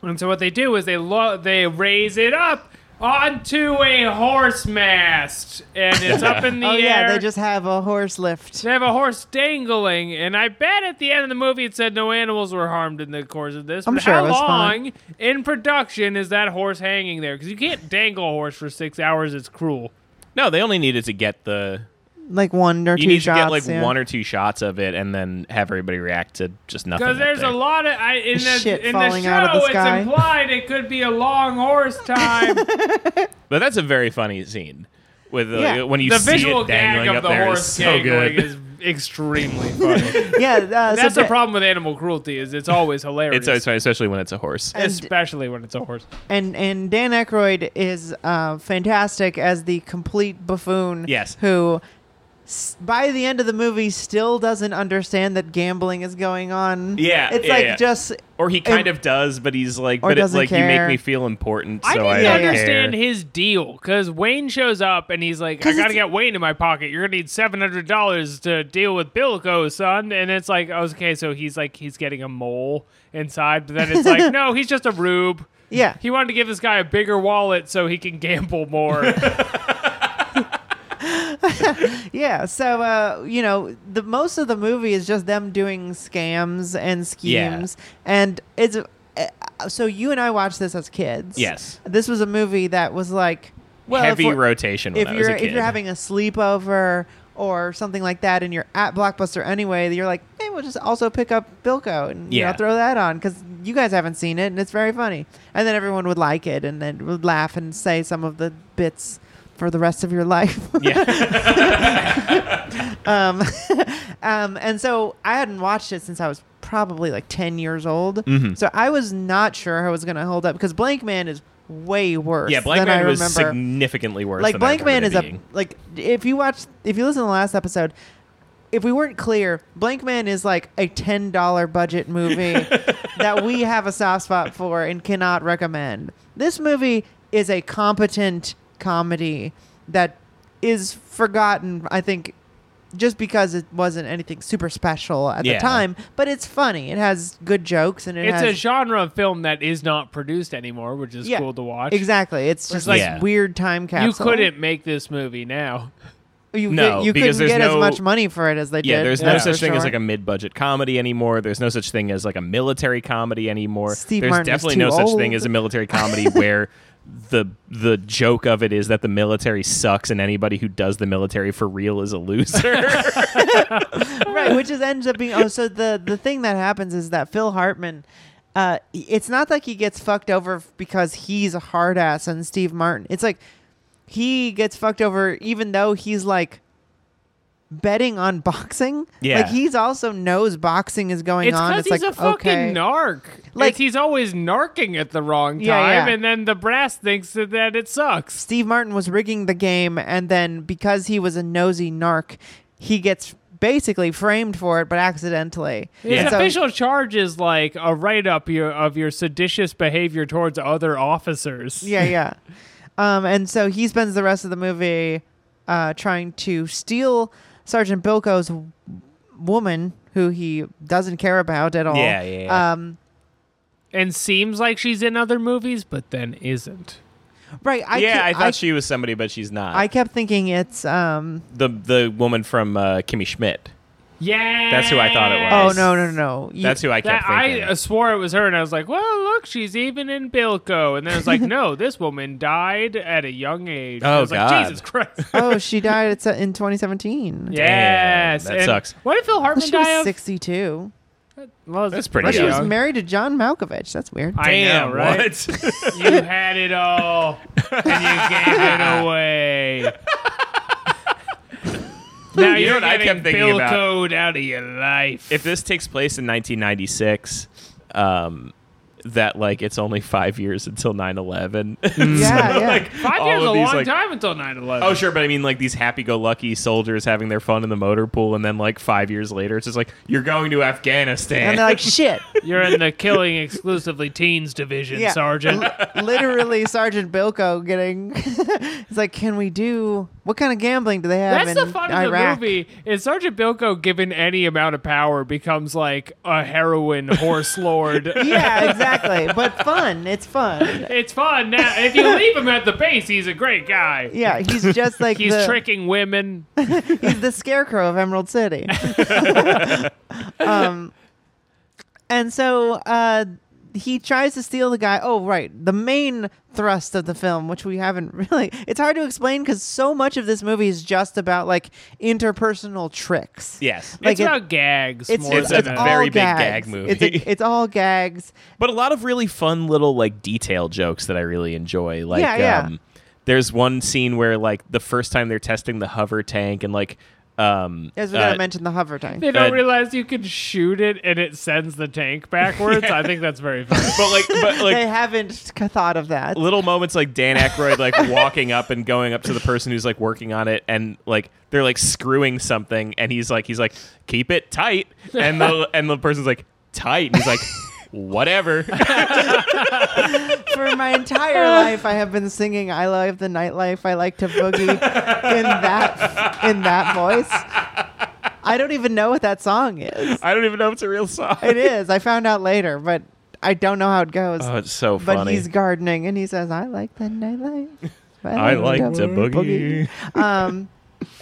[SPEAKER 6] And so what they do is they lo- they raise it up onto a horse mast, and it's up in the
[SPEAKER 4] oh
[SPEAKER 6] air.
[SPEAKER 4] yeah they just have a horse lift
[SPEAKER 6] They have a horse dangling, and I bet at the end of the movie it said no animals were harmed in the course of this.
[SPEAKER 4] I'm
[SPEAKER 6] but
[SPEAKER 4] sure
[SPEAKER 6] how
[SPEAKER 4] it was fine.
[SPEAKER 6] long in production is that horse hanging there? Because you can't dangle a horse for six hours; it's cruel.
[SPEAKER 5] No, they only needed to get the
[SPEAKER 4] like one or
[SPEAKER 5] you
[SPEAKER 4] two
[SPEAKER 5] need
[SPEAKER 4] shots
[SPEAKER 5] to get like
[SPEAKER 4] yeah.
[SPEAKER 5] one or two shots of it and then have everybody react to just nothing.
[SPEAKER 6] Because
[SPEAKER 5] up
[SPEAKER 6] there's
[SPEAKER 5] there.
[SPEAKER 6] a lot of I, in the
[SPEAKER 4] Shit
[SPEAKER 6] in the
[SPEAKER 4] falling
[SPEAKER 6] show,
[SPEAKER 4] out of the sky.
[SPEAKER 6] it's implied it could be a long horse time.
[SPEAKER 5] but that's a very funny scene with uh,
[SPEAKER 4] Yeah.
[SPEAKER 5] when you
[SPEAKER 6] the
[SPEAKER 5] see
[SPEAKER 6] visual
[SPEAKER 5] it dangling
[SPEAKER 6] gag of
[SPEAKER 5] up
[SPEAKER 6] the
[SPEAKER 5] there is
[SPEAKER 6] horse
[SPEAKER 5] so
[SPEAKER 6] dangling
[SPEAKER 5] good.
[SPEAKER 6] is extremely funny.
[SPEAKER 4] yeah uh, so
[SPEAKER 6] That's the
[SPEAKER 4] ba-
[SPEAKER 6] problem with animal cruelty is it's always hilarious,
[SPEAKER 5] It's always funny, especially when it's a horse.
[SPEAKER 6] especially when it's a horse.
[SPEAKER 4] and and Dan Aykroyd is uh, fantastic as the complete buffoon.
[SPEAKER 5] Yes.
[SPEAKER 4] who s- by the end of the movie still doesn't understand that gambling is going on.
[SPEAKER 5] Yeah,
[SPEAKER 4] it's
[SPEAKER 5] yeah,
[SPEAKER 4] like
[SPEAKER 5] yeah.
[SPEAKER 4] just
[SPEAKER 5] Or he kind
[SPEAKER 4] and-
[SPEAKER 5] of does, but he's like,
[SPEAKER 4] Or
[SPEAKER 5] but it's
[SPEAKER 4] doesn't
[SPEAKER 5] like you
[SPEAKER 4] care.
[SPEAKER 5] make me feel important,
[SPEAKER 6] I
[SPEAKER 5] so
[SPEAKER 6] didn't
[SPEAKER 5] I don't
[SPEAKER 6] understand
[SPEAKER 5] care.
[SPEAKER 6] his deal because Wayne shows up and he's like, "I
[SPEAKER 4] 'Cause
[SPEAKER 6] gotta
[SPEAKER 4] it's-
[SPEAKER 6] get Wayne in my pocket. You're gonna need seven hundred dollars to deal with Bilko, son." And it's like, oh, okay, so he's like, he's getting a mole inside, but then it's like, no, he's just a rube.
[SPEAKER 4] yeah.
[SPEAKER 6] He wanted to give this guy a bigger wallet so he can gamble more.
[SPEAKER 4] Yeah, so uh, you know, the most of the movie is just them doing scams and schemes, and it's uh, so you and I watched this as kids.
[SPEAKER 5] Yes.
[SPEAKER 4] this was a movie that was like well, if
[SPEAKER 5] Heavy
[SPEAKER 4] we're-
[SPEAKER 5] rotation when
[SPEAKER 4] if
[SPEAKER 5] I was
[SPEAKER 4] you're
[SPEAKER 5] a kid.
[SPEAKER 4] if you're having a sleepover or something like that, and you're at Blockbuster anyway, you're like, hey, we'll just also pick up Bilko and you know,
[SPEAKER 5] Yeah.
[SPEAKER 4] throw that on because you guys haven't seen it and it's very funny. And then everyone would like it and then would laugh and say some of the bits for the rest of your life.
[SPEAKER 5] yeah.
[SPEAKER 4] Um, and so I hadn't watched it since I was probably like 10 years old.
[SPEAKER 5] Mm-hmm.
[SPEAKER 4] So I was not sure how it was going to hold up because Blank Man is way worse
[SPEAKER 5] yeah, Blank
[SPEAKER 4] than I
[SPEAKER 5] Man was
[SPEAKER 4] remember.
[SPEAKER 5] significantly worse
[SPEAKER 4] like
[SPEAKER 5] than
[SPEAKER 4] Blank
[SPEAKER 5] I
[SPEAKER 4] Man
[SPEAKER 5] remember
[SPEAKER 4] is
[SPEAKER 5] it
[SPEAKER 4] a
[SPEAKER 5] being.
[SPEAKER 4] like if you watch if you listen to the last episode if we weren't clear, Blank Man is like a ten dollar budget movie that we have a soft spot for and cannot recommend. This movie is a competent comedy that is forgotten, I think, just because it wasn't anything super special at
[SPEAKER 5] Yeah.
[SPEAKER 4] the time. But it's funny. It has good jokes and it
[SPEAKER 6] it's a
[SPEAKER 4] has
[SPEAKER 6] genre of film that is not produced anymore, which is cool to watch.
[SPEAKER 4] Exactly. It's just
[SPEAKER 5] like-
[SPEAKER 4] like
[SPEAKER 5] Yeah.
[SPEAKER 4] weird time
[SPEAKER 6] You
[SPEAKER 4] capsule.
[SPEAKER 6] couldn't make this movie now.
[SPEAKER 4] You,
[SPEAKER 5] No,
[SPEAKER 4] could, you
[SPEAKER 5] because
[SPEAKER 4] couldn't
[SPEAKER 5] there's
[SPEAKER 4] get
[SPEAKER 5] no-
[SPEAKER 4] as much money for it as they
[SPEAKER 5] Yeah,
[SPEAKER 4] did.
[SPEAKER 5] there's
[SPEAKER 6] Yeah.
[SPEAKER 5] no
[SPEAKER 6] for
[SPEAKER 5] such thing as
[SPEAKER 4] sure.
[SPEAKER 5] like a mid-budget comedy anymore. There's no such thing as like a military comedy anymore.
[SPEAKER 4] Steve
[SPEAKER 5] there's
[SPEAKER 4] Martin is
[SPEAKER 5] definitely
[SPEAKER 4] too
[SPEAKER 5] no such thing
[SPEAKER 4] old.
[SPEAKER 5] as a military comedy where the the joke of it is that the military sucks and anybody who does the military for real is a loser.
[SPEAKER 4] right which is ends up being oh so the the thing that happens is that phil hartman uh it's not like he gets fucked over because he's a hard ass and steve martin it's like he gets fucked over even though he's like betting on boxing.
[SPEAKER 5] Yeah.
[SPEAKER 4] Like he's also knows boxing is going
[SPEAKER 6] It's
[SPEAKER 4] on.
[SPEAKER 6] because
[SPEAKER 4] It's
[SPEAKER 6] he's
[SPEAKER 4] like
[SPEAKER 6] a fucking
[SPEAKER 4] okay.
[SPEAKER 6] narc. Like
[SPEAKER 4] Like-
[SPEAKER 6] he's always narking at the wrong time,
[SPEAKER 4] Yeah, yeah.
[SPEAKER 6] and then the brass thinks that, that it sucks.
[SPEAKER 4] Steve Martin was rigging the game, and then because he was a nosy narc, he gets basically framed for it, but accidentally.
[SPEAKER 6] His
[SPEAKER 4] And so-
[SPEAKER 6] official charge is like a write up your, of your seditious behavior towards other officers.
[SPEAKER 4] Yeah, yeah. Um, and so he spends the rest of the movie uh, trying to steal Sergeant Bilko's w- woman, who he doesn't care about at all.
[SPEAKER 5] Yeah, yeah, yeah.
[SPEAKER 4] Um,
[SPEAKER 6] And seems like she's in other movies, but then isn't.
[SPEAKER 4] right. I
[SPEAKER 5] yeah,
[SPEAKER 4] ke-
[SPEAKER 5] I thought
[SPEAKER 4] I,
[SPEAKER 5] she was somebody, but she's not.
[SPEAKER 4] I kept thinking it's. Um,
[SPEAKER 5] the the woman from uh, Kimmy Schmidt.
[SPEAKER 6] Yeah.
[SPEAKER 5] That's who I thought it
[SPEAKER 4] oh
[SPEAKER 5] was.
[SPEAKER 4] no, no, no! You-
[SPEAKER 5] That's who I
[SPEAKER 6] That,
[SPEAKER 5] kept
[SPEAKER 6] I
[SPEAKER 5] thinking.
[SPEAKER 6] uh, swore it was her, and I was like, "Well, look, she's even in Bilko." And then I was like, "No, this woman died at a young age." And I
[SPEAKER 5] Oh,
[SPEAKER 6] was
[SPEAKER 5] God.
[SPEAKER 6] like, Jesus Christ!
[SPEAKER 4] oh, she died at, se- in 2017.
[SPEAKER 6] yes,
[SPEAKER 5] that
[SPEAKER 6] And
[SPEAKER 5] sucks.
[SPEAKER 6] What did Phil Hartman
[SPEAKER 4] she
[SPEAKER 6] die
[SPEAKER 4] was
[SPEAKER 6] of?
[SPEAKER 4] 62.
[SPEAKER 6] Well,
[SPEAKER 5] That's pretty
[SPEAKER 4] But she was
[SPEAKER 5] young.
[SPEAKER 4] married to John Malkovich. That's weird.
[SPEAKER 6] I know, right?
[SPEAKER 5] What?
[SPEAKER 6] You had it all, and you gave it away. now
[SPEAKER 5] You know
[SPEAKER 6] you're
[SPEAKER 5] what I
[SPEAKER 6] getting
[SPEAKER 5] kept thinking
[SPEAKER 6] Bill
[SPEAKER 5] about?
[SPEAKER 6] Code out of your life.
[SPEAKER 5] if this takes place in 1996, um, that like it's only five years until 9/11.
[SPEAKER 4] Mm. yeah, yeah.
[SPEAKER 6] Five
[SPEAKER 5] all
[SPEAKER 6] years is
[SPEAKER 5] of
[SPEAKER 6] a
[SPEAKER 5] these,
[SPEAKER 6] long
[SPEAKER 5] like-
[SPEAKER 6] time until 9-11.
[SPEAKER 5] oh sure, but I mean like these happy-go-lucky soldiers having their fun in the motor pool, and then like five years later, it's just like you're going to Afghanistan.
[SPEAKER 4] and uh, they're like, shit.
[SPEAKER 6] You're in the killing exclusively teens division,
[SPEAKER 4] Yeah.
[SPEAKER 6] Sergeant.
[SPEAKER 4] Literally, Sergeant Bilko getting. it's like, can we do what kind of gambling do they have?
[SPEAKER 6] That's
[SPEAKER 4] in
[SPEAKER 6] the fun
[SPEAKER 4] Iraq?
[SPEAKER 6] of the movie is Sergeant Bilko, given any amount of power, becomes like a heroin horse lord.
[SPEAKER 4] Yeah, exactly. But fun. It's fun.
[SPEAKER 6] It's fun. Now, if you leave him at the base, he's a great guy.
[SPEAKER 4] Yeah, he's just like
[SPEAKER 6] He's
[SPEAKER 4] the,
[SPEAKER 6] tricking women.
[SPEAKER 4] he's the scarecrow of Emerald City. um, and so uh, he tries to steal the guy. Oh, right, the main thrust of the film, which we haven't really. It's hard to explain because so much of this movie is just about like interpersonal tricks.
[SPEAKER 5] yes.
[SPEAKER 6] it's
[SPEAKER 4] it-
[SPEAKER 6] about gags.
[SPEAKER 4] It's,
[SPEAKER 6] more
[SPEAKER 4] it's,
[SPEAKER 6] than
[SPEAKER 4] it's
[SPEAKER 5] a
[SPEAKER 6] anything.
[SPEAKER 4] all
[SPEAKER 5] very big
[SPEAKER 4] gags.
[SPEAKER 5] gag movie.
[SPEAKER 4] It's, a- it's all gags.
[SPEAKER 5] but a lot of really fun little like detail jokes that I really enjoy. Like,
[SPEAKER 4] Yeah, yeah.
[SPEAKER 5] Um, there's one scene where like the first time they're testing the hover tank and like, um,
[SPEAKER 4] As we
[SPEAKER 5] uh,
[SPEAKER 4] gotta mention the hover tank.
[SPEAKER 6] They don't
[SPEAKER 5] Uh,
[SPEAKER 6] realize you can shoot it and it sends the tank backwards. I think that's very funny.
[SPEAKER 5] but like, but
[SPEAKER 4] they
[SPEAKER 5] like.
[SPEAKER 4] haven't c- thought of that.
[SPEAKER 5] Little moments like Dan Aykroyd like walking up and going up to the person who's like working on it and like they're like screwing something and he's like he's like keep it tight and the and the person's like tight and he's like whatever
[SPEAKER 4] For my entire life, I have been singing "I Love the Nightlife." I like to boogie in that in that voice. I don't even know what that song is.
[SPEAKER 5] I don't even know if it's a real song.
[SPEAKER 4] It is. I found out later, but I don't know how it goes.
[SPEAKER 5] Oh, it's so
[SPEAKER 4] but
[SPEAKER 5] funny.
[SPEAKER 4] he's gardening, and he says, "I like the nightlife."
[SPEAKER 5] I like to boogie.
[SPEAKER 4] Um,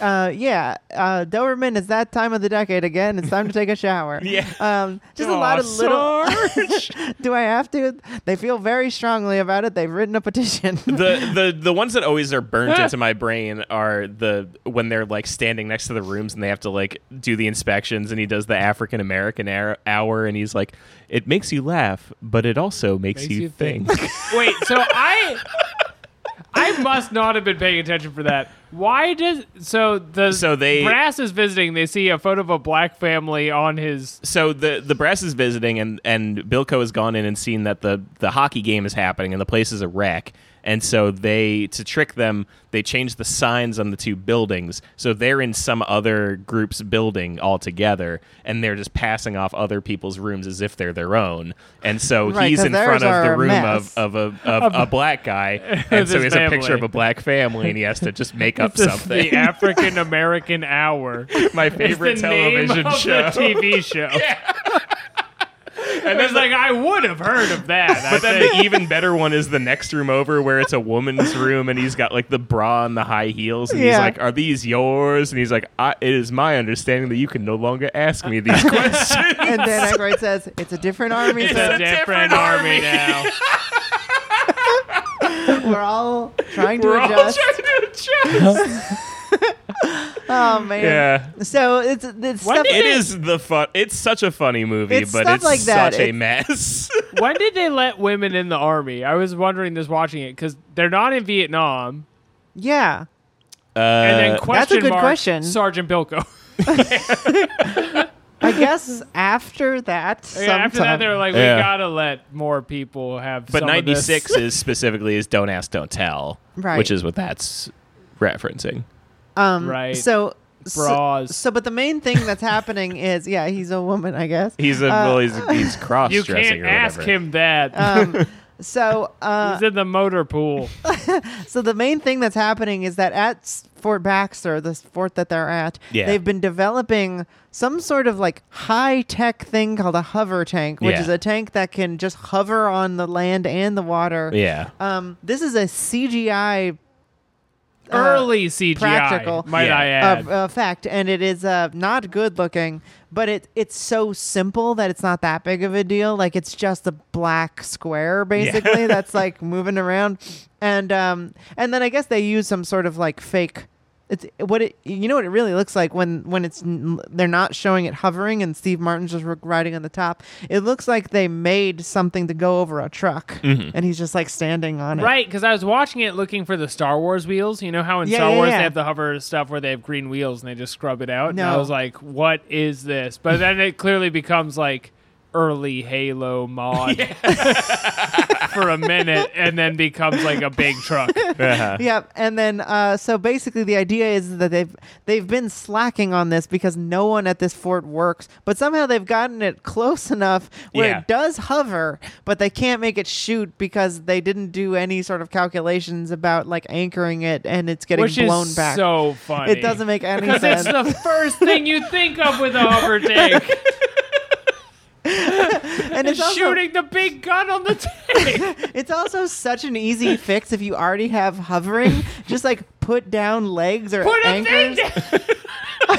[SPEAKER 4] uh, yeah, uh, Doberman. It's that time of the decade again. It's time to take a shower.
[SPEAKER 5] Yeah.
[SPEAKER 4] Um, just a lot
[SPEAKER 5] Aw,
[SPEAKER 4] of little.
[SPEAKER 5] Sarge.
[SPEAKER 4] Do I have to? They feel very strongly about it. They've written a petition.
[SPEAKER 5] the the the ones that always are burnt into my brain are the when they're like standing next to the rooms and they have to like do the inspections and he does the African American ar- hour and he's like it makes you laugh but it also makes, you,
[SPEAKER 6] you
[SPEAKER 5] think.
[SPEAKER 6] think." Wait, so I I must not have been paying attention for that. Why does so the
[SPEAKER 5] So they-
[SPEAKER 6] brass is visiting? They see a photo of a black family on his.
[SPEAKER 5] so the the brass is visiting and and Bilko has gone in and seen that the the hockey game is happening and the place is a wreck. And so they to trick them, they change the signs on the two buildings. So they're in some other group's building altogether and they're just passing off other people's rooms as if they're their own. And so
[SPEAKER 4] Right,
[SPEAKER 5] he's
[SPEAKER 4] 'cause
[SPEAKER 5] in front
[SPEAKER 4] theirs
[SPEAKER 5] of
[SPEAKER 4] are
[SPEAKER 5] the
[SPEAKER 4] a
[SPEAKER 5] room
[SPEAKER 4] mess.
[SPEAKER 5] of, of a of a black guy. And so
[SPEAKER 6] his
[SPEAKER 5] he has a picture
[SPEAKER 6] family.
[SPEAKER 5] of a black family and he has to just make up
[SPEAKER 6] the-
[SPEAKER 5] something.
[SPEAKER 6] The African American Hour.
[SPEAKER 5] My
[SPEAKER 6] It's
[SPEAKER 5] favorite
[SPEAKER 6] the
[SPEAKER 5] television
[SPEAKER 6] name of
[SPEAKER 5] show.
[SPEAKER 6] The TV show. And it's like I would have heard of that. I
[SPEAKER 5] But then
[SPEAKER 6] think.
[SPEAKER 5] the even better one is the next room over where it's a woman's room and he's got like the bra and the high heels and he's
[SPEAKER 4] Yeah.
[SPEAKER 5] like, "Are these yours?" And he's like, I, "It is my understanding that you can no longer ask me these questions."
[SPEAKER 4] and Dan Aykroyd says, "It's a different army,
[SPEAKER 6] it's a
[SPEAKER 4] so
[SPEAKER 6] different army now.
[SPEAKER 4] we're all trying to
[SPEAKER 5] We're all
[SPEAKER 4] adjust."
[SPEAKER 5] trying to adjust.
[SPEAKER 4] oh man!
[SPEAKER 5] yeah.
[SPEAKER 4] So it's it's stuff.
[SPEAKER 5] it is the fun. It's such a funny movie,
[SPEAKER 4] It's
[SPEAKER 5] but
[SPEAKER 4] stuff
[SPEAKER 5] it's
[SPEAKER 4] like that.
[SPEAKER 5] such a
[SPEAKER 4] It's-
[SPEAKER 5] mess.
[SPEAKER 6] when did they let women in the army? I was wondering this watching it because they're not in Vietnam.
[SPEAKER 4] Yeah.
[SPEAKER 6] and then question
[SPEAKER 4] Uh, That's a good
[SPEAKER 6] mark,
[SPEAKER 4] question.
[SPEAKER 6] Sergeant Bilko.
[SPEAKER 4] I guess after that,
[SPEAKER 5] Oh,
[SPEAKER 6] Yeah, after that,
[SPEAKER 4] sometime-
[SPEAKER 6] they were like, we
[SPEAKER 5] Yeah.
[SPEAKER 6] gotta let more people have.
[SPEAKER 5] But
[SPEAKER 6] some of this.
[SPEAKER 5] 96 is specifically is don't ask, don't tell,
[SPEAKER 4] Right.
[SPEAKER 5] which is what that's referencing.
[SPEAKER 6] right?
[SPEAKER 4] Um, so so-
[SPEAKER 6] Bras.
[SPEAKER 4] So, but the main thing that's happening is, yeah, he's a woman, I guess.
[SPEAKER 5] He's a well, he's, he's cross
[SPEAKER 6] you
[SPEAKER 5] dressing
[SPEAKER 6] can't
[SPEAKER 5] or
[SPEAKER 6] ask
[SPEAKER 5] whatever.
[SPEAKER 6] him that.
[SPEAKER 4] So, uh,
[SPEAKER 6] He's in the motor pool.
[SPEAKER 4] so the main thing that's happening is that at S- Fort Baxter, this fort that they're at,
[SPEAKER 5] Yeah.
[SPEAKER 4] they've been developing some sort of like high tech thing called a hover tank, which
[SPEAKER 5] Yeah.
[SPEAKER 4] is a tank that can just hover on the land and the water.
[SPEAKER 5] Yeah.
[SPEAKER 4] Um, this is a CGI
[SPEAKER 6] Early CGI,
[SPEAKER 4] uh, practical.
[SPEAKER 6] might
[SPEAKER 5] Yeah.
[SPEAKER 6] I
[SPEAKER 4] uh,
[SPEAKER 6] add?
[SPEAKER 4] uh, fact, and it is uh, not good looking, but it it's so simple that it's not that big of a deal. Like it's just a black square basically that's like moving around, and um and then I guess they use some sort of like fake. It's what it you know what it really looks like when when it's n- they're not showing it hovering and Steve Martin's just r- riding on the top. It looks like they made something to go over a truck,
[SPEAKER 6] Mm-hmm.
[SPEAKER 4] and he's just like standing on it.
[SPEAKER 6] Right, because I was watching it looking for the Star Wars wheels. You know how in
[SPEAKER 4] Yeah,
[SPEAKER 6] Star
[SPEAKER 4] yeah,
[SPEAKER 6] Wars
[SPEAKER 4] yeah.
[SPEAKER 6] they have the hover stuff where they have green wheels and they just scrub it out. And I
[SPEAKER 4] No.
[SPEAKER 6] was like, what is this? But then it clearly becomes like early Halo mod for a minute and then becomes like a big truck.
[SPEAKER 4] Yep. And then uh, so basically the idea is that they've they've been slacking on this because no one at this fort works, but somehow they've gotten it close enough where
[SPEAKER 5] Yeah.
[SPEAKER 4] it does hover, but they can't make it shoot because they didn't do any sort of calculations about like anchoring it and it's getting
[SPEAKER 6] Which
[SPEAKER 4] blown
[SPEAKER 6] is
[SPEAKER 4] back.
[SPEAKER 6] so funny.
[SPEAKER 4] it doesn't make any
[SPEAKER 6] Because it's
[SPEAKER 4] sense.
[SPEAKER 6] the first thing you think of with a hover tank.
[SPEAKER 4] And it's also,
[SPEAKER 6] shooting the big gun on the tank.
[SPEAKER 4] it's also such an easy fix if you already have hovering. Just like put down legs or
[SPEAKER 6] Put a
[SPEAKER 4] anchors.
[SPEAKER 6] thing down.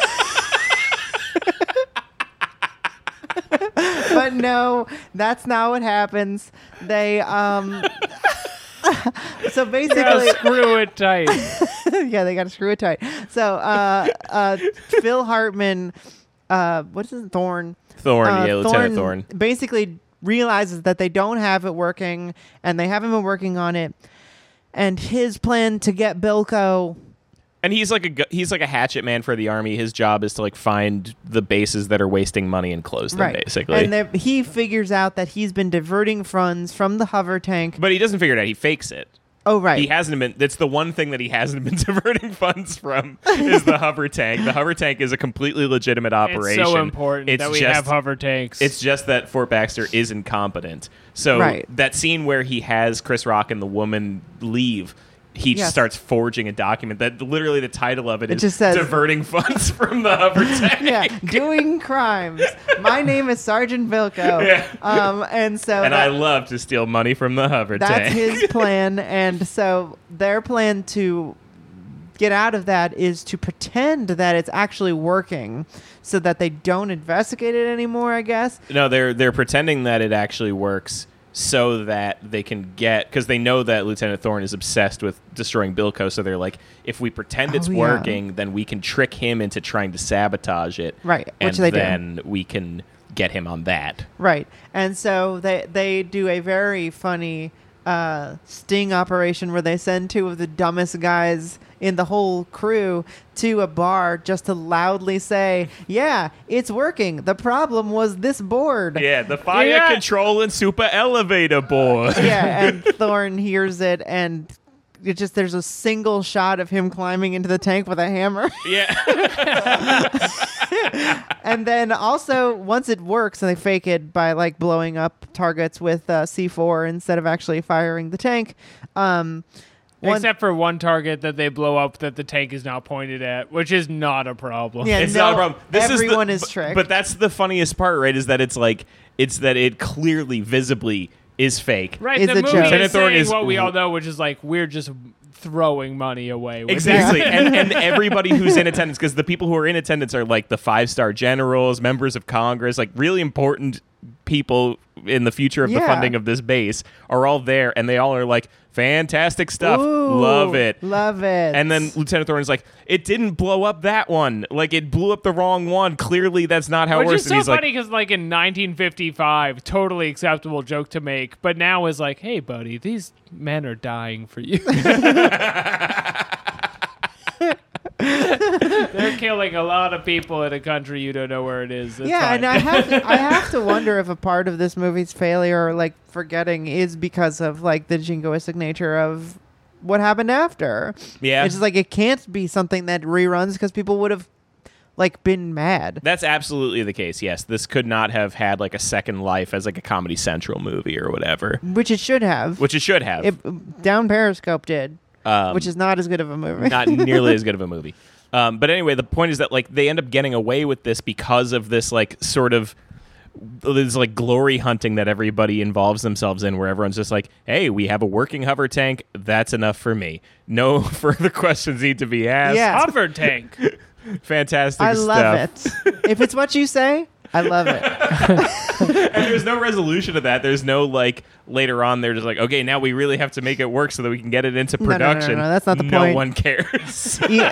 [SPEAKER 4] but no, that's not what happens. They um so basically
[SPEAKER 6] Screw it tight.
[SPEAKER 4] yeah, they gotta screw it tight. So uh uh Phil Hartman uh what's his Thorn?
[SPEAKER 5] Thorn,
[SPEAKER 4] uh,
[SPEAKER 5] yeah, Lieutenant Thorn.
[SPEAKER 4] basically realizes that they don't have it working and they haven't been working on it. And his plan to get Bilko
[SPEAKER 5] And he's like a gu- he's like a hatchet man for the army. His job is to like find the bases that are wasting money and close them basically.
[SPEAKER 4] and they're- he figures out that he's been diverting funds from the hover tank.
[SPEAKER 5] but he doesn't figure it out. He fakes it.
[SPEAKER 4] Oh right,
[SPEAKER 5] He hasn't been. That's the one thing that he hasn't been diverting funds from is the hover tank. The hover tank is a completely legitimate operation.
[SPEAKER 6] It's so important
[SPEAKER 5] It's
[SPEAKER 6] that we
[SPEAKER 5] just-
[SPEAKER 6] have hover tanks.
[SPEAKER 5] It's just that Fort Baxter is incompetent. So
[SPEAKER 4] Right.
[SPEAKER 5] that scene where he has Chris Rock and the woman leave, he
[SPEAKER 4] Yes.
[SPEAKER 5] starts forging a document that literally the title of it,
[SPEAKER 4] It
[SPEAKER 5] is
[SPEAKER 4] just says-
[SPEAKER 5] diverting funds from the hover tank.
[SPEAKER 4] yeah, doing crimes. My name is Sergeant Vilko. Um, and so
[SPEAKER 5] And
[SPEAKER 4] that-
[SPEAKER 5] I love to steal money from the hover
[SPEAKER 4] that's
[SPEAKER 5] tank.
[SPEAKER 4] his plan. And so their plan to get out of that is to pretend that it's actually working so that they don't investigate it anymore, I guess.
[SPEAKER 5] No, they're they're pretending that it actually works so that they can get because they know that Lieutenant Thorne is obsessed with destroying Bilko. So they're like, if we pretend it's
[SPEAKER 4] Oh, yeah.
[SPEAKER 5] working, then we can trick him into trying to sabotage it.
[SPEAKER 4] Right, which
[SPEAKER 5] and
[SPEAKER 4] they do.
[SPEAKER 5] then we can get him on that.
[SPEAKER 4] Right. And so they they do a very funny uh, sting operation where they send two of the dumbest guys in the whole crew to a bar just to loudly say, "Yeah, it's working. The problem was this board."
[SPEAKER 5] Yeah, the fire
[SPEAKER 6] Yeah.
[SPEAKER 5] control and super elevator board.
[SPEAKER 4] yeah, and Thorn hears it and it just there's a single shot of him climbing into the tank with a hammer.
[SPEAKER 5] yeah,
[SPEAKER 4] and then also once it works and they fake it by like blowing up targets with uh, C4 instead of actually firing the tank. Um one-
[SPEAKER 6] Except for one target that they blow up that the tank is not pointed at, which is not a problem.
[SPEAKER 4] Yeah.
[SPEAKER 5] it's not a
[SPEAKER 4] no,
[SPEAKER 5] problem. This
[SPEAKER 4] everyone
[SPEAKER 5] is,
[SPEAKER 4] is
[SPEAKER 5] the, bu-
[SPEAKER 4] tricked.
[SPEAKER 5] But that's the funniest part, right? Is that it's like it's that it clearly, visibly is fake.
[SPEAKER 6] Right,
[SPEAKER 4] Is
[SPEAKER 6] the
[SPEAKER 4] a
[SPEAKER 6] movie
[SPEAKER 4] joke.
[SPEAKER 6] is
[SPEAKER 5] Lieutenant Thorne
[SPEAKER 6] saying
[SPEAKER 5] is-
[SPEAKER 6] what we all know, which is like we're just throwing money away. with
[SPEAKER 5] Exactly. and, and everybody who's in attendance, because the people who are in attendance are like the five star generals, members of Congress, like really important people in the future of the
[SPEAKER 4] Yeah.
[SPEAKER 5] funding of this base are all there. And they all are like, fantastic stuff. love
[SPEAKER 4] Ooh,
[SPEAKER 5] it.
[SPEAKER 4] Love it.
[SPEAKER 5] and then Lieutenant Thorne's like, it didn't blow up that one. Like, it blew up the wrong one. Clearly, that's not how it
[SPEAKER 6] Which
[SPEAKER 5] works.
[SPEAKER 6] is
[SPEAKER 5] And
[SPEAKER 6] so
[SPEAKER 5] he's
[SPEAKER 6] funny
[SPEAKER 5] like,
[SPEAKER 6] because, like, in 1955, totally acceptable joke to make, but now is like, hey, buddy, these men are dying for you. killing a lot of people in a country you don't know where it is. It's
[SPEAKER 4] yeah,
[SPEAKER 6] fine.
[SPEAKER 4] and I have I have to wonder if a part of this movie's failure, or like forgetting, is because of like the jingoistic nature of what happened after.
[SPEAKER 5] Yeah.
[SPEAKER 4] it's just like it can't be something that reruns because people would have like been mad.
[SPEAKER 5] That's absolutely the case. Yes, this could not have had like a second life as like a Comedy Central movie or whatever,
[SPEAKER 4] Which it should have.
[SPEAKER 5] which it should have.
[SPEAKER 4] it, Down Periscope did,
[SPEAKER 5] Um,
[SPEAKER 4] which is not as good of a movie.
[SPEAKER 5] not nearly as good of a movie. Um, but anyway, the point is that like they end up getting away with this because of this like sort of this like glory hunting that everybody involves themselves in, where everyone's just like, "Hey, we have a working hover tank. That's enough for me. No further questions need to be asked."
[SPEAKER 4] Yeah.
[SPEAKER 6] Hover tank.
[SPEAKER 5] fantastic.
[SPEAKER 4] I love
[SPEAKER 5] stuff.
[SPEAKER 4] it. if it's what you say, I love it.
[SPEAKER 5] And there's no resolution to that. There's no like later on. They're just like, "Okay, now we really have to make it work so that we can get it into
[SPEAKER 4] no, no, no,
[SPEAKER 5] production."
[SPEAKER 4] no, that's not the point.
[SPEAKER 5] No one cares.
[SPEAKER 4] E-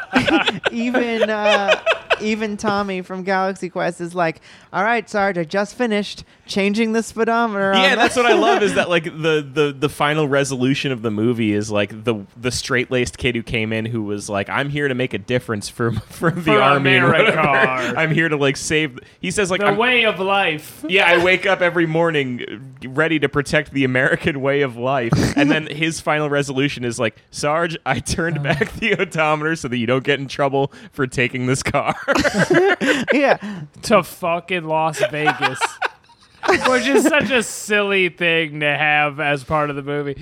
[SPEAKER 4] even uh, even Tommy from Galaxy Quest is like, "All right, Sarge, I just finished changing the speedometer."
[SPEAKER 5] yeah
[SPEAKER 4] on
[SPEAKER 5] that's what i love is that like the the the final resolution of the movie is like the the straight-laced kid who came in who was like i'm here to make a difference for for the
[SPEAKER 6] For
[SPEAKER 5] army or
[SPEAKER 6] America.
[SPEAKER 5] whatever. i'm here to like save he says like
[SPEAKER 6] The
[SPEAKER 5] I'm-
[SPEAKER 6] way of life.
[SPEAKER 5] yeah i wake up every morning uh, ready to protect the american way of life and then his final resolution is like sarge i
[SPEAKER 6] Uh.
[SPEAKER 5] turned back the odometer so that you don't get in trouble for taking this car
[SPEAKER 4] yeah,
[SPEAKER 6] to fucking Las Vegas. Which is such a silly thing to have as part of the movie.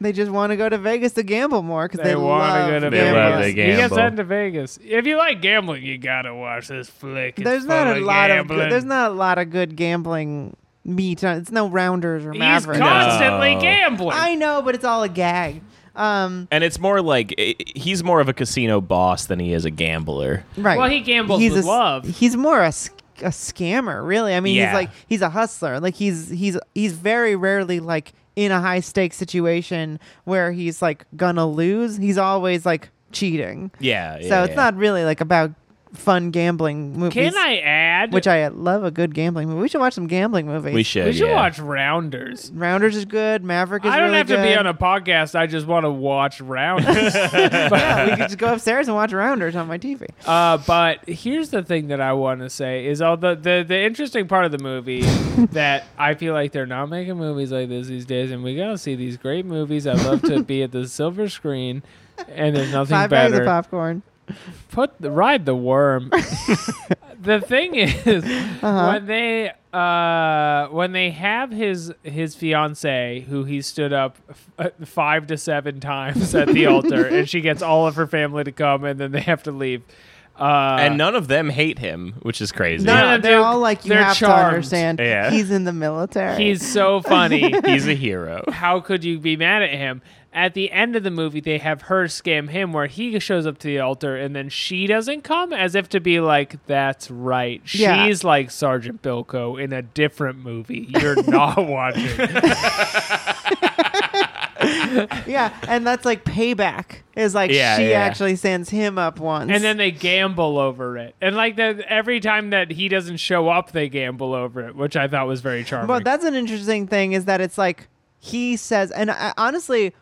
[SPEAKER 4] they just want to go to Vegas to gamble more because they,
[SPEAKER 6] They want
[SPEAKER 4] love
[SPEAKER 6] to go to
[SPEAKER 5] They
[SPEAKER 6] Vegas.
[SPEAKER 5] love
[SPEAKER 4] gambling.
[SPEAKER 5] the
[SPEAKER 6] You get
[SPEAKER 5] gamble.
[SPEAKER 6] sent to Vegas. If you like gambling, you gotta watch this flick. It's
[SPEAKER 4] There's not
[SPEAKER 6] full
[SPEAKER 4] a lot of
[SPEAKER 6] gambling.
[SPEAKER 4] good, there's not a lot of good gambling meat. On, it's no rounders or
[SPEAKER 6] He's
[SPEAKER 4] Mavericks.
[SPEAKER 6] constantly
[SPEAKER 5] No.
[SPEAKER 6] gambling.
[SPEAKER 4] I know, but it's all a gag. Um,
[SPEAKER 5] and it's more like i- he's more of a casino boss than he is a gambler
[SPEAKER 4] right.
[SPEAKER 6] Well, he gambles
[SPEAKER 4] he's
[SPEAKER 6] with
[SPEAKER 4] a, s-
[SPEAKER 6] love.
[SPEAKER 4] He's more a, sc- a scammer, really. I mean,
[SPEAKER 5] Yeah.
[SPEAKER 4] he's like he's a hustler. Like he's he's he's very rarely like in a high stakes situation where he's like gonna lose. He's always like cheating.
[SPEAKER 5] yeah, yeah
[SPEAKER 4] so it's
[SPEAKER 5] yeah.
[SPEAKER 4] not really like about fun gambling movies.
[SPEAKER 6] Can I add?
[SPEAKER 4] Which I love a good gambling movie. We should watch some gambling movies.
[SPEAKER 5] we should
[SPEAKER 6] we should
[SPEAKER 5] yeah.
[SPEAKER 6] watch Rounders.
[SPEAKER 4] Rounders is good. Maverick is.
[SPEAKER 6] I don't
[SPEAKER 4] really
[SPEAKER 6] have to be
[SPEAKER 4] good.
[SPEAKER 6] on a podcast. I just want to watch Rounders.
[SPEAKER 4] yeah, we could just go upstairs and watch Rounders on my TV.
[SPEAKER 6] Uh, but here's the thing that I want to say is all the, the the interesting part of the movie that I feel like they're not making movies like this these days, and we gotta see these great movies. I love to be at the silver screen, and there's nothing
[SPEAKER 4] Five dollars of
[SPEAKER 6] better.
[SPEAKER 4] popcorn.
[SPEAKER 6] Put the, ride the worm. the thing is,
[SPEAKER 4] Uh-huh.
[SPEAKER 6] when they uh, when they have his his fiance who he stood up f- uh, five to seven times at the altar, and she gets all of her family to come, and then they have to leave. Uh,
[SPEAKER 5] and none of them hate him, which is crazy.
[SPEAKER 4] No,
[SPEAKER 6] Yeah.
[SPEAKER 4] no,
[SPEAKER 6] Yeah,
[SPEAKER 4] they're
[SPEAKER 6] they're-
[SPEAKER 4] all like you
[SPEAKER 6] they're
[SPEAKER 4] have to
[SPEAKER 6] charmed.
[SPEAKER 4] understand.
[SPEAKER 5] Yeah.
[SPEAKER 4] He's in the military.
[SPEAKER 6] He's so funny.
[SPEAKER 5] He's a hero.
[SPEAKER 6] How could you be mad at him? At the end of the movie, they have her scam him where he shows up to the altar and then she doesn't come as if to be like, that's right.
[SPEAKER 4] Yeah.
[SPEAKER 6] She's like Sergeant Bilko in a different movie. You're not watching.
[SPEAKER 4] yeah, and that's like payback is like
[SPEAKER 5] Yeah,
[SPEAKER 4] she
[SPEAKER 5] yeah.
[SPEAKER 4] actually sends him up once.
[SPEAKER 6] And then they gamble over it. And like the, every time that he doesn't show up, they gamble over it, which I thought was very charming.
[SPEAKER 4] But that's an interesting thing is that it's like he says, and I, honestly,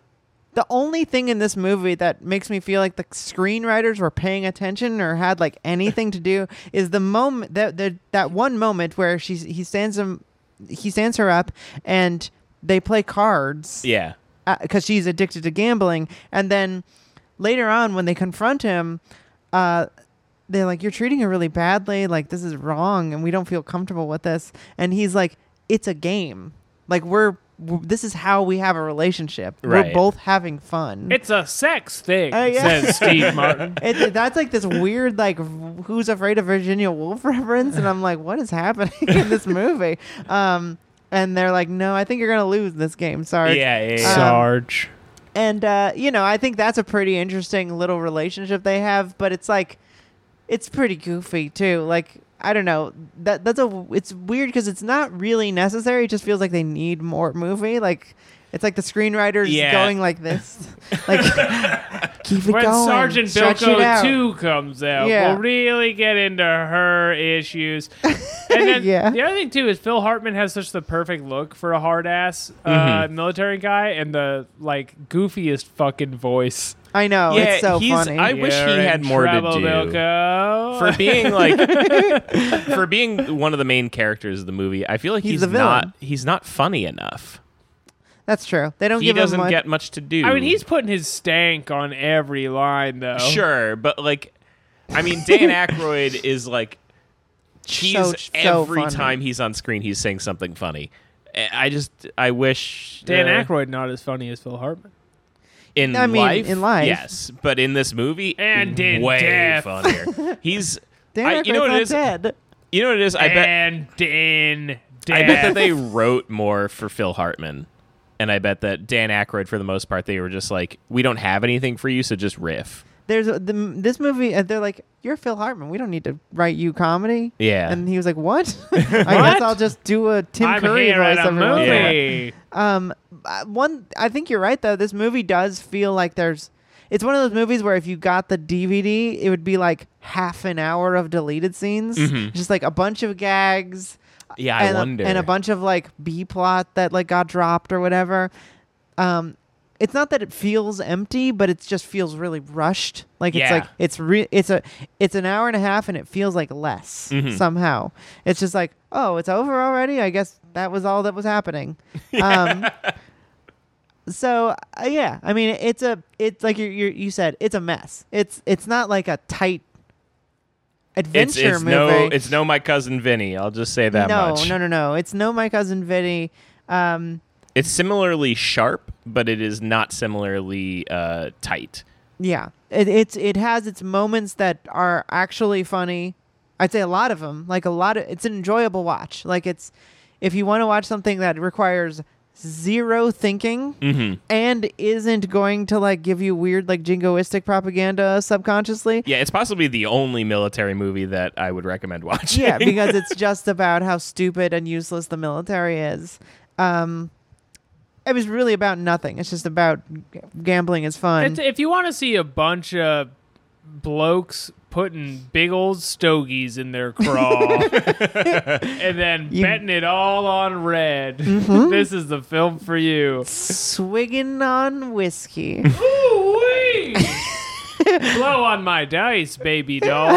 [SPEAKER 4] the only thing in this movie that makes me feel like the screenwriters were paying attention or had like anything to do is the moment that that that one moment where she he stands him he stands her up and they play cards
[SPEAKER 5] Yeah.
[SPEAKER 4] because uh, she's addicted to gambling. And then later on, when they confront him, uh, they're like, "You're treating her really badly. Like this is wrong, and we don't feel comfortable with this." And he's like, "It's a game. Like we're." w- This is how we have a relationship.
[SPEAKER 5] Right.
[SPEAKER 4] We're both having fun.
[SPEAKER 6] it's a sex thing,
[SPEAKER 4] Oh, yeah.
[SPEAKER 6] says Steve Martin.
[SPEAKER 4] It- that's like this weird, like, who's afraid of Virginia Woolf reference? And I'm like, what is happening in this movie? Um, and they're like, no, I think you're going to lose this game. Sorry.
[SPEAKER 5] Yeah, yeah, yeah.
[SPEAKER 6] Sarge.
[SPEAKER 4] and uh, you know, I think that's a pretty interesting little relationship they have. But it's like, it's pretty goofy too. Like I don't know that that's a it's weird because it's not really necessary. It just feels like they need more movie. Like it's like the screenwriters
[SPEAKER 5] Yeah.
[SPEAKER 4] going like this, like keep it
[SPEAKER 6] when
[SPEAKER 4] going.
[SPEAKER 6] Sergeant
[SPEAKER 4] stretch it
[SPEAKER 6] Bilko
[SPEAKER 4] out.
[SPEAKER 6] 2 comes out,
[SPEAKER 4] Yeah.
[SPEAKER 6] we'll really get into her issues. And then
[SPEAKER 4] Yeah.
[SPEAKER 6] the other thing, too, is Phil Hartman has such the perfect look for a
[SPEAKER 5] Mm-hmm.
[SPEAKER 6] hard ass uh, military guy and the like goofiest fucking voice.
[SPEAKER 4] I know.
[SPEAKER 5] yeah,
[SPEAKER 4] it's so
[SPEAKER 5] he's,
[SPEAKER 4] funny.
[SPEAKER 5] I wish he
[SPEAKER 6] You're in
[SPEAKER 5] had more to
[SPEAKER 6] trouble,
[SPEAKER 5] do.
[SPEAKER 6] Bilko.
[SPEAKER 5] for being like for being one of the main characters of the movie i feel like
[SPEAKER 4] He's
[SPEAKER 5] he's,
[SPEAKER 4] the villain.
[SPEAKER 5] not he's not funny enough
[SPEAKER 4] That's true. They don't
[SPEAKER 5] he
[SPEAKER 4] give him
[SPEAKER 5] doesn't
[SPEAKER 4] much.
[SPEAKER 5] get much to do
[SPEAKER 6] I mean, he's putting his stank on every line, though.
[SPEAKER 5] sure but like i mean dan Aykroyd is like he's
[SPEAKER 4] So- so
[SPEAKER 5] every
[SPEAKER 4] funny.
[SPEAKER 5] time he's on screen he's saying something funny I- i just i wish
[SPEAKER 6] Dan
[SPEAKER 5] uh,
[SPEAKER 6] Aykroyd not as funny as Phil Hartman.
[SPEAKER 5] in
[SPEAKER 4] I mean,
[SPEAKER 5] life
[SPEAKER 4] in life.
[SPEAKER 5] yes but in this movie
[SPEAKER 6] And in
[SPEAKER 5] way
[SPEAKER 6] death.
[SPEAKER 5] funnier he's
[SPEAKER 4] Dan
[SPEAKER 5] I- you
[SPEAKER 4] Aykroyd's
[SPEAKER 5] know what
[SPEAKER 4] not
[SPEAKER 5] it is
[SPEAKER 4] dead.
[SPEAKER 5] you know what it is i bet
[SPEAKER 6] and Dan.
[SPEAKER 5] I bet that they wrote more for Phil Hartman. And I bet that Dan Aykroyd, for the most part, they were just like, we don't have anything for you, so just riff.
[SPEAKER 4] There's a, the, this movie, and they're like, "You're Phil Hartman. We don't need to write you comedy."
[SPEAKER 5] Yeah.
[SPEAKER 4] And he was like, "What? I guess I'll just do a Tim
[SPEAKER 6] I'm
[SPEAKER 4] Curry
[SPEAKER 6] here
[SPEAKER 4] voice
[SPEAKER 6] at a
[SPEAKER 4] every once in a while."
[SPEAKER 6] movie.
[SPEAKER 4] Um, uh, one, I think you're right though. This movie does feel like there's. It's one of those movies where if you got the DVD, it would be like half an hour of deleted scenes, just like a bunch of gags.
[SPEAKER 5] Yeah, I
[SPEAKER 4] and a-
[SPEAKER 5] wonder.
[SPEAKER 4] and a bunch of like B plot that like got dropped or whatever. Um, it's not that it feels empty, but it just feels really rushed. Like it's
[SPEAKER 5] Yeah.
[SPEAKER 4] like it's re- it's a it's an hour and a half, and it feels like less
[SPEAKER 5] Mm-hmm.
[SPEAKER 4] somehow. It's just like oh, it's over already. I guess that was all that was happening. Um, so uh, yeah, I mean it's a it's like you you you said it's a mess. It's it's not like a tight
[SPEAKER 5] It's,
[SPEAKER 4] adventure
[SPEAKER 5] it's
[SPEAKER 4] movie
[SPEAKER 5] no, it's no, my cousin Vinny. I'll just say that
[SPEAKER 4] no,
[SPEAKER 5] much.
[SPEAKER 4] No, no, no. It's no my cousin Vinny. Um,
[SPEAKER 5] It's similarly sharp, but it is not similarly uh, tight.
[SPEAKER 4] yeah, it, it's it has its moments that are actually funny. I'd say a lot of them. Like a lot of it's an enjoyable watch. Like it's if you want to watch something that requires zero thinking
[SPEAKER 5] Mm-hmm.
[SPEAKER 4] and isn't going to like give you weird like jingoistic propaganda subconsciously.
[SPEAKER 5] Yeah, it's possibly the only military movie that I would recommend watching.
[SPEAKER 4] Yeah, because it's just about how stupid and useless the military is. Um, it was really about nothing. It's just about g- gambling is fun.
[SPEAKER 6] It's- if you want to see a bunch of blokes putting big old stogies in their craw and then betting it all on red, this is the film for you.
[SPEAKER 4] swigging on whiskey.
[SPEAKER 6] Ooh-wee. Blow on my dice, baby doll.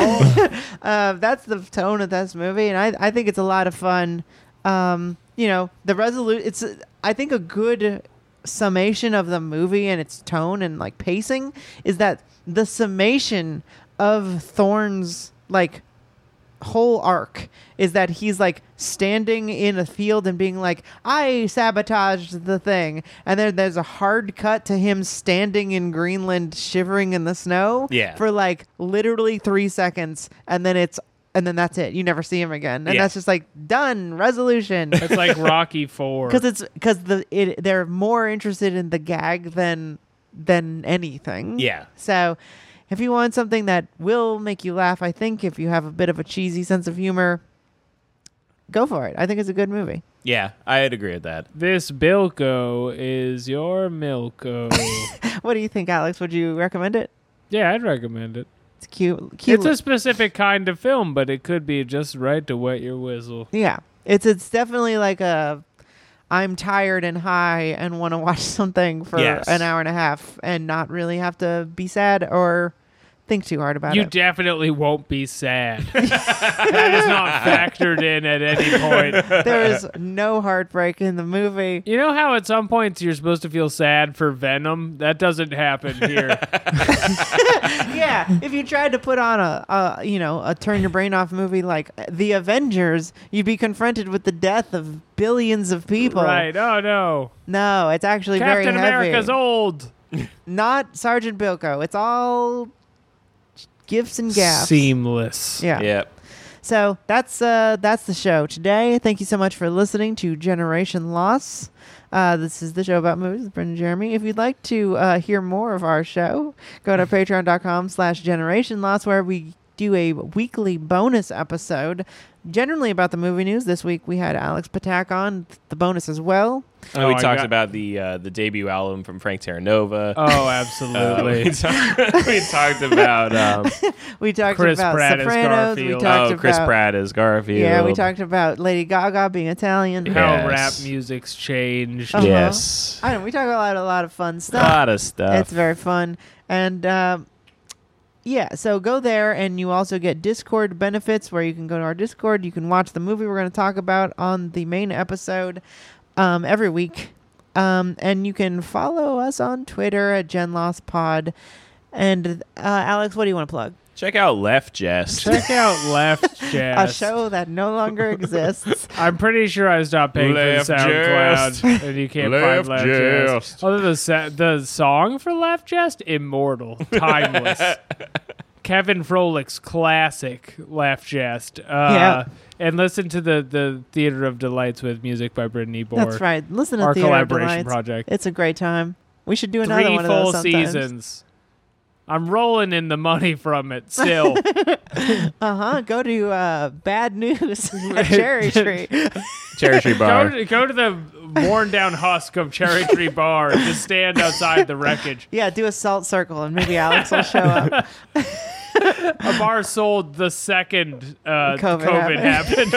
[SPEAKER 4] uh, that's the tone of this movie, and I, I think it's a lot of fun. Um, you know, the resolute. It's uh, I think a good summation of the movie and its tone and like pacing is that the summation of Thorne's like whole arc is that he's like standing in a field and being like, I sabotaged the thing. And then there's a hard cut to him standing in Greenland shivering in the snow
[SPEAKER 5] Yeah.
[SPEAKER 4] for like literally three seconds. And then it's, and then that's it. You never see him again. And
[SPEAKER 5] Yeah.
[SPEAKER 4] that's just like, done, resolution.
[SPEAKER 6] It's like Rocky Four.
[SPEAKER 4] Because it's, because the, it, they're more interested in the gag than, than anything.
[SPEAKER 5] Yeah.
[SPEAKER 4] So if you want something that will make you laugh, I think if you have a bit of a cheesy sense of humor, go for it. I think it's a good movie.
[SPEAKER 5] Yeah, I'd agree with that.
[SPEAKER 6] This Bilko is your Milko.
[SPEAKER 4] What do you think, Alex? Would you recommend it?
[SPEAKER 6] yeah, I'd recommend it.
[SPEAKER 4] It's cute. cute.
[SPEAKER 6] It's a specific kind of film, but it could be just right to wet your whistle.
[SPEAKER 4] yeah. It's it's definitely like a I'm tired and high and want to watch something for
[SPEAKER 5] Yes.
[SPEAKER 4] an hour and a half and not really have to be sad or think too hard about
[SPEAKER 6] You
[SPEAKER 4] it.
[SPEAKER 6] definitely won't be sad. that is not factored in at any point.
[SPEAKER 4] there is no heartbreak in the movie.
[SPEAKER 6] You know how at some points you're supposed to feel sad for Venom? That doesn't happen here.
[SPEAKER 4] yeah, if you tried to put on a, a you know a turn your brain off movie like The Avengers, you'd be confronted with the death of billions of people.
[SPEAKER 6] right. Oh, no.
[SPEAKER 4] No, it's actually
[SPEAKER 6] Captain
[SPEAKER 4] very heavy.
[SPEAKER 6] America's old.
[SPEAKER 4] Not Sergeant Bilko. It's all gifts and gaffes.
[SPEAKER 6] Seamless.
[SPEAKER 4] yeah.
[SPEAKER 5] Yeah.
[SPEAKER 4] So that's uh that's the show today. Thank you so much for listening to Generation Loss. Uh, this is the show about movies with Brendan and Jeremy. If you'd like to uh, hear more of our show, go to patreon.com slash generation loss where we do a weekly bonus episode, generally about the movie news. This week we had Alex Patak on the bonus as well.
[SPEAKER 5] And we
[SPEAKER 6] Oh, I
[SPEAKER 5] talked
[SPEAKER 6] got-
[SPEAKER 5] about the uh, the debut album from Frank Terranova.
[SPEAKER 6] Oh,
[SPEAKER 5] Uh, we,
[SPEAKER 4] Oh,
[SPEAKER 6] absolutely.
[SPEAKER 5] talked, we talked about um,
[SPEAKER 4] We talked
[SPEAKER 6] Chris
[SPEAKER 4] about
[SPEAKER 6] Pratt as
[SPEAKER 4] Sopranos. We
[SPEAKER 6] Garfield.
[SPEAKER 4] talked
[SPEAKER 5] oh, Chris
[SPEAKER 4] about
[SPEAKER 5] Pratt as Garfield.
[SPEAKER 4] yeah. We talked about Lady Gaga being Italian.
[SPEAKER 5] Yeah. Yes.
[SPEAKER 6] How rap music's changed.
[SPEAKER 4] Uh-huh.
[SPEAKER 5] Yes,
[SPEAKER 4] I don't. know, We talk about a lot of fun
[SPEAKER 5] a
[SPEAKER 4] stuff.
[SPEAKER 5] lot of
[SPEAKER 6] Uh.
[SPEAKER 5] stuff.
[SPEAKER 4] It's very fun. And um, yeah, so go there, and you also get Discord benefits where you can go to our Discord. You can watch the movie we're going to talk about on the main episode um, every week. Um, and you can follow us on Twitter at GenLostPod. And uh, Alex, what do you want to plug?
[SPEAKER 5] Check out Left Jest.
[SPEAKER 6] Check out Left Jazz.
[SPEAKER 4] A show that no longer exists.
[SPEAKER 6] I'm pretty sure I stopped paying
[SPEAKER 5] Left
[SPEAKER 6] for SoundCloud,
[SPEAKER 5] Jest.
[SPEAKER 6] and you can't
[SPEAKER 5] Left
[SPEAKER 6] find Left Jest.
[SPEAKER 5] Jest.
[SPEAKER 6] Although the sa- the song for Left Jest, immortal, timeless. Kevin Frolick's classic Left Jest. Uh,
[SPEAKER 4] Yeah.
[SPEAKER 6] And listen to the the Theater of Delights with music by Brittany Bohr.
[SPEAKER 4] That's right. Listen to
[SPEAKER 6] our
[SPEAKER 4] Theater of
[SPEAKER 6] collaboration
[SPEAKER 4] Delights.
[SPEAKER 6] project.
[SPEAKER 4] It's a great time. We should do another
[SPEAKER 6] Three
[SPEAKER 4] one of
[SPEAKER 6] full
[SPEAKER 4] those sometimes.
[SPEAKER 6] seasons. I'm rolling in the money from it still.
[SPEAKER 4] Uh huh. Go to uh, Bad News at Cherry Tree.
[SPEAKER 5] Cherry Tree
[SPEAKER 6] Go
[SPEAKER 5] Bar.
[SPEAKER 6] to, go to the worn down husk of Cherry Tree Bar and just stand outside the wreckage.
[SPEAKER 4] Yeah, do a salt circle and maybe Alex will show up.
[SPEAKER 6] A bar sold the second uh,
[SPEAKER 4] COVID
[SPEAKER 6] COVID, happened.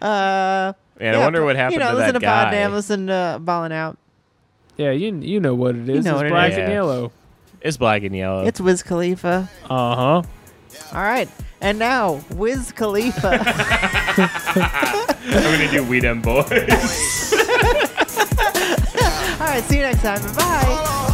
[SPEAKER 5] Man, I wonder what happened
[SPEAKER 4] you know,
[SPEAKER 5] to
[SPEAKER 4] listen
[SPEAKER 5] that
[SPEAKER 4] to
[SPEAKER 5] guy. Oh.
[SPEAKER 4] Poddam, listen to Ballin' Out.
[SPEAKER 6] yeah, you you know what it is.
[SPEAKER 4] know
[SPEAKER 6] it's
[SPEAKER 4] what it
[SPEAKER 6] black
[SPEAKER 5] is.
[SPEAKER 6] and
[SPEAKER 5] Yeah.
[SPEAKER 6] yellow.
[SPEAKER 5] It's black and yellow.
[SPEAKER 4] It's Wiz Khalifa.
[SPEAKER 6] Uh huh.
[SPEAKER 4] All right. And now, Wiz Khalifa.
[SPEAKER 5] I'm gonna do Weed and Boy.
[SPEAKER 4] All right, see you next time. Bye.